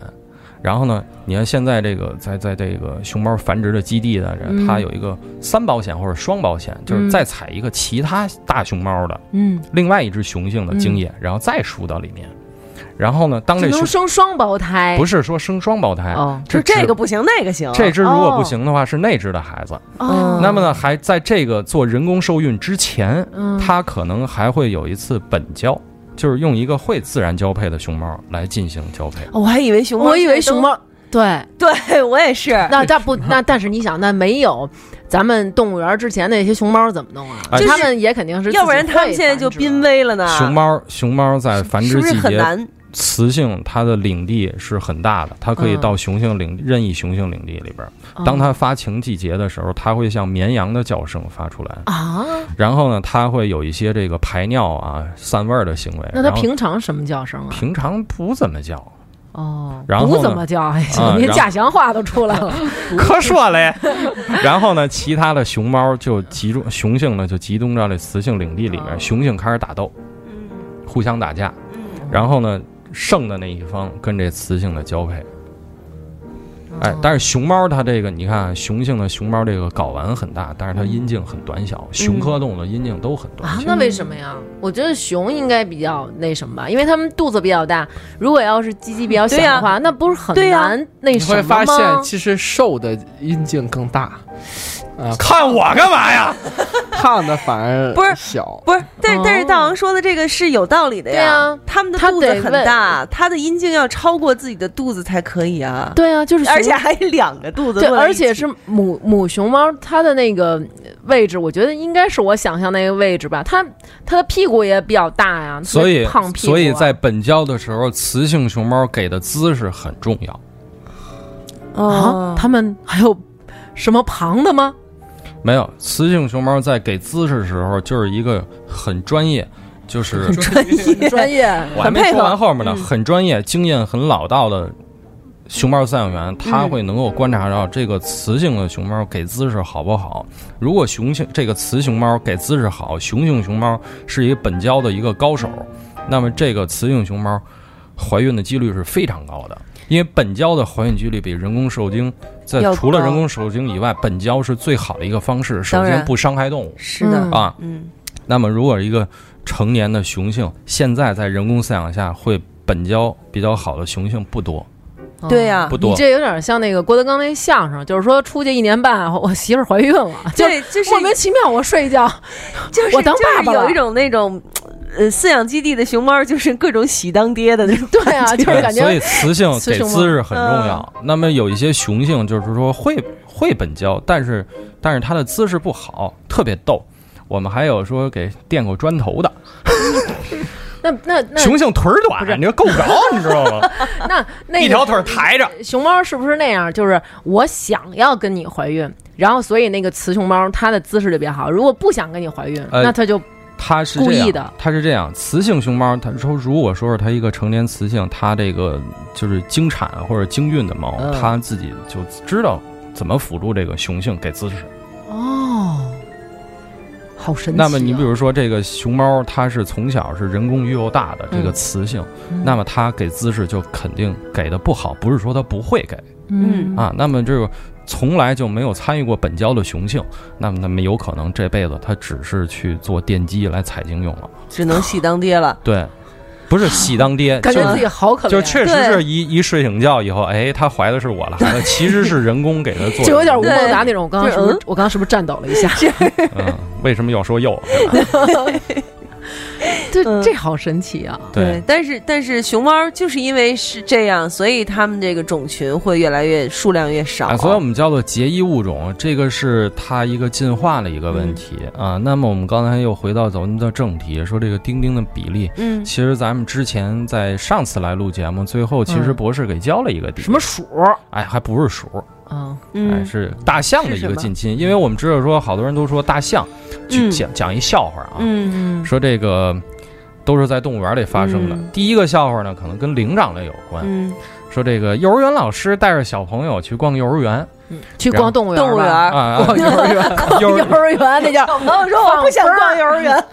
然后呢，你看现在这个在在这个熊猫繁殖的基地呢，
嗯
它有一个三保险或者双保险，就是
嗯
再采一个其他大熊猫的
嗯，
另外一只雄性的精液，然后再输到里面。然后呢，当
只
这
能
熊
生双胞胎，
不
是
是说生双胞胎，
哦
就
只
这个不行，那个行。
这只如果不
哦
行的话，是那只的孩子。
哦，
嗯
那么呢，还在这个做人工受孕之前，
嗯
它可能还会有一次本交，就是用一个会自然交配的熊猫来进行交配。
哦我还以为熊猫，
我以为熊，猫对。
哎
对我也是。
那但不那但是你想，那没有咱们动物园之前那些熊猫怎么弄啊？
哎
他
就是
们也肯定是，
要不然他们现在就濒。
啊
危了呢。
熊猫，熊猫在繁
是
殖
不是
季
很
节，
难？
雌性它的领地是很大的，它可以
嗯
到雄性领任意雄性领地里边儿。
嗯
当它发情季节的时候，它会像绵羊的叫声发出来，
啊，
然后呢，它会有一些这个排尿啊、散味儿的行为。
那它
然后
平常什么叫声啊？
平常不怎么叫，
哦，
然后呢
不怎么叫，哎
啊
您
然后
假想话都出 来了。
可说嘞。 然后呢，其他的熊猫就集中，雄性呢就集中到这雌性领地里
哦
面，雄性开始打斗，互相打架。
嗯
然后呢，胜的那一方跟这雌性的交配。
哦
哎，但是熊猫它这个，你看雄性的熊猫这个睾丸很大，但是
嗯
它阴茎很短小。熊科动物的阴茎都很短
啊，
小。
那为什么呀？我觉得熊应该比较那什么吧，因为它们肚子比较大。如果要是鸡鸡比较小
嗯对呀
的话，那不是很
对呀
难那
你
什么
会发
吗？
现，其实瘦的阴茎更大，啊，
看我干嘛呀？
胖的反而
不是
小。
不是，但是但是
哦
大王说的这个是有道理的呀。
对啊
他们的
他
肚子
得
很
问
大，他的阴茎要超过自己的肚子才可以啊。
对啊， 就是熊
而且还两个肚子
对，
抡在
而
一起，
且是母母熊猫，它的那个位置，我觉得应该是我想象那个位置吧。它它的屁股也比较大呀，
所以
特别胖屁股啊、
所以在本交的时候，雌性熊猫给的姿势很重要。
啊
哦，，
他们还有什么旁的吗？
没有，雌性熊猫在给姿势的时候就是一个很专业，就是
专业
我还没
很配
说
合嗯
完后面呢，很专业、经验很老道的熊猫饲养员，他会能够观察到这个雌性的熊猫给姿势好不好。如果雄性这个雌熊猫给姿势好，雄性熊猫是一个本交的一个高手，那么这个雌性熊猫怀孕的几率是非常高的。因为本交的怀孕几率比人工受精，在
要
除了
高
人工受精以外，本交是最好的一个方式。首
当
先
然
不伤害动物
是的，
嗯
啊，
嗯，
那么，如果一个成年的雄性现在在人工饲养下会本交比较好的雄性不多，
对呀
不多
你这有点像那个郭德纲那相声，就是说出去一年半，我媳妇儿怀孕了，就
对，就是
莫名其妙我睡一觉，
就是
我当
就是
爸爸了
有一种那种。呃，饲养基地的熊猫就是各种喜当爹的那种，
对啊，就是感
所以
觉
雌性
雌
给
雄吗嗯
姿势很重要。那么有一些雄性就是说会会本交，但是但是它的姿势不好，特别逗。我们还有说给垫过砖头的
那那那
雄性腿儿短，你这够不着，你知道吗？
那那
一
个
条腿儿抬着，
熊猫是不是那样？就是我想要跟你怀孕，然后所以那个雌熊猫它的姿势就比较好。如果不想跟你怀孕，
呃
那它就
它是
故
这样
意的
它是这样。雌性熊猫，它说如果说是它一个成年雌性，它这个就是经产或者经孕的猫，
嗯
它自己就知道怎么辅助这个雄性给姿势。
哦，好神奇啊、
那么你比如说这个熊猫，它是从小是人工育幼大的这个
嗯
雌性，那么它给姿势就肯定给的不好，不是说它不会给
嗯
啊。那么这个。从来就没有参与过本交的雄性，那么它们有可能这辈子它只是去做电击来采精用了。
只能喜当爹 了。
对，不是喜当爹，
感
就
觉
是
自己好 可怜，
就是确实
对
是一一睡醒觉以后，哎，她怀的是我的孩子，其实是人工给她做的，
就有点吴
对
孟达那种。我刚刚是不是、我刚刚是不是颤抖了一下？
嗯，为什么要说又？
这
嗯
这好神奇啊！
对，
但是但是熊猫就是因为是这样，所以它们这个种群会越来越数量越少。
啊，所以我们叫做结衣物种，这个是它一个进化的一个
嗯
问题啊。那么我们刚才又回到咱们的正题，说这个丁丁的比例。
嗯，
其实咱们之前在上次来录节目，最后其实
嗯
博士给教了一个比例
什么鼠？
哎，还不是鼠，
嗯，
哎，
嗯，
是大象的一
是什
个
么
近亲，因为我们知道说，好多人都说大象，去
嗯
讲、讲一笑话啊，
嗯
说这个都是在动物园里发生的。
嗯
第一个笑话呢，可能跟灵长类有关，
嗯，
说这个幼儿园老师带着小朋友去逛幼儿园
去
然后
逛动物园吧，
动物园儿。
啊，逛幼 儿园，幼
幼
儿
儿园那叫
朋友说我不想逛幼儿园，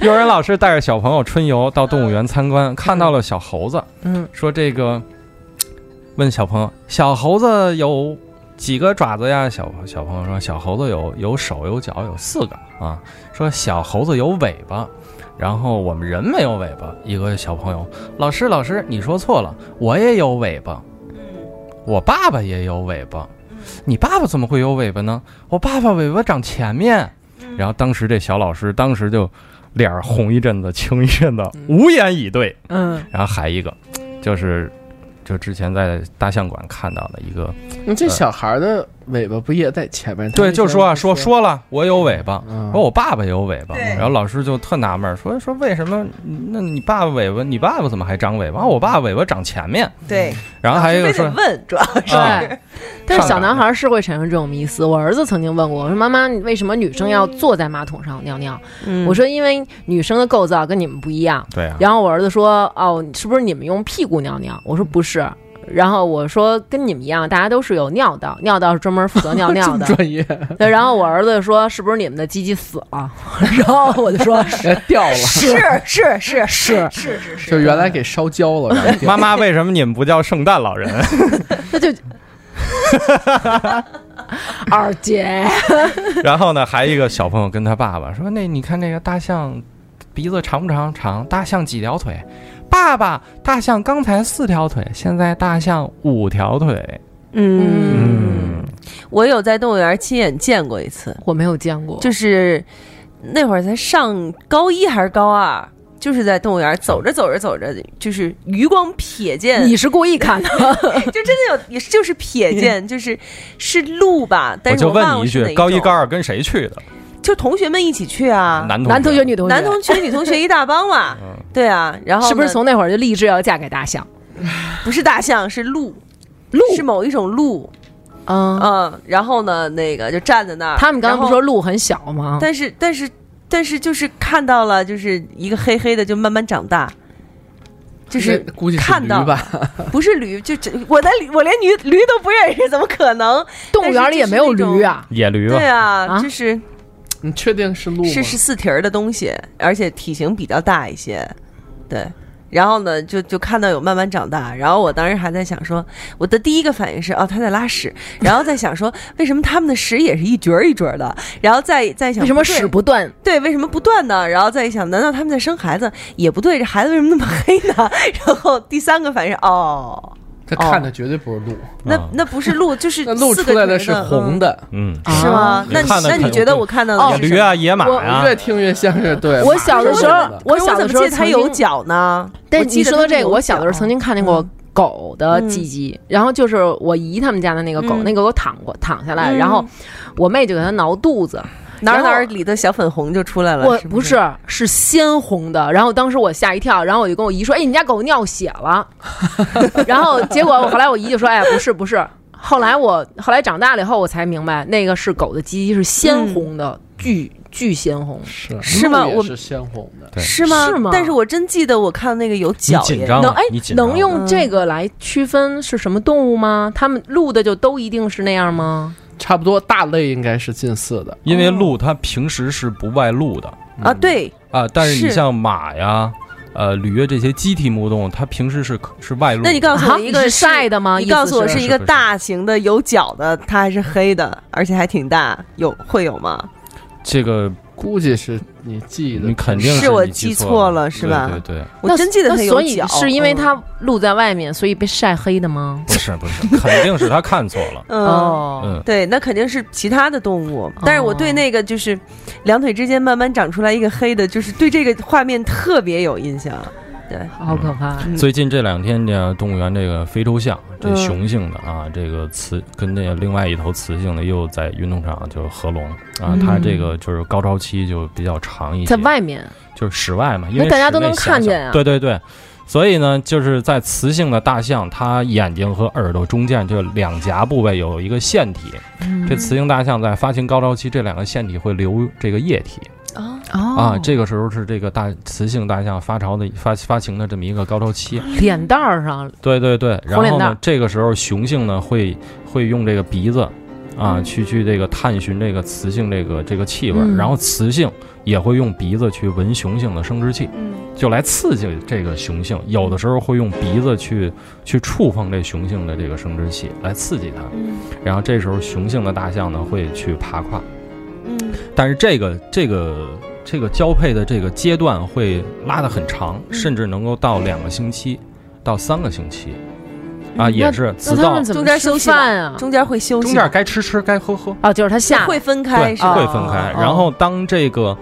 幼儿园老师带着小朋友春游到动物园参观，看到了小猴子，
嗯，
说这个问小朋友，小猴子有。几个爪子呀？小小朋友说，小猴子有有手有脚有四个啊。说小猴子有尾巴，然后我们人没有尾巴。一个小朋友，老师老师，你说错了，我也有尾巴，我爸爸也有尾巴，你爸爸怎么会有尾巴呢？我爸爸尾巴长前面。然后当时这小老师当时就脸儿红一阵子青一阵子，无言以对。
嗯，
然后还一个，就是就之前在大象馆看到的一个，
嗯你这小孩的尾巴不也在前面？
嗯对，就说
说
啊，说哦
说，
说了，我有尾巴，
嗯
说我爸爸有尾巴，
对
然后老师就特纳闷儿，说说为什么？那你爸爸尾巴，你爸爸怎么还长尾巴？啊我爸爸尾巴长前面，
对，
然后还有一个说
非得问，主要啊是
啊
对，但是小男孩是会产生这种迷思。我儿子曾经问过我说：“妈妈，你为什么女生要坐在马桶上尿尿？”
嗯
我说：“因为女生的构造跟你们不一样。”
对啊，
然后我儿子说：“哦，是不是你们用屁股尿尿？”我说：“不是。”然后我说：“跟你们一样，大家都是有尿道，尿道是专门负责尿尿 的。
专业
对”然后我儿子说：“是不是你们的鸡鸡死了？” 然后我就说：“是。
掉 了，
是是
是
是是是是，
就原来给烧焦了，然后掉
妈妈为什么你们不叫圣诞老人？”
那就 二姐，
然后呢，还有一个小朋友跟他爸爸说：“那你看那个大象鼻子长不长？长。大象几条腿？爸爸，大象刚才四条腿，现在大象五条腿。
嗯，我有在动物园亲眼见过一次，
我没有见过，
就是那会儿才上高一还是高二，就是在动物园走着走着走着，就是余光瞥见，
你是故意看的。
就真的有，也就是瞥见，就是是鹿吧？但
我
是
就问
忘
你
了
一
是哪
句，高一
种
高二跟谁去的？
就同学们一起去啊，
男同
男同学、女同学，
男同学、女同学一大帮嘛
嗯，
对啊，然后呢
是不是从那会儿就立志要嫁给大象？
不是大象是鹿，
鹿
是某一种鹿，
嗯，
嗯，然后呢，那个就站在那儿，
他们刚刚
啊
不
然
说
后，
鹿很小吗？
但是但是但是就是看到了，就是一个黑黑的就慢慢长大，就是
那估计是
看到
驴吧，
不是驴，就这我连驴我连驴驴都不认识，怎么可能？
动物园里也没有驴啊。
野驴吧
对？啊，
啊
就是
你确定是鹿吗？
是十四蹄儿的东西，而且体型比较大一些，对。然后呢，就就看到有慢慢长大，然后我当时还在想说，我的第一个反应是哦，他在拉屎，然后再想说为什么他们的屎也是一撅儿一撅儿的，然后再再想
为什么
对
屎不断？
对，为什么不断呢？然后再一想，难道他们在生孩子？也不对，这孩子为什么那么黑呢？然后第三个反应是哦，
他看的绝对不是鹿，
那、
啊
那不是鹿，就是
那鹿
四
出
个
来的
蹄
是
儿的
红，的，
嗯，
嗯是
啊
吗？
你
那
看的
那
可
你
能
觉得
会
我看到的
哦
是
野
什
驴
么
啊，野马啊
越，听越像是对。
我小的时
我
候，我
可是
小的时
怎么
候
记得它
曾
有
经，
脚呢。
但
我记
你
得
说到
它是
这个，
有嗯
我小的时候
脚啊
曾经看见过狗的鸡鸡，然后就是我姨他们家的那个狗，
嗯
那个狗躺过躺下来，
嗯
然后我妹就给它挠肚子，
哪儿
然
哪
后
儿里的小粉红就出来了。
我
不
不是是鲜红的，然后当时我吓一跳，然后我就跟我姨说：“哎，你家狗尿血了。”然后结果我后来我姨就说：“哎，不是不是。”后来我后来长大了以后，我才明白那个是狗的鸡鸡是鲜
嗯
红的，巨巨鲜红。
是
是吗
鹿也
我
是鲜红的，
对
是吗？
是吗
但是我真记得我看那个有
你
脚
紧
耶
张
能
了
哎，
你紧张
能
了
嗯
用这个来区分是什么动物吗？他们录的就都一定是那样吗？
差不多大类应该是近似的。嗯
因为
哦
鹿它平时是不外露的
啊，对，
啊，但是你
是
像马呀。呃，驴啊这些机体目动物，它平时是可是外露的。
那你告诉
啊
我一个
你是晒的吗
你
啊意思
告诉我
是
是一个
是是
大型的有脚的，它还是黑的，而且还挺大，有会有吗？
这个
估计是你记得，
你肯定
是我
你
记
错
错了是吧
对对对，
我真记得
那
它有
所以
脚，
是因为
嗯
它露在外面，所以被晒黑的吗？
不是不是，肯定是他看错 了。
嗯。
哦，
嗯，
对，那肯定是其他的动物，但是我对那个就是两腿之间慢慢长出来一个黑的，就是对这个画面特别有印象。
好可怕！
嗯
最近这两天呢，动物园这个非洲象，这
嗯
雄性的啊，这个雌跟那另外一头雌性的又在运动场就合拢啊，它这个就是高潮期就比较长一些，
嗯在外面，
就是室外嘛，因
那
为
大家
室
都
内
能
狭
看
小
见啊
对对对。所以呢，就是在雌性的大象，它眼睛和耳朵中间这两颊部位有一个腺体，
嗯
这雌性大象在发情高潮期，这两个腺体会流这个液体。
啊，
哦
啊，这个时候是这个大雌性大象发潮的发发情的这么一个高潮期，
脸蛋儿上
对对对。然
红脸
后
蛋
呢
儿，
这个时候雄性呢会会用这个鼻子啊去去这个探寻这个雌性这个这个气味儿，
嗯
然后雌性也会用鼻子去闻雄性的生殖器，
嗯
就来刺激这个雄性。有的时候会用鼻子去去触碰这雄性的这个生殖器来刺激它，
嗯
然后这时候雄性的大象呢会去爬跨。
嗯，
但是这个这个这个交配的这个阶段会拉得很长，
嗯
甚至能够到两个星期到三个星期，啊，也是直
嗯那他
到
们怎么
中间
吃
休息
饭啊？
中间会休息，
中间该吃吃该喝喝，
哦，就是他下哦
会分
对，
开是吧？
会分开。
哦
然后当这个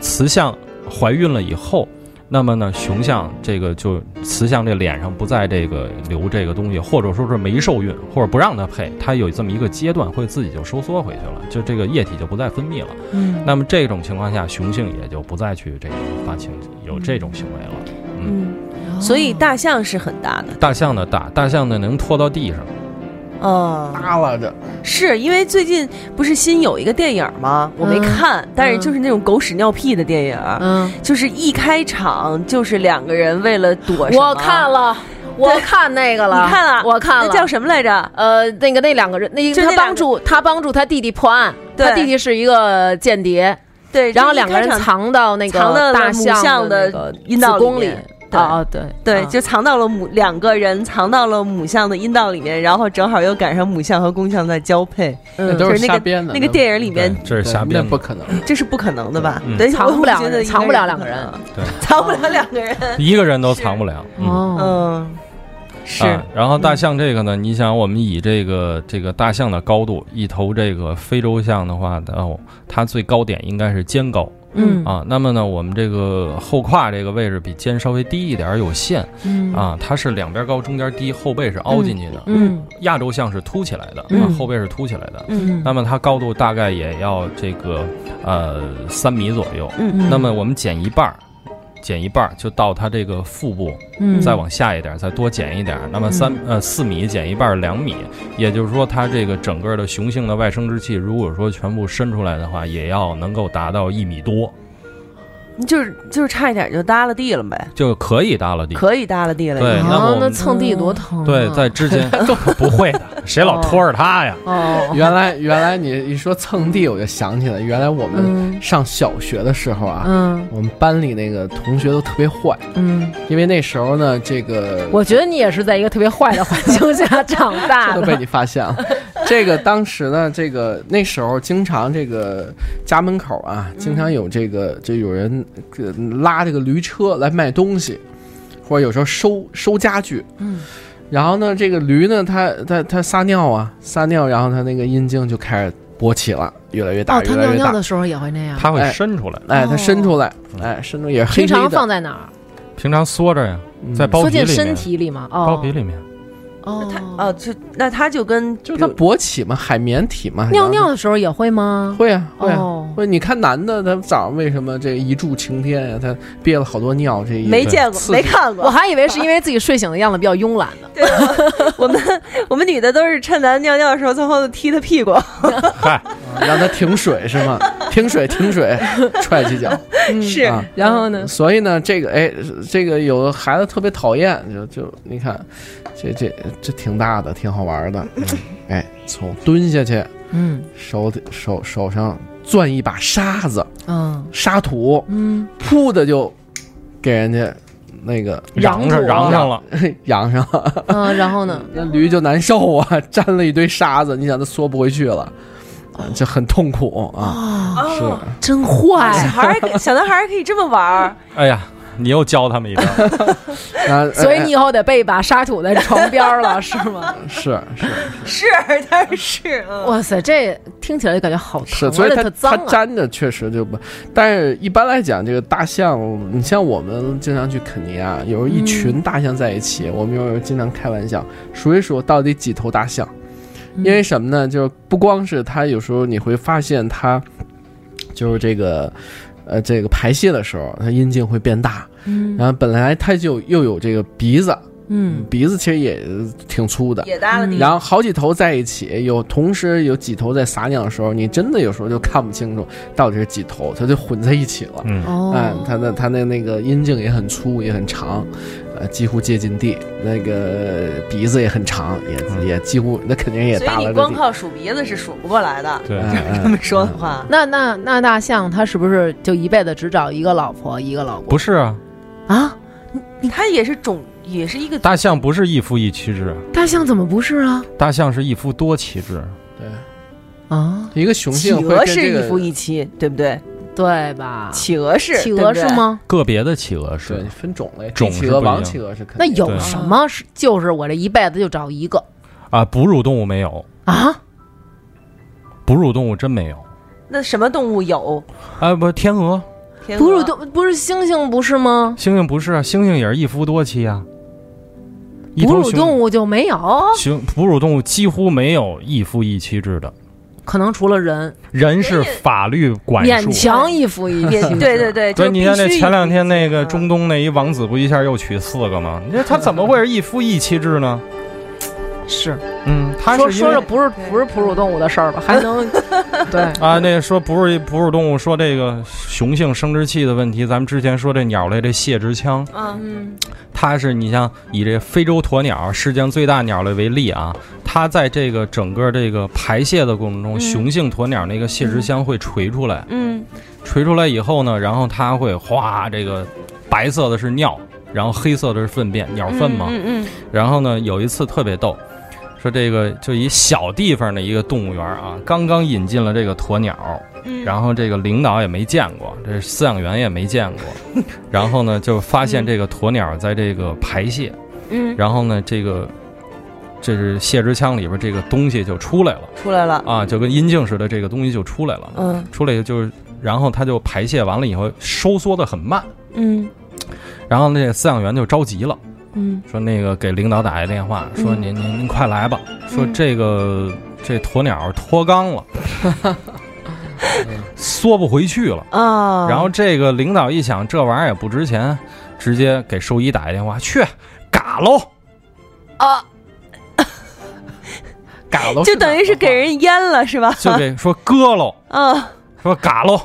雌象怀孕了以后，那么呢，雄象这个就雌象这脸上不在这个留这个东西，或者说是没受孕，或者不让它配，它有这么一个阶段会自己就收缩回去了，就这个液体就不再分泌了。
嗯，
那么这种情况下，雄性也就不再去这个发情，有这种行为了。
嗯，
哦
所以大象是很大的。
大象的大，大象呢能拖到地上，
哦，
耷拉着，
是因为最近不是新有一个电影吗？我没
嗯
看，但是
嗯
就是那种狗屎尿屁的电影，
嗯，
就是一开场就是两个人为了躲什么，
我看了，我看那个了，
你看了
我看
那
了，
叫什么来着？
呃，那个那两个人，那一
就
个
那
他
两个
帮助他帮助他弟弟破案，
对
他弟弟是一个间谍，
对，
然后
就一
两个人
开场
藏到那个
藏到了
大
母
象
象的
那个
阴道
子宫
里
里
面。对
啊啊，对
对，
啊
就藏到了母两个人藏到了母象的阴道里面，然后正好又赶上母象和公象在交配，
嗯
那都
就是是那
瞎
个
编的。
那个电影里
对
面，
这是
对
瞎
那
编
不
的。
可能。
这是不可能的吧？
嗯
对，
藏
我
不了
觉得应该是
藏不了两
可
个人
能
对
藏不了两个人，
一个人都藏不了。嗯。
哦，
嗯，是，
嗯
啊，然后大象这个呢，你想我们以这个这个大象的高度，一头这个非洲象的话，哦，它最高点应该是肩高
嗯
啊。那么呢，我们这个后胯这个位置比肩稍微低一点儿，有线
嗯
啊，它是两边高，中间低，后背是凹进去的。
嗯
亚洲象是凸起来的，
嗯
啊，后背是凸起来的。
嗯
那么它高度大概也要这个呃三米左右。
嗯
那么我们减一半儿，减一半儿就到它这个腹部，
嗯
再往下一点儿，再多减一点儿，那么三、呃四米减一半儿两米，也就是说它这个整个的雄性的外生殖器，如果说全部伸出来的话，也要能够达到一米多，
就是就是差一点就耷拉地了呗，
就可以搭了地。
可以耷拉地了。
对
已经
那么
啊
我，
那
们
蹭地多疼啊，
对，在之 间不会的，谁老拖着它呀？
哦，
原来原来你一说蹭地，我就想起来，原来我们
嗯
上小学的时候啊，
嗯
我们班里那个同学都特别坏，
嗯，
因为那时候呢，这个
我觉得你也是在一个特别坏的环境下长 大
都
的，
被你发 现了。这个当时呢，这个那时候经常这个家门口啊，
嗯
经常有这个就有人呃拉这个驴车来卖东西，或者有时候收收家具。
嗯。
然后呢，这个驴呢，它它它撒尿啊，撒尿，然后它那个阴茎就开始勃起了，越来越大，
哦，他
越来
尿
越
尿
大
的。时候也会那样，
它会
哎
伸出来，
哎，它伸出来，
哦
哎，伸出也是黑
平
黑
常
的
放，在哪儿？
平常缩着呀，
嗯
在包
缩
皮
进
里面
身，体里吗？哦，
包皮里面。
哦，
哦，就那它就跟
就是它勃起嘛，海绵体嘛，
尿
然
尿
后
的时候也会吗？
会啊会啊，
哦，
不是，你看男的，他早上为什么这一柱擎天呀、他憋了好多尿，这一
没见过
刺激
没看过
我，还以为是因为自己睡醒的样子比较慵懒呢。
啊我们我们女的都是趁男的尿尿的时候从后头踢他屁股，
嗯
嗨，
让他停水是吗？ 停水，停水，踹 几脚。
嗯
是
啊
然后呢？
所以呢，这个哎，这个有的孩子特别讨厌，就就你看，这这这挺大的，挺好玩 的。嗯哎，从蹲下去，
嗯
手底手手上攥一把沙子、
嗯
沙土，
嗯，
噗的就给人家那个
瓤上瓤上了，
扬上了。
嗯，然后呢？
那驴就难受啊， 沾了一堆沙子，你想它缩不回去了，啊这很痛苦啊。是，
真
哦小
坏，
孩儿 可以小男孩儿可以这么玩儿，
哎呀，你又教他们 一招。
啊，
所以你以后得备一把沙土在床边儿了，是吗？
哎是是
是， 但是是，嗯
哇塞，这听起来就感觉好疼，
是，所以
而且
它
特
它
脏啊。
粘着确实就不，但是一般来讲，这个大象，你像我们经常去肯尼亚，有时候一群
嗯
大象在一起，我们有时候经常开玩笑数一数到底几头大象，
嗯
因为什么呢？就是不光是它，有时候你会发现它，就是这个。呃，这个排泄的时候，它阴茎会变大，
嗯
然后本来它就又有这个鼻子，
嗯
鼻子其实也挺粗的。
也耷拉地，
然后好几头在一起，有同时有几头在撒尿的时候，你真的有时候就看不清楚到底是几头，它就混在一起了。
嗯，
哎，
哦，
它的它的那个阴茎也很粗，也很长，呃，几乎接近地。那个鼻子也很长，也
嗯
也几乎，那肯定嗯也
所以
耷拉
你
着
光
地。
靠数鼻子是数不过来的。
对，
哎
这么
哎
说的话，
那那那大象它是不是就一辈子只找一个老婆一个老公
不是啊，
啊？
嗯
它也是种，也是一个
大象不是一夫一妻制，
大象怎么不是啊？
大象是一夫多妻制。
对，
啊，
一个雄
企
性会
鹅
跟
是
这
一
个
夫一妻，对不对？
对吧？
企鹅是，
企鹅
对
是
不对？
吗？
个别的企鹅是
对，分种类，
种
帝
是
企鹅、
不一样
王企鹅是肯
那
定的
有什么是就是我这一辈子就找一个
啊，哺乳动物没有，
啊？
哺乳动物真没有。
那什么动物有？
啊，不，天鹅，
天
哺乳
鹅
动不是猩猩不是吗？
猩猩不是啊，猩猩也是一夫多妻啊。一
哺
头
乳
雄
动物就没有，
雄哺乳动物几乎没有一夫一妻制的，
可能除了人，
人是法律管
勉
束。
强一夫 一妻制。
对对对，就
对，
是
你看
必
那
须
前两天那
一夫一
个
妻
中东那一王子不一下又娶四个吗？你说他怎么会是一夫一妻制呢？
是
嗯，他
说
是因
说
为
着不是不是哺乳动物的事儿吧？还能对
啊，那说哺乳哺乳动物说这个雄性生殖器的问题，咱们之前说这鸟类这泄殖腔，
啊，
它是你像以这非洲鸵鸟世界上最大鸟类为例啊，它在这个整个这个排泄的过程中，雄性鸵鸟那个泄殖腔会垂出来，
嗯
垂出来以后呢，然后它会哗，这个白色的是尿，然后黑色的是粪便，鸟粪嘛。
嗯嗯
然后呢，有一次特别逗，说这个就一小地方的一个动物园啊，刚刚引进了这个鸵鸟，
嗯，
然后这个领导也没见过，这饲养员也没见 过，然后呢就发现这个鸵鸟在这个排泄，
嗯
然后呢这个这是泄殖腔里边这个东西就出来了
出来了，
啊，就跟阴茎似的，这个东西就出来了，
嗯
出来就是，然后它就排泄完了以后收缩的很慢，
嗯
然后那个饲养员就着急了。
嗯
说那个给领导打一电话，说
嗯
您您您快来吧，说
嗯
这个这鸵鸟脱肛了， 缩不回去了。
啊，
然后这个领导一想，这玩意儿也不值钱，直接给兽医打一电话，去嘎 喽，
啊，
嘎
哦
喽，
就等于是给人阉了是吧？
就给说割喽，
啊，
说嘎喽，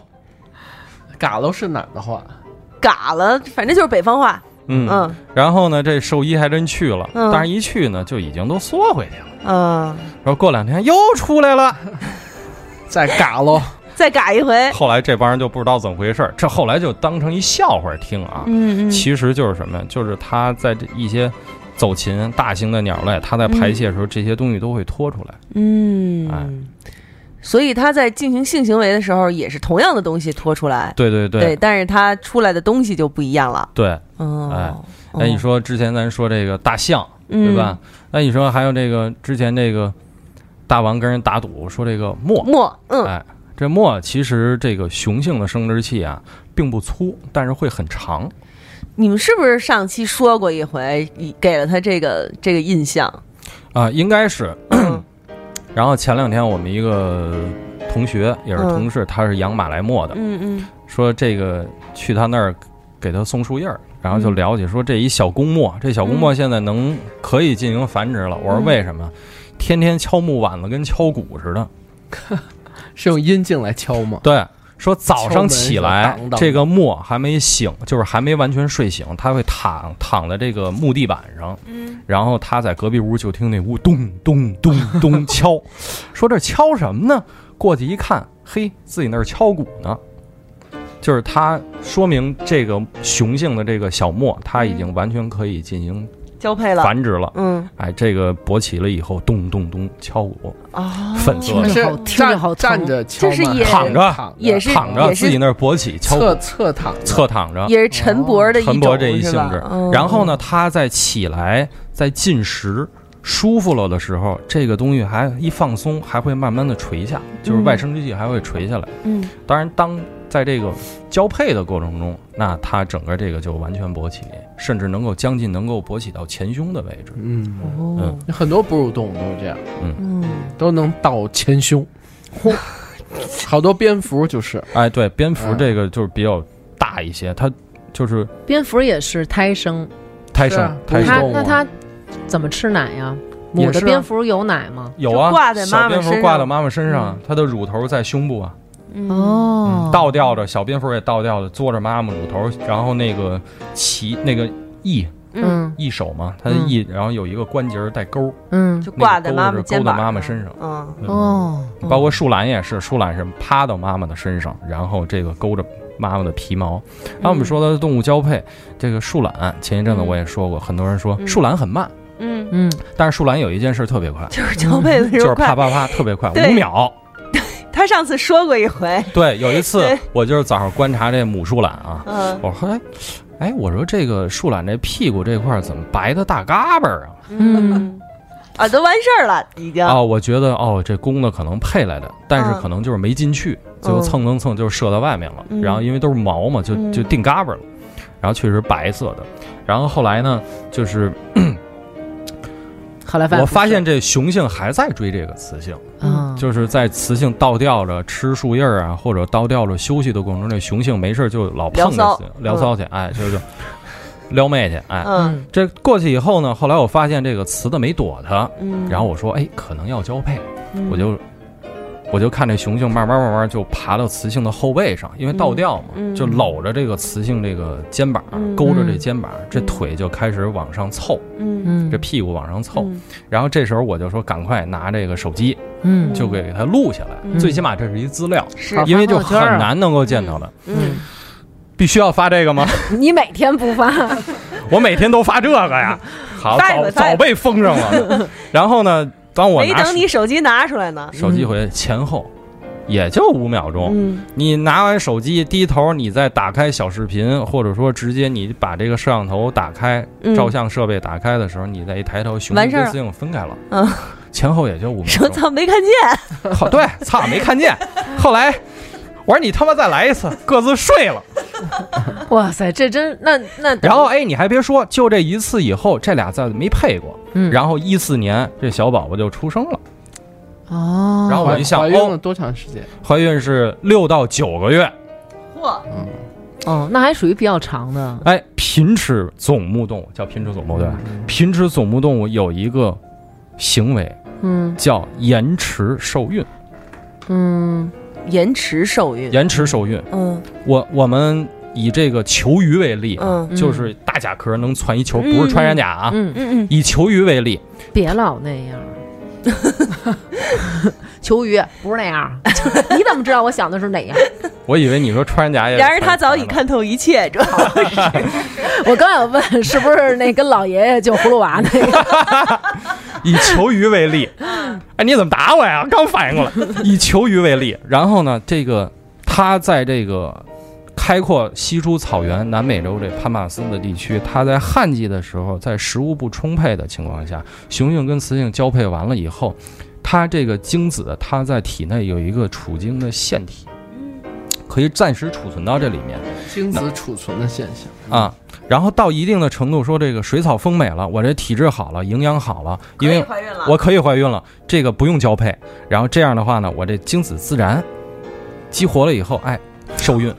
嘎喽是哪儿的话？
嘎了，反正就是北方话，
嗯，
嗯
然后呢，这兽医还真去了，
嗯
但是一去呢，就已经都缩回去了。
嗯，
然后过两天又出来了，
在嘎喽，
再嘎一回，
后来这帮人就不知道怎么回事儿，这后来就当成一笑话听啊。
嗯嗯
其实就是什么呀？就是它在这一些走禽、大型的鸟类，它在排泄的时候，这些东西都会拖出来。哎
嗯，所以他在进行性行为的时候也是同样的东西拖出来，
对对对
但是他出来的东西就不一样了，
对。
嗯，
哎
哦嗯
那你，说之前咱说这个大象，
对
对吧？？那你说还有这个之前这个大王跟人打赌说这个墨，
墨，嗯
哎，这墨其实这个雄性的生殖器啊并不粗，但是会很长。
你们是不是上期说过一回，你给了他这个这个印象？
啊、应该是。
嗯
然后前两天我们一个同学也是同事，他是养马来貘的，
嗯
说这个去他那儿给他送树叶儿，然后就了解说这一小公墨，这小公
嗯
墨现在能可以进行繁殖了。我说为什么？天天敲木碗子跟敲鼓似的。
是用阴茎来敲吗？
对，说早
敲
上
门
起
是吧
来
当当
这个墨还没醒，就是还没完全睡醒，他会躺躺在这个木地板上，
嗯
然后他在隔壁屋就听那屋咚咚咚咚敲， 说这敲什么呢？过去一看，嘿，自己那儿敲鼓呢。就是它说明这个雄性的这个小墨，它已经完全可以进行
嗯，交配了，
繁殖了。
嗯
哎，这个勃起了以后，咚咚咚敲鼓，
啊，
粉色
听
的
着嗯好
是
听着好
站站
疼
着敲吗？
就是也
躺着
躺
也是
躺着
也是
自己那儿勃起敲
侧
鼓，
侧躺着，
侧躺着，
也是陈勃的一
啊哦陈
种，
勃这一性
是吧
质
嗯、。
然后呢，它再起来，在进食舒服了的时候，这个东西还一放松，还会慢慢的垂下，就是外生殖器还会垂下来。
嗯，
当然，当在这个交配的过程中，那它整个这个就完全勃起，甚至能够将近能够勃起到前胸的位置。
嗯，
哦，
很多哺乳动物都是这样，
嗯，
都能到前胸。好多蝙蝠就是
哎，对，蝙蝠
嗯
这个就是比较大一些，它就是
蝙蝠也是胎生，
胎
是啊
生，胎
不是
它
生
动物
那它怎么吃奶呀？母
也是
的
啊
蝙蝠有奶吗？
有
就
啊，
挂在妈
小
妈
蝙蝠
身
挂
上嗯
在妈妈身上，它的乳头在胸部啊。
哦
嗯，倒吊着，小蝙蝠也倒吊着，嘬着妈妈乳头，然后那个鳍那个翼
嗯
翼手嘛，它的
嗯
翼，然后有一个关节儿带钩，
嗯
就挂在
那
妈妈
个钩子是
肩膀，
勾在妈妈身上。
嗯，
哦，
包括树懒也是，树懒是趴到妈妈的身上，然后这个勾着妈妈的皮毛。然后我们说到动物交配，这个树懒，前一阵子我也说过，很多人说树懒很慢，
嗯，
嗯，
但是树懒有一件事特别快，
就是交配的时
就是
候快。
啪啪啪特别快，
对
五秒。
他上次说过一回，
对，有一次
对
我就是早上观察这母树懒啊，
嗯
我说，哎，哎，我说这个树懒这屁股这块儿怎么白的大嘎巴儿啊？哦
嗯
啊，都完事儿了，已经。
啊，我觉得哦，这公的可能配来的，但是可能就是没进去，最后
嗯
蹭蹭蹭就射到外面了。然后因为都是毛嘛，就就定嘎巴了。然后确实白色的。然后后来呢，就是
后来
我发现这雄性还在追这个雌性，
嗯
啊，
就是在雌性倒吊着吃树叶儿啊，或者倒吊着休息的过程中，这雄性没事儿就老碰
聊
着
骚
雌性聊骚去，哎，就就撩妹去，哎。
嗯
嗯
这过去以后呢，后来我发现这个雌的没躲它，
嗯
然后我说，哎，可能要交配，我就我就看这雄性慢慢慢慢就爬到雌性的后背上，因为倒吊嘛，
嗯嗯
就搂着这个雌性这个肩膀，
嗯
勾着这肩膀，这腿就开始往上凑，
嗯
嗯
这屁股往上凑。
嗯
然后这时候我就说，赶快拿这个手机
嗯
就给它录下来，
嗯
最起码这是一资料，
是
好
因为就
发朋友
很
圈啊
难能够见到的。
嗯
必须要发这个吗？
你每天不发，
我每天都发这个 呀，好，
发一
早
个发一
早
个
被封 上了。然后呢，当我
没
拿
等你手机拿出来呢，
手机回去前后，也就五秒钟。
嗯
你拿完手机，低头，你再打开小视频，或者说直接你把这个摄像头打开，
嗯
照相设备打开的时候，你再一抬头，雄
完
性
事儿
跟
了
雌性分开了，
嗯，
前后也就五秒
说
钟。
操没看见，
好，对，操，没看见。后来我说你他妈再来一次，各自睡了。
哇塞，这真那那 等于
然后哎，你还别说，就这一次以后，这俩再没配过。
嗯
然后一四年这小宝宝就出生了，
哦，
然后我
怀
就想，
怀孕了
哦，
多长时间？
怀孕是六到九个月，
嚯，
嗯，
哦，那还属于比较长的，
哎，pincher 总目动物叫 pincher 总
嗯
目对吧？pincher
嗯
总目动物有一个行为
嗯
叫延迟受孕，
嗯
延迟受孕，
延迟受孕。
嗯
我我们以这个球鱼为例啊，
嗯
嗯
就是大甲壳能攒一球，不是穿山甲啊。
嗯，
嗯嗯，
以球鱼为例，
别老那样。 求鱼不是那样， 你怎么知道我想的是哪样？
我以为你说穿山甲也。
然而他早已。看透一切，主要
我刚想问是不是那跟老爷爷救葫芦娃那个？
以球鱼为 例，哎，你怎么打我呀？刚反应过 来。以球鱼为例，然后呢，这个它在这个开阔西出草原、南美洲这潘马斯的地区，它在旱季的时候，在食物不充沛的情况下，雄性跟雌性交配完了以后，它这个精子它在体内有一个储精的腺体，可以暂时储存到这里面。
精子储存的现象，
啊，然后到一定的程度，说这个水草丰美了，我这体质好了，营养好了，因为
怀孕了，
我可以怀孕了，这个不用交配。然后这样的话呢，我这精子自然激活了以后，哎，受孕。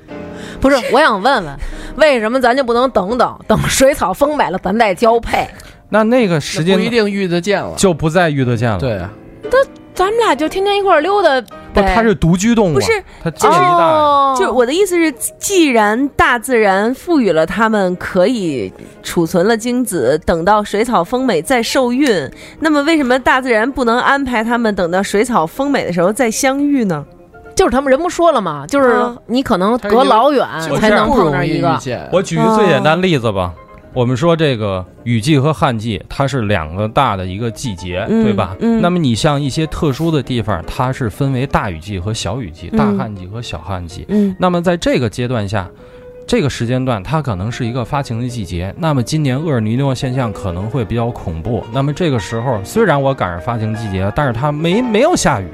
不是，我想问问，为什么咱就不能等等等水草丰美了，咱再交配？
那那个
时
时
嗯间不一
间
定遇得见了。
就不再遇得见了。，
对啊，
咱们俩就天天一块儿溜达
不，它是独居动物啊，
不是
它这一大。
哦，
就是我的意思是，既然大自然赋予了他们可以储存了精子，等到水草丰美再受孕，那么为什么大自然不能安排他们等到水草丰美的时候再相遇呢？
就是他们人不说了嘛，就是
嗯
你可能隔老远
我
啊才
这样
能
不
碰
容
上
易
一
遇
个，
见。
我举一个最简单例子吧。我们说这个雨季和旱季，它是两个大的一个季节，
嗯
对吧？
嗯
那么你像一些特殊的地方，它是分为大雨季和小雨季，
嗯
大旱季和小旱季。
嗯
那么在这个阶段下，这个时间段它可能是一个发情的季节。那么今年厄尔尼诺现象可能会比较恐怖。那么这个时候，虽然我赶上发情季节，但是它没没有下雨，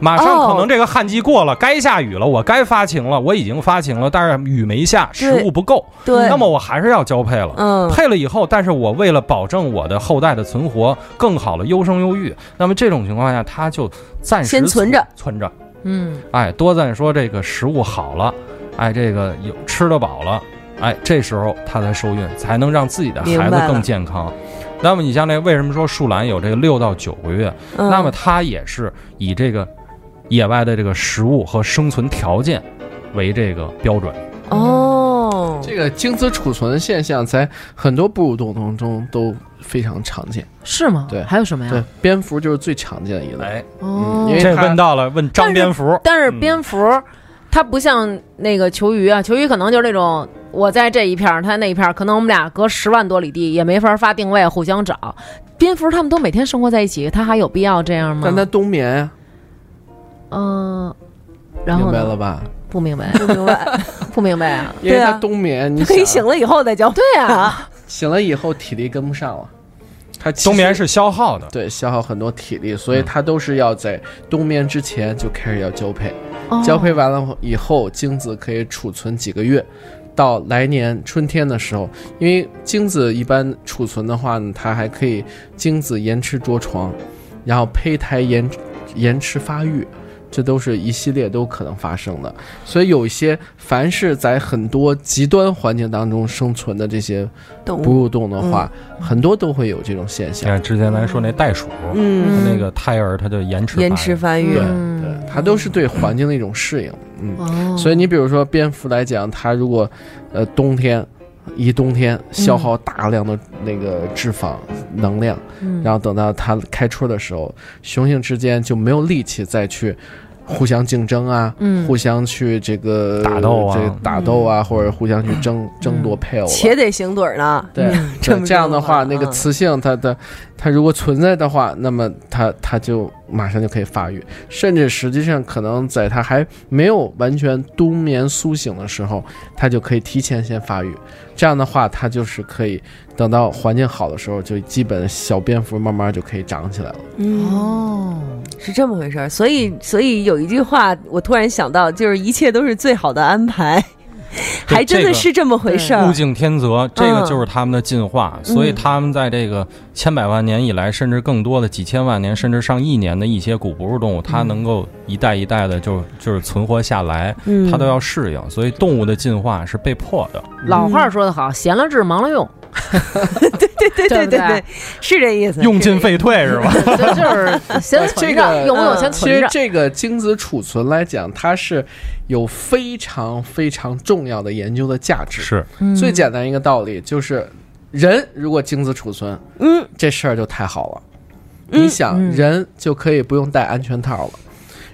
马上
哦
可能这个旱季过了，该下雨了，我该发情了，我已经发情了，但是雨没下，食物不够，
对
那么我还是要交配了。
嗯
配了以后，但是我为了保证我的后代的存活，更好的优生优育，那么这种情况下，它就暂时
先存着，
存着，
嗯，
哎，多赞说这个食物好了，哎，这个有吃得饱了，哎，这时候它才受孕，才能让自己的孩
明
子
白了
更健康。那么你像那为什么说树懒有这个六到九个月？
嗯
那么它也是以这个野外的这个食物和生存条件为这个标准。
哦，
这个精子储存的现象在很多哺乳动物中都非常常见。
是吗？
对
还有什么
对
哎呀？，
蝙蝠就是最常见的一类。
哎，
哦
嗯，因为
这
它
问到了，问张蝙蝠，
但是
嗯
蝙蝠它不像那个球鱼啊，球鱼可能就是那种我在这一片儿，它那一片儿，可能我们俩隔十万多里地也没法发定位，互相找。蝙蝠它们都每天生活在一起，它还有必要这样吗
但？它冬眠呀，
嗯、然
明
后
白
呢？
了吧？
不明白，
不明白，
不明白啊！
因为
对啊
它冬眠，你
可以
想
醒了以后再交配。
对啊，
醒了以后体力跟不上了，它其实
冬眠是嗯消耗的。
对消耗很多体力，所以它都是要在冬眠之前就开始要交配，
哦
交配完了以后，精子可以储存几个月，到来年春天的时候，因为精子一般储存的话呢，它还可以精子延迟着床，然后胚胎延延迟发育。这都是一系列都可能发生的，所以有一些凡是在很多极端环境当中生存的这些
嗯
动
哺
物，
乳动物的话，很多都会有这种现象。
像之前咱说那袋鼠，
嗯，
那个胎儿它就延迟
延
发
迟
育
发育
对，
嗯
对，它都是对环境的一种适应。嗯，
哦，
所以你比如说蝙蝠来讲，它如果呃冬天一冬天消耗大量的那个脂肪能量，
嗯
然后等到它开春的时候，雄性之间就没有力气再去。互相竞争啊，
嗯
互相去这个
打斗啊
这个打斗啊，或者互相去
嗯
争争夺配偶啊，
且得行盹儿呢。
对，
嗯这
对
么
这样的
说的话
话，那个
嗯
雌性它的它如果存在的话，那么它它就马上就可以发育，甚至实际上可能在它还没有完全冬眠苏醒的时候，它就可以提前先发育。这样的话，它就是可以等到环境好的时候，就基本小蝙蝠慢慢就可以长起来了。
哦，
嗯是这么回事儿，所以所以有一句话，我突然想到，就是一切都是最好的安排，
对
还真
这
的
个
是这么回事
物
儿。
竞天择，这个
嗯
就是他们的进化，所以他们在这个千百万年以来，甚至更多的几千万年，甚至上亿年的一些古哺乳动物，它能够一代一代的就就是存活下来，
嗯
它都要适应，所以动物的进化是被迫的。
老话说得好，闲了治，忙 了用，
对对对
对
对
不对
对，是这意思。
用
是这
进
意思
废退 是吧？
就就是先存
这
着，
个
用不用先
其
存
呃
实
着。
这个精子储存来讲，它是有非常非常重要的研究的价值。
是，
嗯
最简单一个道理就是，人如果精子储存，
嗯，
这事儿就太好了。
嗯
你想，人就可以不用戴安全套了，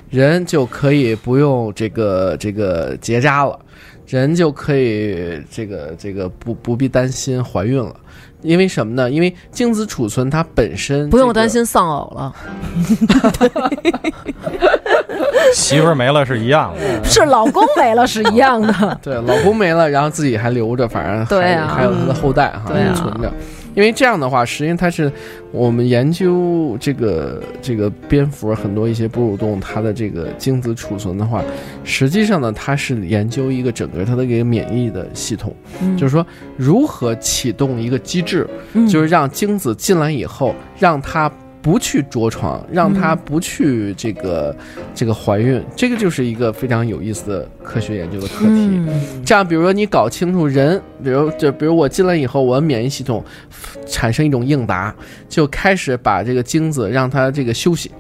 人就可以不用这个这个结扎了，人就可以这个这个不不必担心怀孕了。因为什么呢？因为精子储存它本身、
不用担，心丧偶了，
媳妇儿没了是一样的。
是老公没了是一 样的。
对，老公没了，然后自己还留着，反正还
对啊
还有他的后代哈，
对啊
存着。因为这样的话，实际上它是我们研究这个这个蝙蝠很多一些哺乳动物，它的这个精子储存的话，实际上呢，它是研究一个整个它的一个免疫的系统，
嗯
就是说如何启动一个机制，就是让精子进来以后，让它不去着床，让它
嗯
不去这个、这个怀孕，这个就是一个非常有意思的科学研究的课题。
嗯
这样，比如说你搞清楚人，比如就比如我进来以后，我的免疫系统产生一种应答，就开始把这个精子让它这个休息，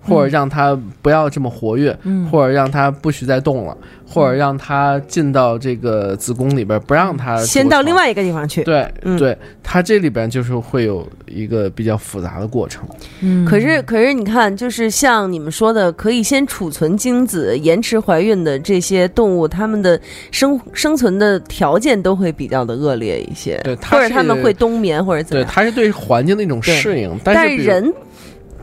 或者让它不要这么活跃，
嗯
或者让它不许再动了，或者让它进到这个子宫里边，不让它
嗯先
着
到
床
另外一个地方去。
对、
嗯
对，它这里边就是会有一个比较复杂的过程。
可
嗯
是，可是你看，就是像你们说的，可以先储存精子、延迟怀孕的这些动物，它们的生生存的条件都会比较的恶劣一些，
对它
或者
是
它们会冬眠或者怎
对，
样。
它是对环境的一种
对
适应，
但
是
是
比如
人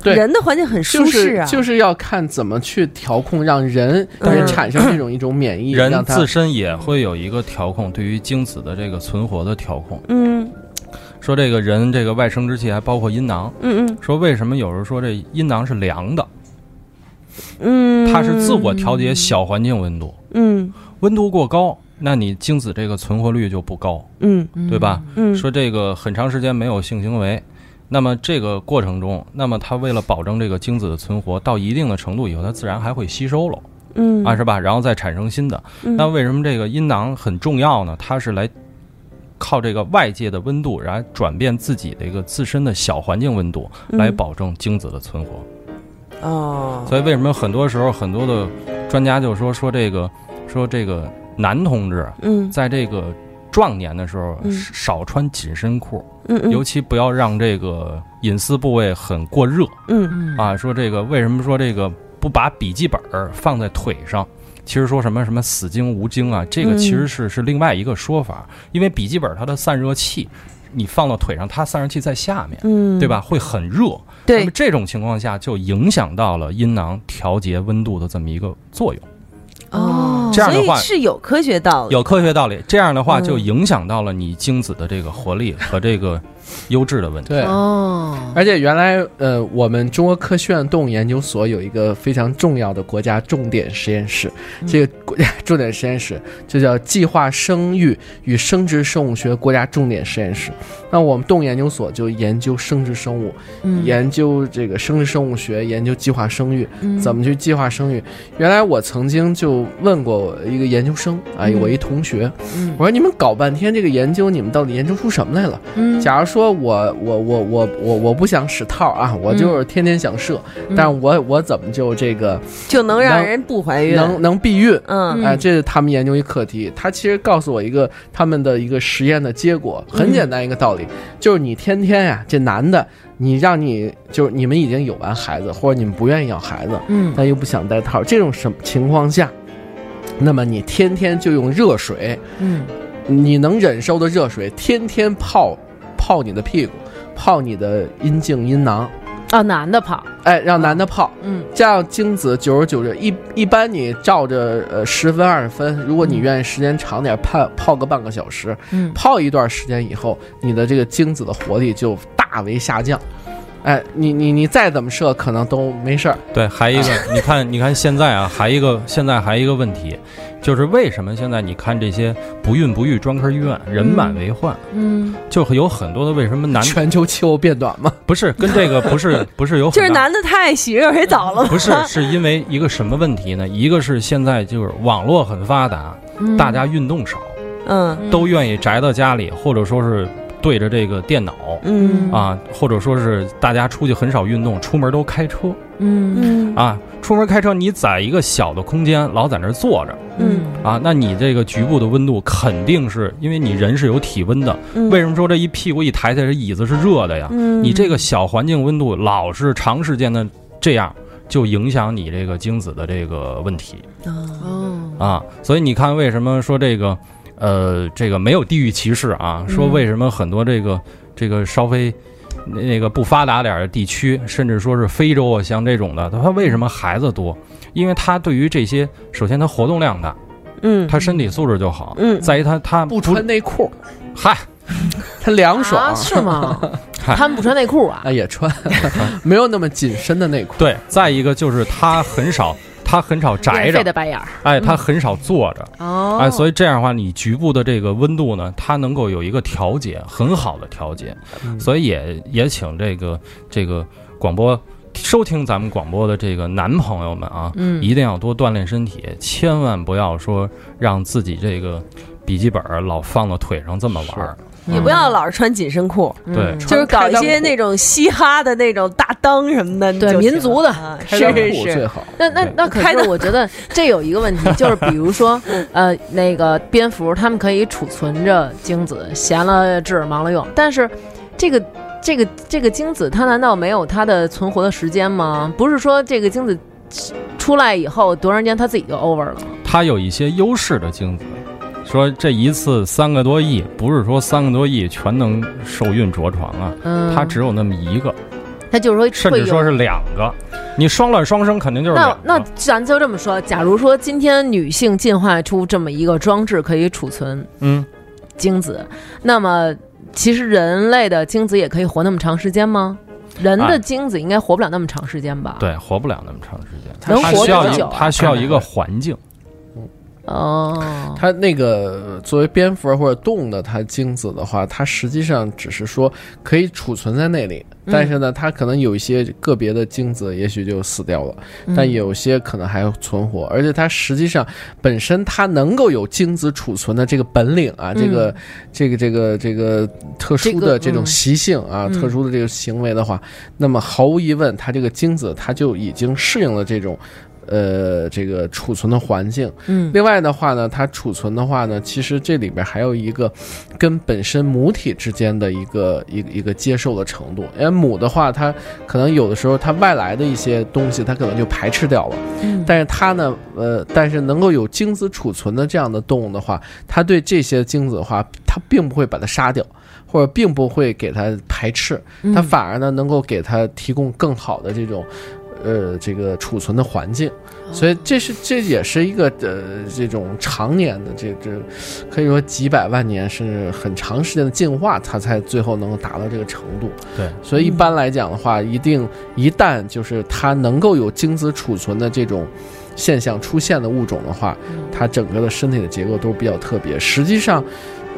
对
人的环境很舒
就
适
是
啊，
就是要看怎么去调控，让人
嗯
也产生这种一种免疫，
人
让它
自身也会有一个调控，对于精子的这个存活的调控。
嗯
说这个人这个外生殖器还包括阴囊，
嗯嗯
说为什么有人说这阴囊是凉的？
嗯，
它是自我调节小环境温度，
嗯
温度过高，那你精子这个存活率就不高，
嗯
对吧？
嗯，
说这个很长时间没有性行为，那么这个过程中，那么它为了保证这个精子的存活，到一定的程度以后，它自然还会吸收了
嗯
啊，是吧？然后再产生新的。那为什么这个阴囊很重要呢？它是来。靠这个外界的温度，然后转变自己的一个自身的小环境温度，
嗯
来保证精子的存活。
哦，
所以为什么很多时候很多的专家就说说这个说这个男同志
嗯
在这个壮年的时候
嗯
少穿紧身裤，
嗯嗯
尤其不要让这个隐私部位很过热
嗯
啊。说这个为什么说这个不把笔记本儿放在腿上？其实说什么什么死精无精啊，这个
嗯
其实是是另外一个说法，因为笔记本它的散热器，你放到腿上，它散热器在下面，
嗯，
对？吧？会很热，那
对
么，这种情况下就影响到了阴囊调节温度的这么一个作用，
嗯
哦，
这样的
所以
话
是有科学道理，
有科学道理。这样的话
嗯
就影响到了你精子的这个活力和这个呃优质的问题。
对，
哦，
而且原来呃，我们中国科学院动物研究所有一个非常重要的国家重点实验室，
嗯
这个国家重点实验室就叫计划生育与生殖生物学国家重点实验室。那我们动物研究所就研究生殖生物，
嗯
研究这个生殖生物学，研究计划生育，
嗯
怎么去计划生育。原来我曾经就问过一个研究生，哎，我一同学，
嗯
我说你们搞半天这个研究，你们到底研究出什么来了？
嗯
假如说我我我我我我不想使套啊，我
嗯
就是天天想射，但是我我怎么就这个
就能让
能
人不怀孕。
能能避孕？
嗯
嗯
哎，这是他们研究一课题。他其实告诉我一个他们的一个实验的结果，
嗯
很简单一个道理，就是你天天呀、这男的，你让你就是你们已经有完孩子，或者你们不愿意要孩子，
嗯
但又不想戴套，这种什么情况下，那么你天天就用热水，
嗯
你能忍受的热水，天天泡泡你的屁股，泡你的阴茎阴囊，
啊，男的跑，
哎，让男的泡，
嗯
这样精子久而久之，一一般你照着呃十分二十分，如果你愿意时间长点，泡泡个半个小时，
嗯
泡一段时间以后，你的这个精子的活力就大为下降。哎，你你你再怎么射，可能都没事儿。
对，还一 个，你看，你看现在啊，还一个，现在还一个问题，就是为什么现在你看这些不孕不育专科医院人满为患，
嗯
就有很多的为什么男
全球气候变暖嘛，
不是跟这个 不是不是有很
就是
大
男的太喜热水澡了吗？
不是 是因为一个什么问题呢？一个是现在就是网络很发达，
嗯，
大家运动少，
嗯
都愿意宅到家里，或者说是对着这个电脑。
嗯
啊，或者说是大家出去很少运动，出门都开车
嗯
嗯
啊。出门开车，你在一个小的空间，老在那儿坐着，
嗯
啊，那你这个局部的温度肯定是因为你人是有体温的。
嗯
为什么说这一屁股一抬起来，这椅子是热的呀？
嗯
你这个小环境温度老是长时间的这样，就影响你这个精子的这个问题
哦
啊。所以你看，为什么说这个，呃，这个没有地域歧视啊？说为什么很多这个这个稍微。那那个不发达点儿的地区，甚至说是非洲啊，像这种的，它为什么孩子多？因为它对于这些，首先它活动量大，
嗯
他身体素质就好。
嗯
在于他他
不穿内裤，
嗨，
它凉爽。
啊是吗？
嗨
他们不穿内 裤啊？
啊，也穿，没有那么紧身的内裤。
对，再一个就是他很少，他很少宅
免费的
着，
白眼儿
哎，他很少坐着，
哦
哎，所以这样的话，你局部的这个温度呢，它能够有一个调节，很好的调节，所以也也请这个这个广播。收听咱们广播的这个男朋友们啊，
嗯
一定要多锻炼身体，千万不要说让自己这个笔记本儿老放到腿上这么玩儿。
也不要老是穿紧身裤，
嗯
嗯对
就是搞一
开裆
些
裤
那种嘻哈的那种大裆什么的，
对
就行了
民族的
啊
开
是
裆
是
裤最
是，
好。
那那
对
那可是，我觉得这有一个 问题，就是比如说，呃，那个蝙蝠它们可以储存着精子，闲了治，忙了用。但是，这个这个这个精子，它难道没有它的存活的时间吗？不是说这个精子出来以后多长时间它自己就 over 了吗？
它有一些优势的精子，说这一次三个多亿，不是说三个多亿全能受孕着床啊，
嗯，
它只有那么一个，
它就是说
甚
会
至
有
说是两个，你双卵双生肯定就是两
那
个。嗯
那咱就这么说，假如说今天女性进化出这么一个装置，可以储存
嗯，
精子，那么其实人类的精子也可以活那么长时间吗？人的
哎
精子应该活不了那么长时间吧？，
对，活不了那么长时间，
能
它
活
需要
多
一
久啊
它需要一个环 境，
哦，
它那个作为蝙蝠或者动物的它精子的话，它实际上只是说可以储存在那里，
嗯
但是呢，它可能有一些个别的精子也许就死掉了，
嗯
但有些可能还存活，而且它实际上本身它能够有精子储存的这个本领啊，这个这个这个这个特殊的
嗯这
这
个嗯
种习性啊，特殊的这个行为的话，那么毫无疑问，它这个精子它就已经适应了这种。呃，这个储存的环境，
嗯
另外的话呢，它储存的话呢，其实这里边还有一个跟本身母体之间的一个一个一个接受的程度。因为母的话，它可能有的时候它外来的一些东西，它可能就排斥掉了。
嗯
但是它呢，呃，但是能够有精子储存的这样的动物的话，它对这些精子的话，它并不会把它杀掉。或者
嗯
并不会给它排斥，它反而呢能够给它提供更好的这种，呃这个储存的环境，所以这是这也是一个呃这种常年的这这可以说几百万年甚至很长时间的进化，它才最后能够达到这个程度。
对，。
所以一般来讲的话，一定一旦就是它能够有精子储存的这种现象出现的物种的话，它整个的身体的结构都比较特别。实际上，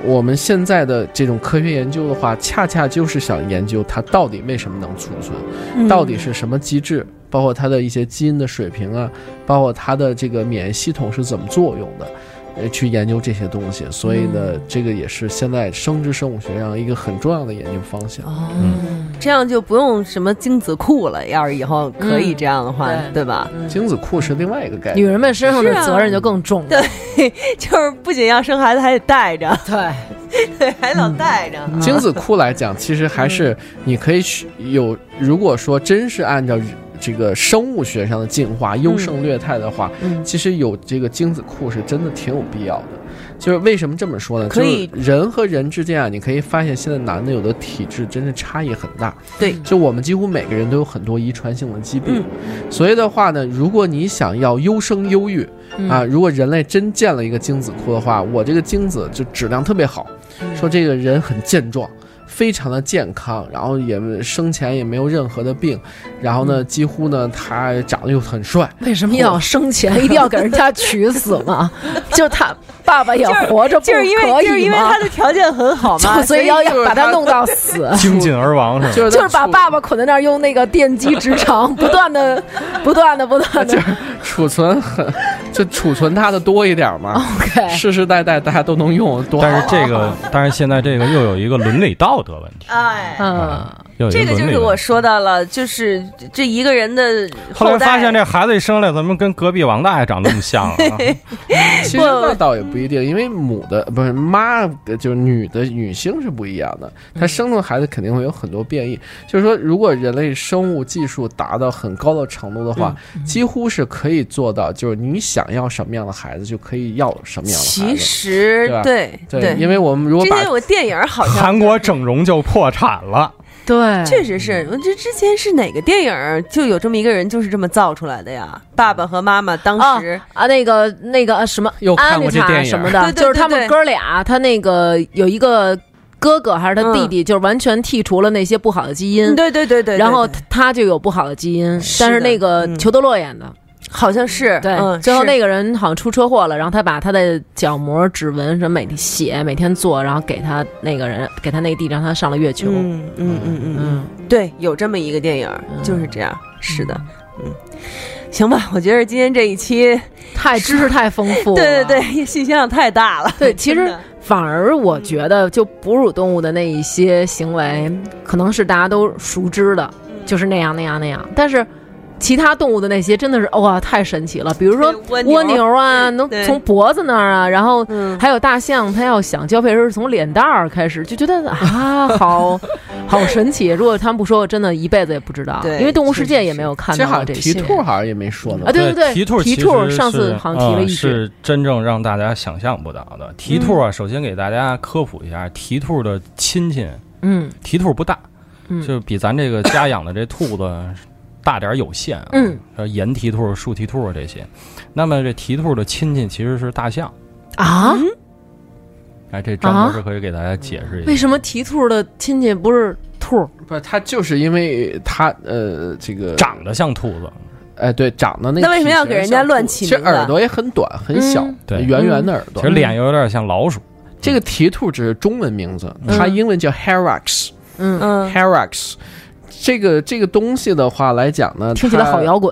我们现在的这种科学研究的话，恰恰就是想研究它到底为什么能储存，到底是什么机制，包括它的一些基因的水平啊，包括它的这个免疫系统是怎么作用的。呃，去研究这些东西，所以呢，
嗯
这个也是现在生殖生物学上一个很重要的研究方向。
哦，这样就不用什么精子库了。要是以后可以这样的话，
嗯对
对吧？
精子库是另外一个概
女
念。
人们身上的
是啊
责任就更重了。
就是不仅要生孩子，还得带着，
对，
对，还老带着。啊
精子库来讲，其实还
嗯
是你可以去有，如果说真是按照这个生物学上的进化优胜劣汰的话，
嗯
其实有这个精子库是真的挺有必要的。就是为什么这么说呢？
可以
就是人和人之间啊，你可以发现现在男的有的体质真是差异很大。
对
就我们几乎每个人都有很多遗传性的疾病，
嗯
所以的话呢，如果你想要优生优育、
嗯
啊，如果人类真建了一个精子库的话，我这个精子就质量特别好，
嗯
说这个人很健壮。非常的健康，然后也生前也没有任何的病，然后
嗯
呢，几乎呢他长得又很帅，
为什么要生前一定要给人家娶死 呢？就他爸爸也活着，
就是因为就是因为他的条件很好嘛，
就所以要要把他弄到死
精尽而亡是吗？
就是
嗯就
他
是把
处
爸爸捆在那儿，用那个电击 直肠，不断的、不断的、不断的。
储存很，就储存他的多一点
哦
嘛，
OK，
世世代代大家都能用，多好
但是这个，但是现在这个又有一个伦理道德问题，
哎。
嗯，
啊，又有一
这个就
伦理
是
问
我
题。
说到了，就是这一个人的
后来
代
发现这孩子一生来，怎么跟隔壁王大爷长那么像啊？
其实那倒也不一定，因为母的不是妈的，就是女的女性是不一样的，
嗯
她生的孩子肯定会有很多变异。就是说，如果人类生物技术达到很高的程度的话，
嗯
几乎是可以做到，就是你想要什么样的孩子就可以要什么样的
其
孩子。
实
对吧
对
对，因为我们如果
之
把
前有个电影儿好像
韩国整容就破产了，
对，
确实是，我这之前是哪个电影儿就有这么一个人就是这么造出来的呀？爸爸和妈妈当
啊
时
啊，那个那个什么
又
安
看
妮
过这
塔
电影
什么的，
对对
就是他
对
们
对
哥俩，他那个有一个哥哥还是他弟弟，就是完全剔除了那些不好的基因
嗯，，对对对对，
然后
对
他他就有不好的基因，
是
但是
的
那个
嗯
裘德洛演的，
好像是
对，
嗯，
最后
是
那个人好像出车祸了，然后他把他的角膜、指纹什么每天写，每天做，然后给他那个人，给他那个弟，让他上了月球。
嗯嗯嗯嗯嗯，
嗯，
对，有这么一个电影儿
嗯
就是这样，是的，嗯。行吧，我觉得今天这一期，
太知识太丰富了。
对对对，信息量太大了。
对，其
真
实
的
反而我觉得，就哺乳动物的那一些行为，可能是大家都熟知的，
嗯
就是那样那样那样。但是其他动物的那些真的是哇，太神奇了。比如说
对哎蜗牛
蜗牛啊，能
对
从脖子那儿啊，然后
嗯
还有大象，它要想交配的时候是从脸蛋儿开始，就觉得啊， 好好神奇。如果他们不说，我真的一辈子也不知道，
对
因为动物世界
是
也没有看
其实
到
好像
这
提
些。
兔好像也没说呢
啊，，对对，
提兔
提
其
兔
实
上次
是
好像提了
呃
一句，嗯
是真正让大家想象不到的。提兔啊，首先给大家科普一下，提兔的亲戚，
嗯
提兔不大，
嗯
就是比咱这个家养的这兔子大点儿有限啊。
嗯，
呃，岩蹄兔、树蹄兔啊这些。那么这蹄兔的亲戚其实是大象，
啊，
哎，这张
啊
博士可以给大家解释一下。
为什么提兔的亲戚不是兔？
嗯
不是，它就是因为它呃这个
长得像兔子，
哎对长得那个
那为什么要
体型
给人家
像
乱
兔
起
其实
名字啊
耳朵也很短很小
嗯，
对
圆圆的耳朵，
其实脸又有点像老鼠。
这个蹄兔只是中文名字，它英文叫 Herax、
嗯，
嗯，
Herax。这个这个东西的话来讲呢，
听起来
它
好摇滚。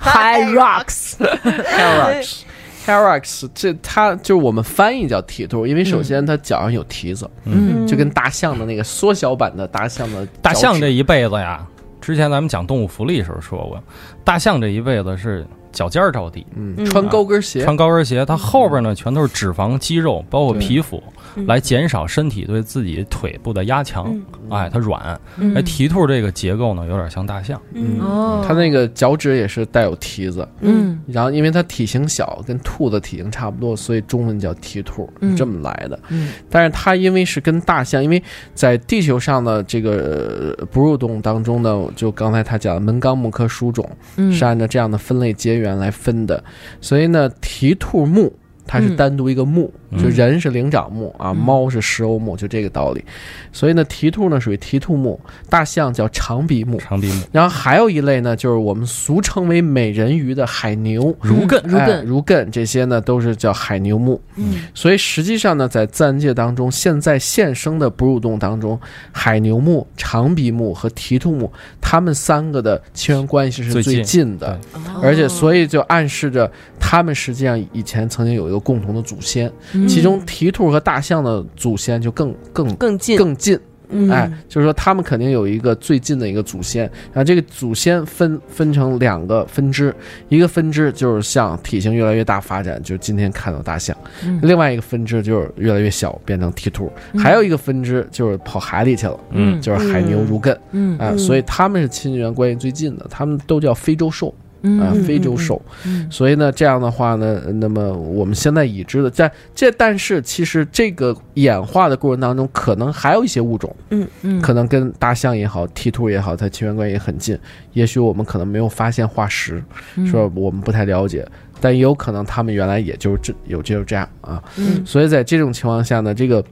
High rocks，
Herax。Herax，这它就是我们翻译叫蹄兔，因为首先它脚上有蹄子，
嗯，
就跟大象的那个缩小版的大象的
大象
脚
这
趾
一辈子呀，之前咱们讲动物福利时候说过，大象这一辈子是脚尖儿着地，
嗯，穿高跟鞋，
穿高跟鞋，它后边呢全都是脂肪、肌肉，包括皮肤，来减少身体对自己腿部的压强。哎，它软。哎，蹄兔这个结构呢，有点像大象。
嗯，
哦
它那个脚趾也是带有蹄子，
嗯
然后因为它体型小，跟兔子体型差不多，所以中文叫蹄兔，
嗯
这么来的。
嗯
但是它因为是跟大象，因为在地球上的这个呃哺乳动物当中呢，就刚才他讲的门纲目科属种
嗯
是按照这样的分类结缘来分的，所以呢，蹄兔目。它是
嗯
单独一个目，
嗯
就人是灵长目啊，
嗯
猫是食欧目，就这个道理。所以呢，蹄兔呢属于蹄兔目，大象叫长鼻目，
长鼻目，
然后还有一类呢，就是我们俗称为美人鱼的海牛、
如艮如
哎
艮
如艮这些呢，都是叫海牛目。
嗯
所以实际上呢，在自然界当中，现在现生的哺乳动物当中，海牛目、长鼻目和蹄兔目，它们三个的亲缘关系是
最
最
近
近的，
哦
而且所以就暗示着它们实际上以前曾经有一个共同的祖先，
嗯
其中蹄兔和大象的祖先就更更
更近，
更近。
嗯
哎，就是说他们肯定有一个最近的一个祖先，然后这个祖先分分成两个分支，一个分支就是向体型越来越大发展，就是今天看到大象；
嗯
另外一个分支就是越来越小，变成蹄兔；还有一个分支就是跑海里去了，
嗯
就是海牛如艮啊、
嗯
哎所以他们是亲缘关系最近的，他们都叫非洲兽
嗯
啊、非洲兽。
嗯
所以呢，这样的话呢，呃那么我们现在已知的，但这但是其实这个演化的过程当中，可能还有一些物种。
嗯
可能跟大象也好、蹄兔也好，它亲缘关系也很近。也许我们可能没有发现化石，
嗯
是吧？我们不太了解，但也有可能它们原来也就是这有就是这样啊。
嗯
所以在这种情况下呢，这个。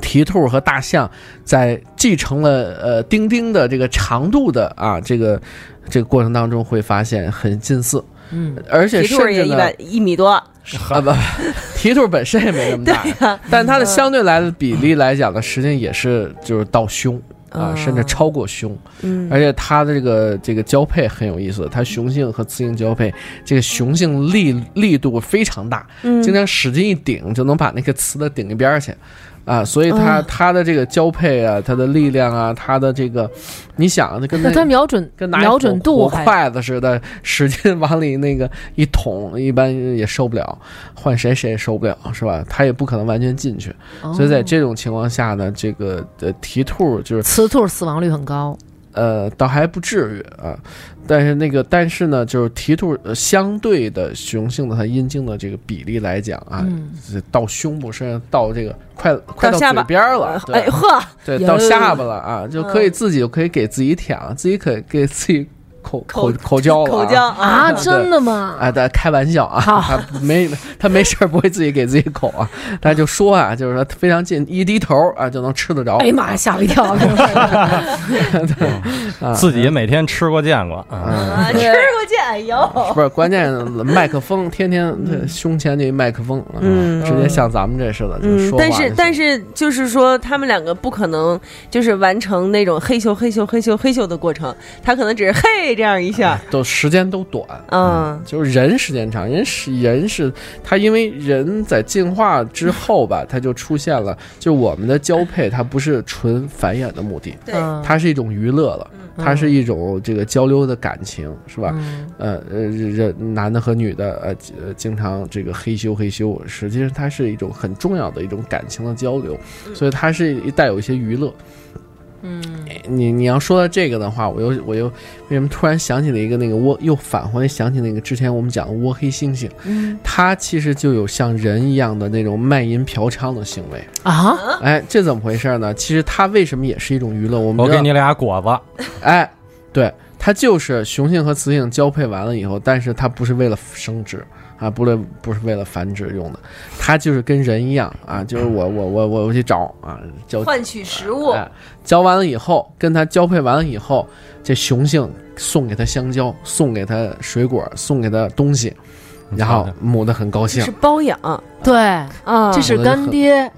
蹄兔和大象在继承了呃丁丁的这个长度的啊这个这个过程当中，会发现很近似，
嗯
而且
蹄
甚
兔也
至
一
呢
百一米多，
啊不，蹄兔本身也没那么大，但它的相对来的比例来讲呢，实际上也是就是到胸。
哦
啊，甚至超过胸，
嗯
而且它的这个这个交配很有意思，它雄性和雌性交配，这个雄性力力度非常大，经常使劲一顶就能把那个雌的顶一边儿去，啊，所以它、它的这个交配啊，它的力量啊，它的这个，你想啊，它跟
那它
那
瞄准
跟拿一
瞄准
火火
度还
筷子似的，使劲往里那个一捅，一般也受不了，换谁谁也受不了，是吧？它也不可能完全进去，
哦
所以在这种情况下呢，这个呃蹄兔就是
雌兔死亡率很高，
呃倒还不至于啊，但是那个但是呢，就是蹄兔、呃相对的雄性的它阴茎的这个比例来讲啊，
嗯
是到胸部甚至到这个快快
下
嘴
巴
边儿了，对
哎呵，
对，
呃呦
到下巴了啊，
嗯
就可以自己就可以给自己舔了，自己可以给自己口口
口
口交了、啊，
口交啊，
啊，真的吗？
啊，大家开玩笑啊，他没他没事儿不会自己给自己口 啊，他就说啊，就是说非常近，一低头啊就能吃得着。
哎呀妈呀，吓我一 跳！
自己每天吃过见过啊。
嗯，
吃过去，哎呦，
不是，关键麦克风天天呃胸前这麦克风啊，
嗯
直接像咱们这似的，就
嗯
说，话
但
就行。
是但是就是说，他们两个不可能就是完成那种嘿咻嘿咻嘿咻嘿咻的过程，他可能只是嘿这样一下，
都时间都短，
嗯
就是人时间长，人是人是它，因为人在进化之后 吧，它就出现了，就我们的交配，它不是纯繁衍的目的，
对
嗯
它是一种娱乐了，它是一种这个交流的感情，是吧？
嗯
呃呃，人男的和女的呃呃，经常这个嘿咻嘿咻，实际上它是一种很重要的一种感情的交流，所以它是一带有一些娱乐。
嗯
你你要说到这个的话，我又我又为什么突然想起了一个那个窝，又返回想起那个之前我们讲的窝黑猩猩，
嗯
它其实就有像人一样的那种卖淫嫖娼的行为。
啊，
哎，这怎么回事呢？其实它为什么也是一种娱乐？我们
我
知道
给你俩果子，
哎，对，它就是雄性和雌性交配完了以后，但是它不是为了生殖啊，不是不是为了繁殖用的，它就是跟人一样啊，就是我我我我我去找啊，交
换取食物
哎，交完了以后，跟它交配完了以后，这雄性送给它香蕉，送给它水果，送给它东西，然后母的很高兴
是，包养
对，
啊，
这是干爹，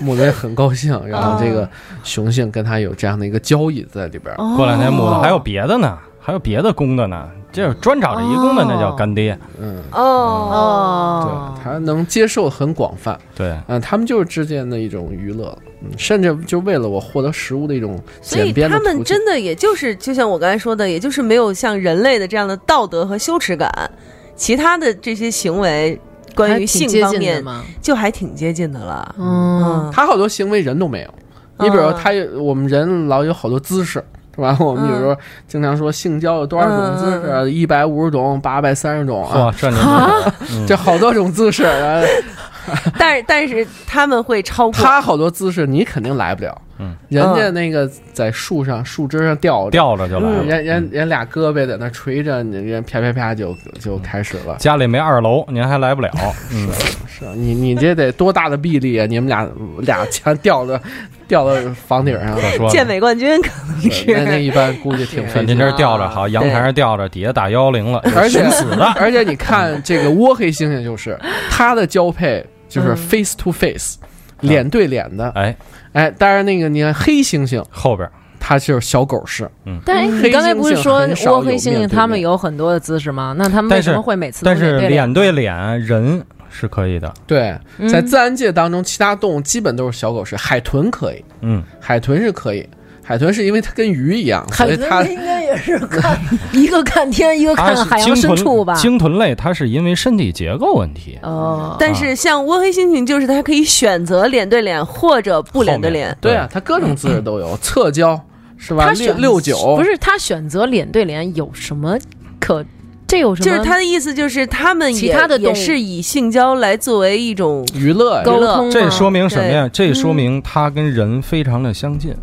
母的很高兴，
哦
然后这个雄性跟它有这样的一个交易在里边儿。
过两天母的还有别的呢，还有别的公的呢，这专找这一公的那叫干爹。
嗯，
哦，
哦
对，他能接受很广泛，
对，
嗯、他们就是之间的一种娱乐，嗯，甚至就为了我获得食物的一种
所
简
以
便的
他
途径。
们真的也就是，就像我刚才说的，也就是没有像人类的这样的道德和羞耻感，其他的这些行为关于性方面
嘛，
就还挺接近的了。
嗯，
嗯，
他好多行为人都没有。你比如说他有，我们人老有好多姿势，是吧？ 我们比如说经常说性交有多少种姿
嗯
势，啊一百五十种、八百三十种啊
哇，，这你嗯
这好多种姿 势。然后
但是但是他们会超过
他好多姿势你肯定来不了，
嗯，
人家那个在树上树枝上吊着，
吊着就来了。嗯
人人人俩胳膊在那垂着，你人啪啪啪就就
嗯
开始了。
家里没二楼，您还来不了。 嗯，
是啊你你这得多大的臂力啊！你们俩俩全吊着吊到房顶上
可，说
健
呢，
美冠军，可能
是那那
是
一般估计挺费
您
劲。
这儿吊着好，阳台上吊着，底下打幺幺零了，
而且
寻死的。
而且你看这个窝黑猩猩，就是它的交配就是 face to face，、脸
嗯
对脸的。
哎，
哎，当然那个你看黑猩猩，
后边儿
它就是小狗式，
但是哎
黑
你刚才
猩
不是
猩
说
很少
窝
有
黑猩
面对
猩他们
面
有很多的姿势吗？那他们
但
为什
是
么会每次都
但是
对
脸对脸，人是可以的。
对，在自然界当中，其他动物基本都是小狗式，海豚可以，
嗯，
海豚是可以。海豚是因为它跟鱼一样，
海
所以它
豚应该也是看一个看天，一个
它
看
是
海洋
鲸
深处吧
豚，。鲸豚类啊它是因为身体结构问题，
哦，
但是像窝黑猩猩，就是它可以选择脸对脸或者不脸对脸。
对啊，它各种姿势都有，侧交是吧？
他
六
选
六九
不是他选择脸对脸有什么可？这有什
就
么？
是他的意思，就是他们也
其他的动物
也是以性交来作为一种
娱乐呀
沟
乐
通
这
吗
说明什么呀？这
嗯
说明它跟人非常的相近。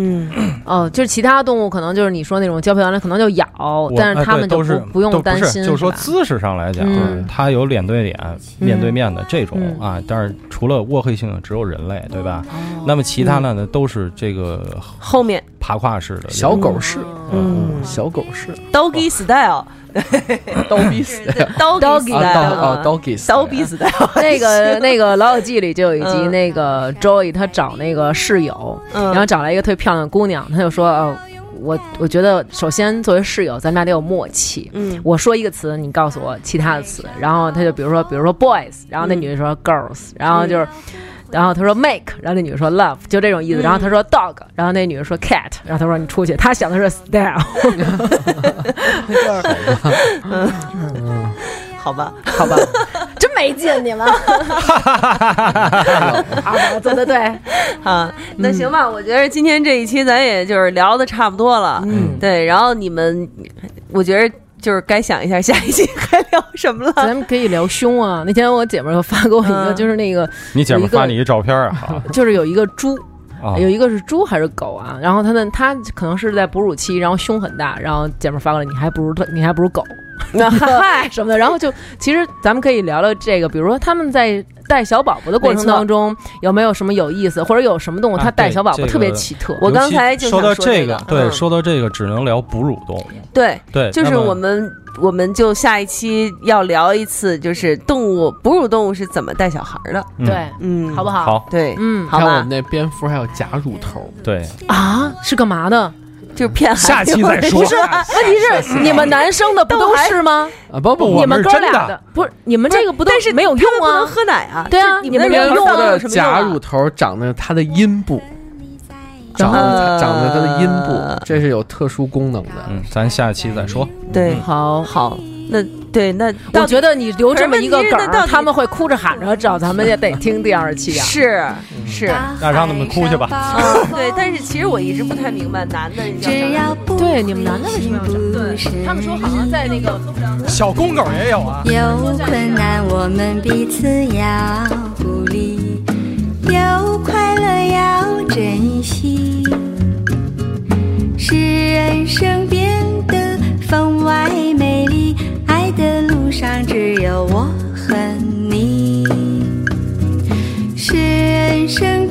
嗯，
哦，就是其他动物可能就是你说那种交配完了可能就咬
我，
但
哎
是他
对
们就
都
不
是
不用
都
担
是
心，
就是说
吧
姿势上来讲
嗯，
它有脸对脸、面对面的这种
嗯
啊，但是除了卧黑性只有人类，对吧？
哦
那么其
嗯
他的呢，都是这个
后面
爬胯式的
小狗式，
嗯
小狗式，哦
doggy style，
刀逼死呀
doggy
Doggy
啊，
style，
刀啊刀给死呀，
刀逼 style，
那 个那个《老友记》里就有一集，
嗯
那个 Joey 他找那个室友，
嗯
然后找来一个特别漂亮的姑娘，他就说：“哦，我我觉得首先作为室友，咱们俩得有默契。
嗯
我说一个词，你告诉我其他的词。然后他就比如说，比如说 boys，然后那女的
嗯
说 girls，然后就是。”然后他说 make，然后那女的说 love，就这种
嗯
意思。然后他说 dog，然后那女的说 cat，然后他说你出去。他想的 是 style，
好吧，
好吧， 真没劲你们。好吧，做的对。
啊，那行吧，我觉得今天这一期咱也就是聊的差不多了，
嗯
对，然后你们，我觉得就是该想一下下一期 该聊什么了。
咱们可以聊胸啊。那天我姐们儿又发给我一个，
嗯
就是那个，
你姐
有
们
一个
发你一照片啊，好
就是有一个猪，
啊
有一个是猪还是狗啊？然后它的它可能是在哺乳期，然后胸很大，然后姐们儿发过来，你还不如它你还不如狗， 嗨什么的。然后就其实咱们可以聊聊这个，比如说他们在。带小宝宝的过程当中，有没有什么有意思，或者有什么动物
啊
它带
对
小宝
这
宝
个
特别奇特？
我刚才
尤其
就
说
想
到
说
这
这个
对，
嗯
说到这个只能聊哺乳动物，
对，
对，
就是
那么
我们，我们就下一期要聊一次，就是动物哺乳动物是怎么带小孩的，
嗯
对，
嗯，
好不
好？
好？，
好，
对，
嗯
好
看我
吧
们，那蝙蝠还有假乳头，
对，
啊，是干嘛的？啊
就是骗孩子
下期再说
不是
问题是你们男生的不都是吗？
啊，不不，
我
你
们
们
是
哥
真的
俩的不是你们这个不都
但是
没有用
他们不能
啊？
喝奶啊，
对啊
就是你们
你们
人
蝙蝠
没有用
的
有什么用
假
啊？
乳头长在它的阴部，长
呃
在长在它的阴部，这是有特殊功能的。
嗯，咱下期再说，
对，
好，
好，那对那
嗯我觉得你留这么一个梗
可是问题是那到
儿，
底
他们会哭着喊着找咱们也得听第二期啊。
是是。
嗯
那让他们哭去吧。
嗯，对，但是其实我一直不太明白男的要
只要不
对，你们男的为什么要这样？
对
他们说好像在那个。
小公狗也有啊。
有困难，我们彼此要鼓励；有快乐要珍惜，使人生变得分外美丽。爱的路上只有我和你，使人生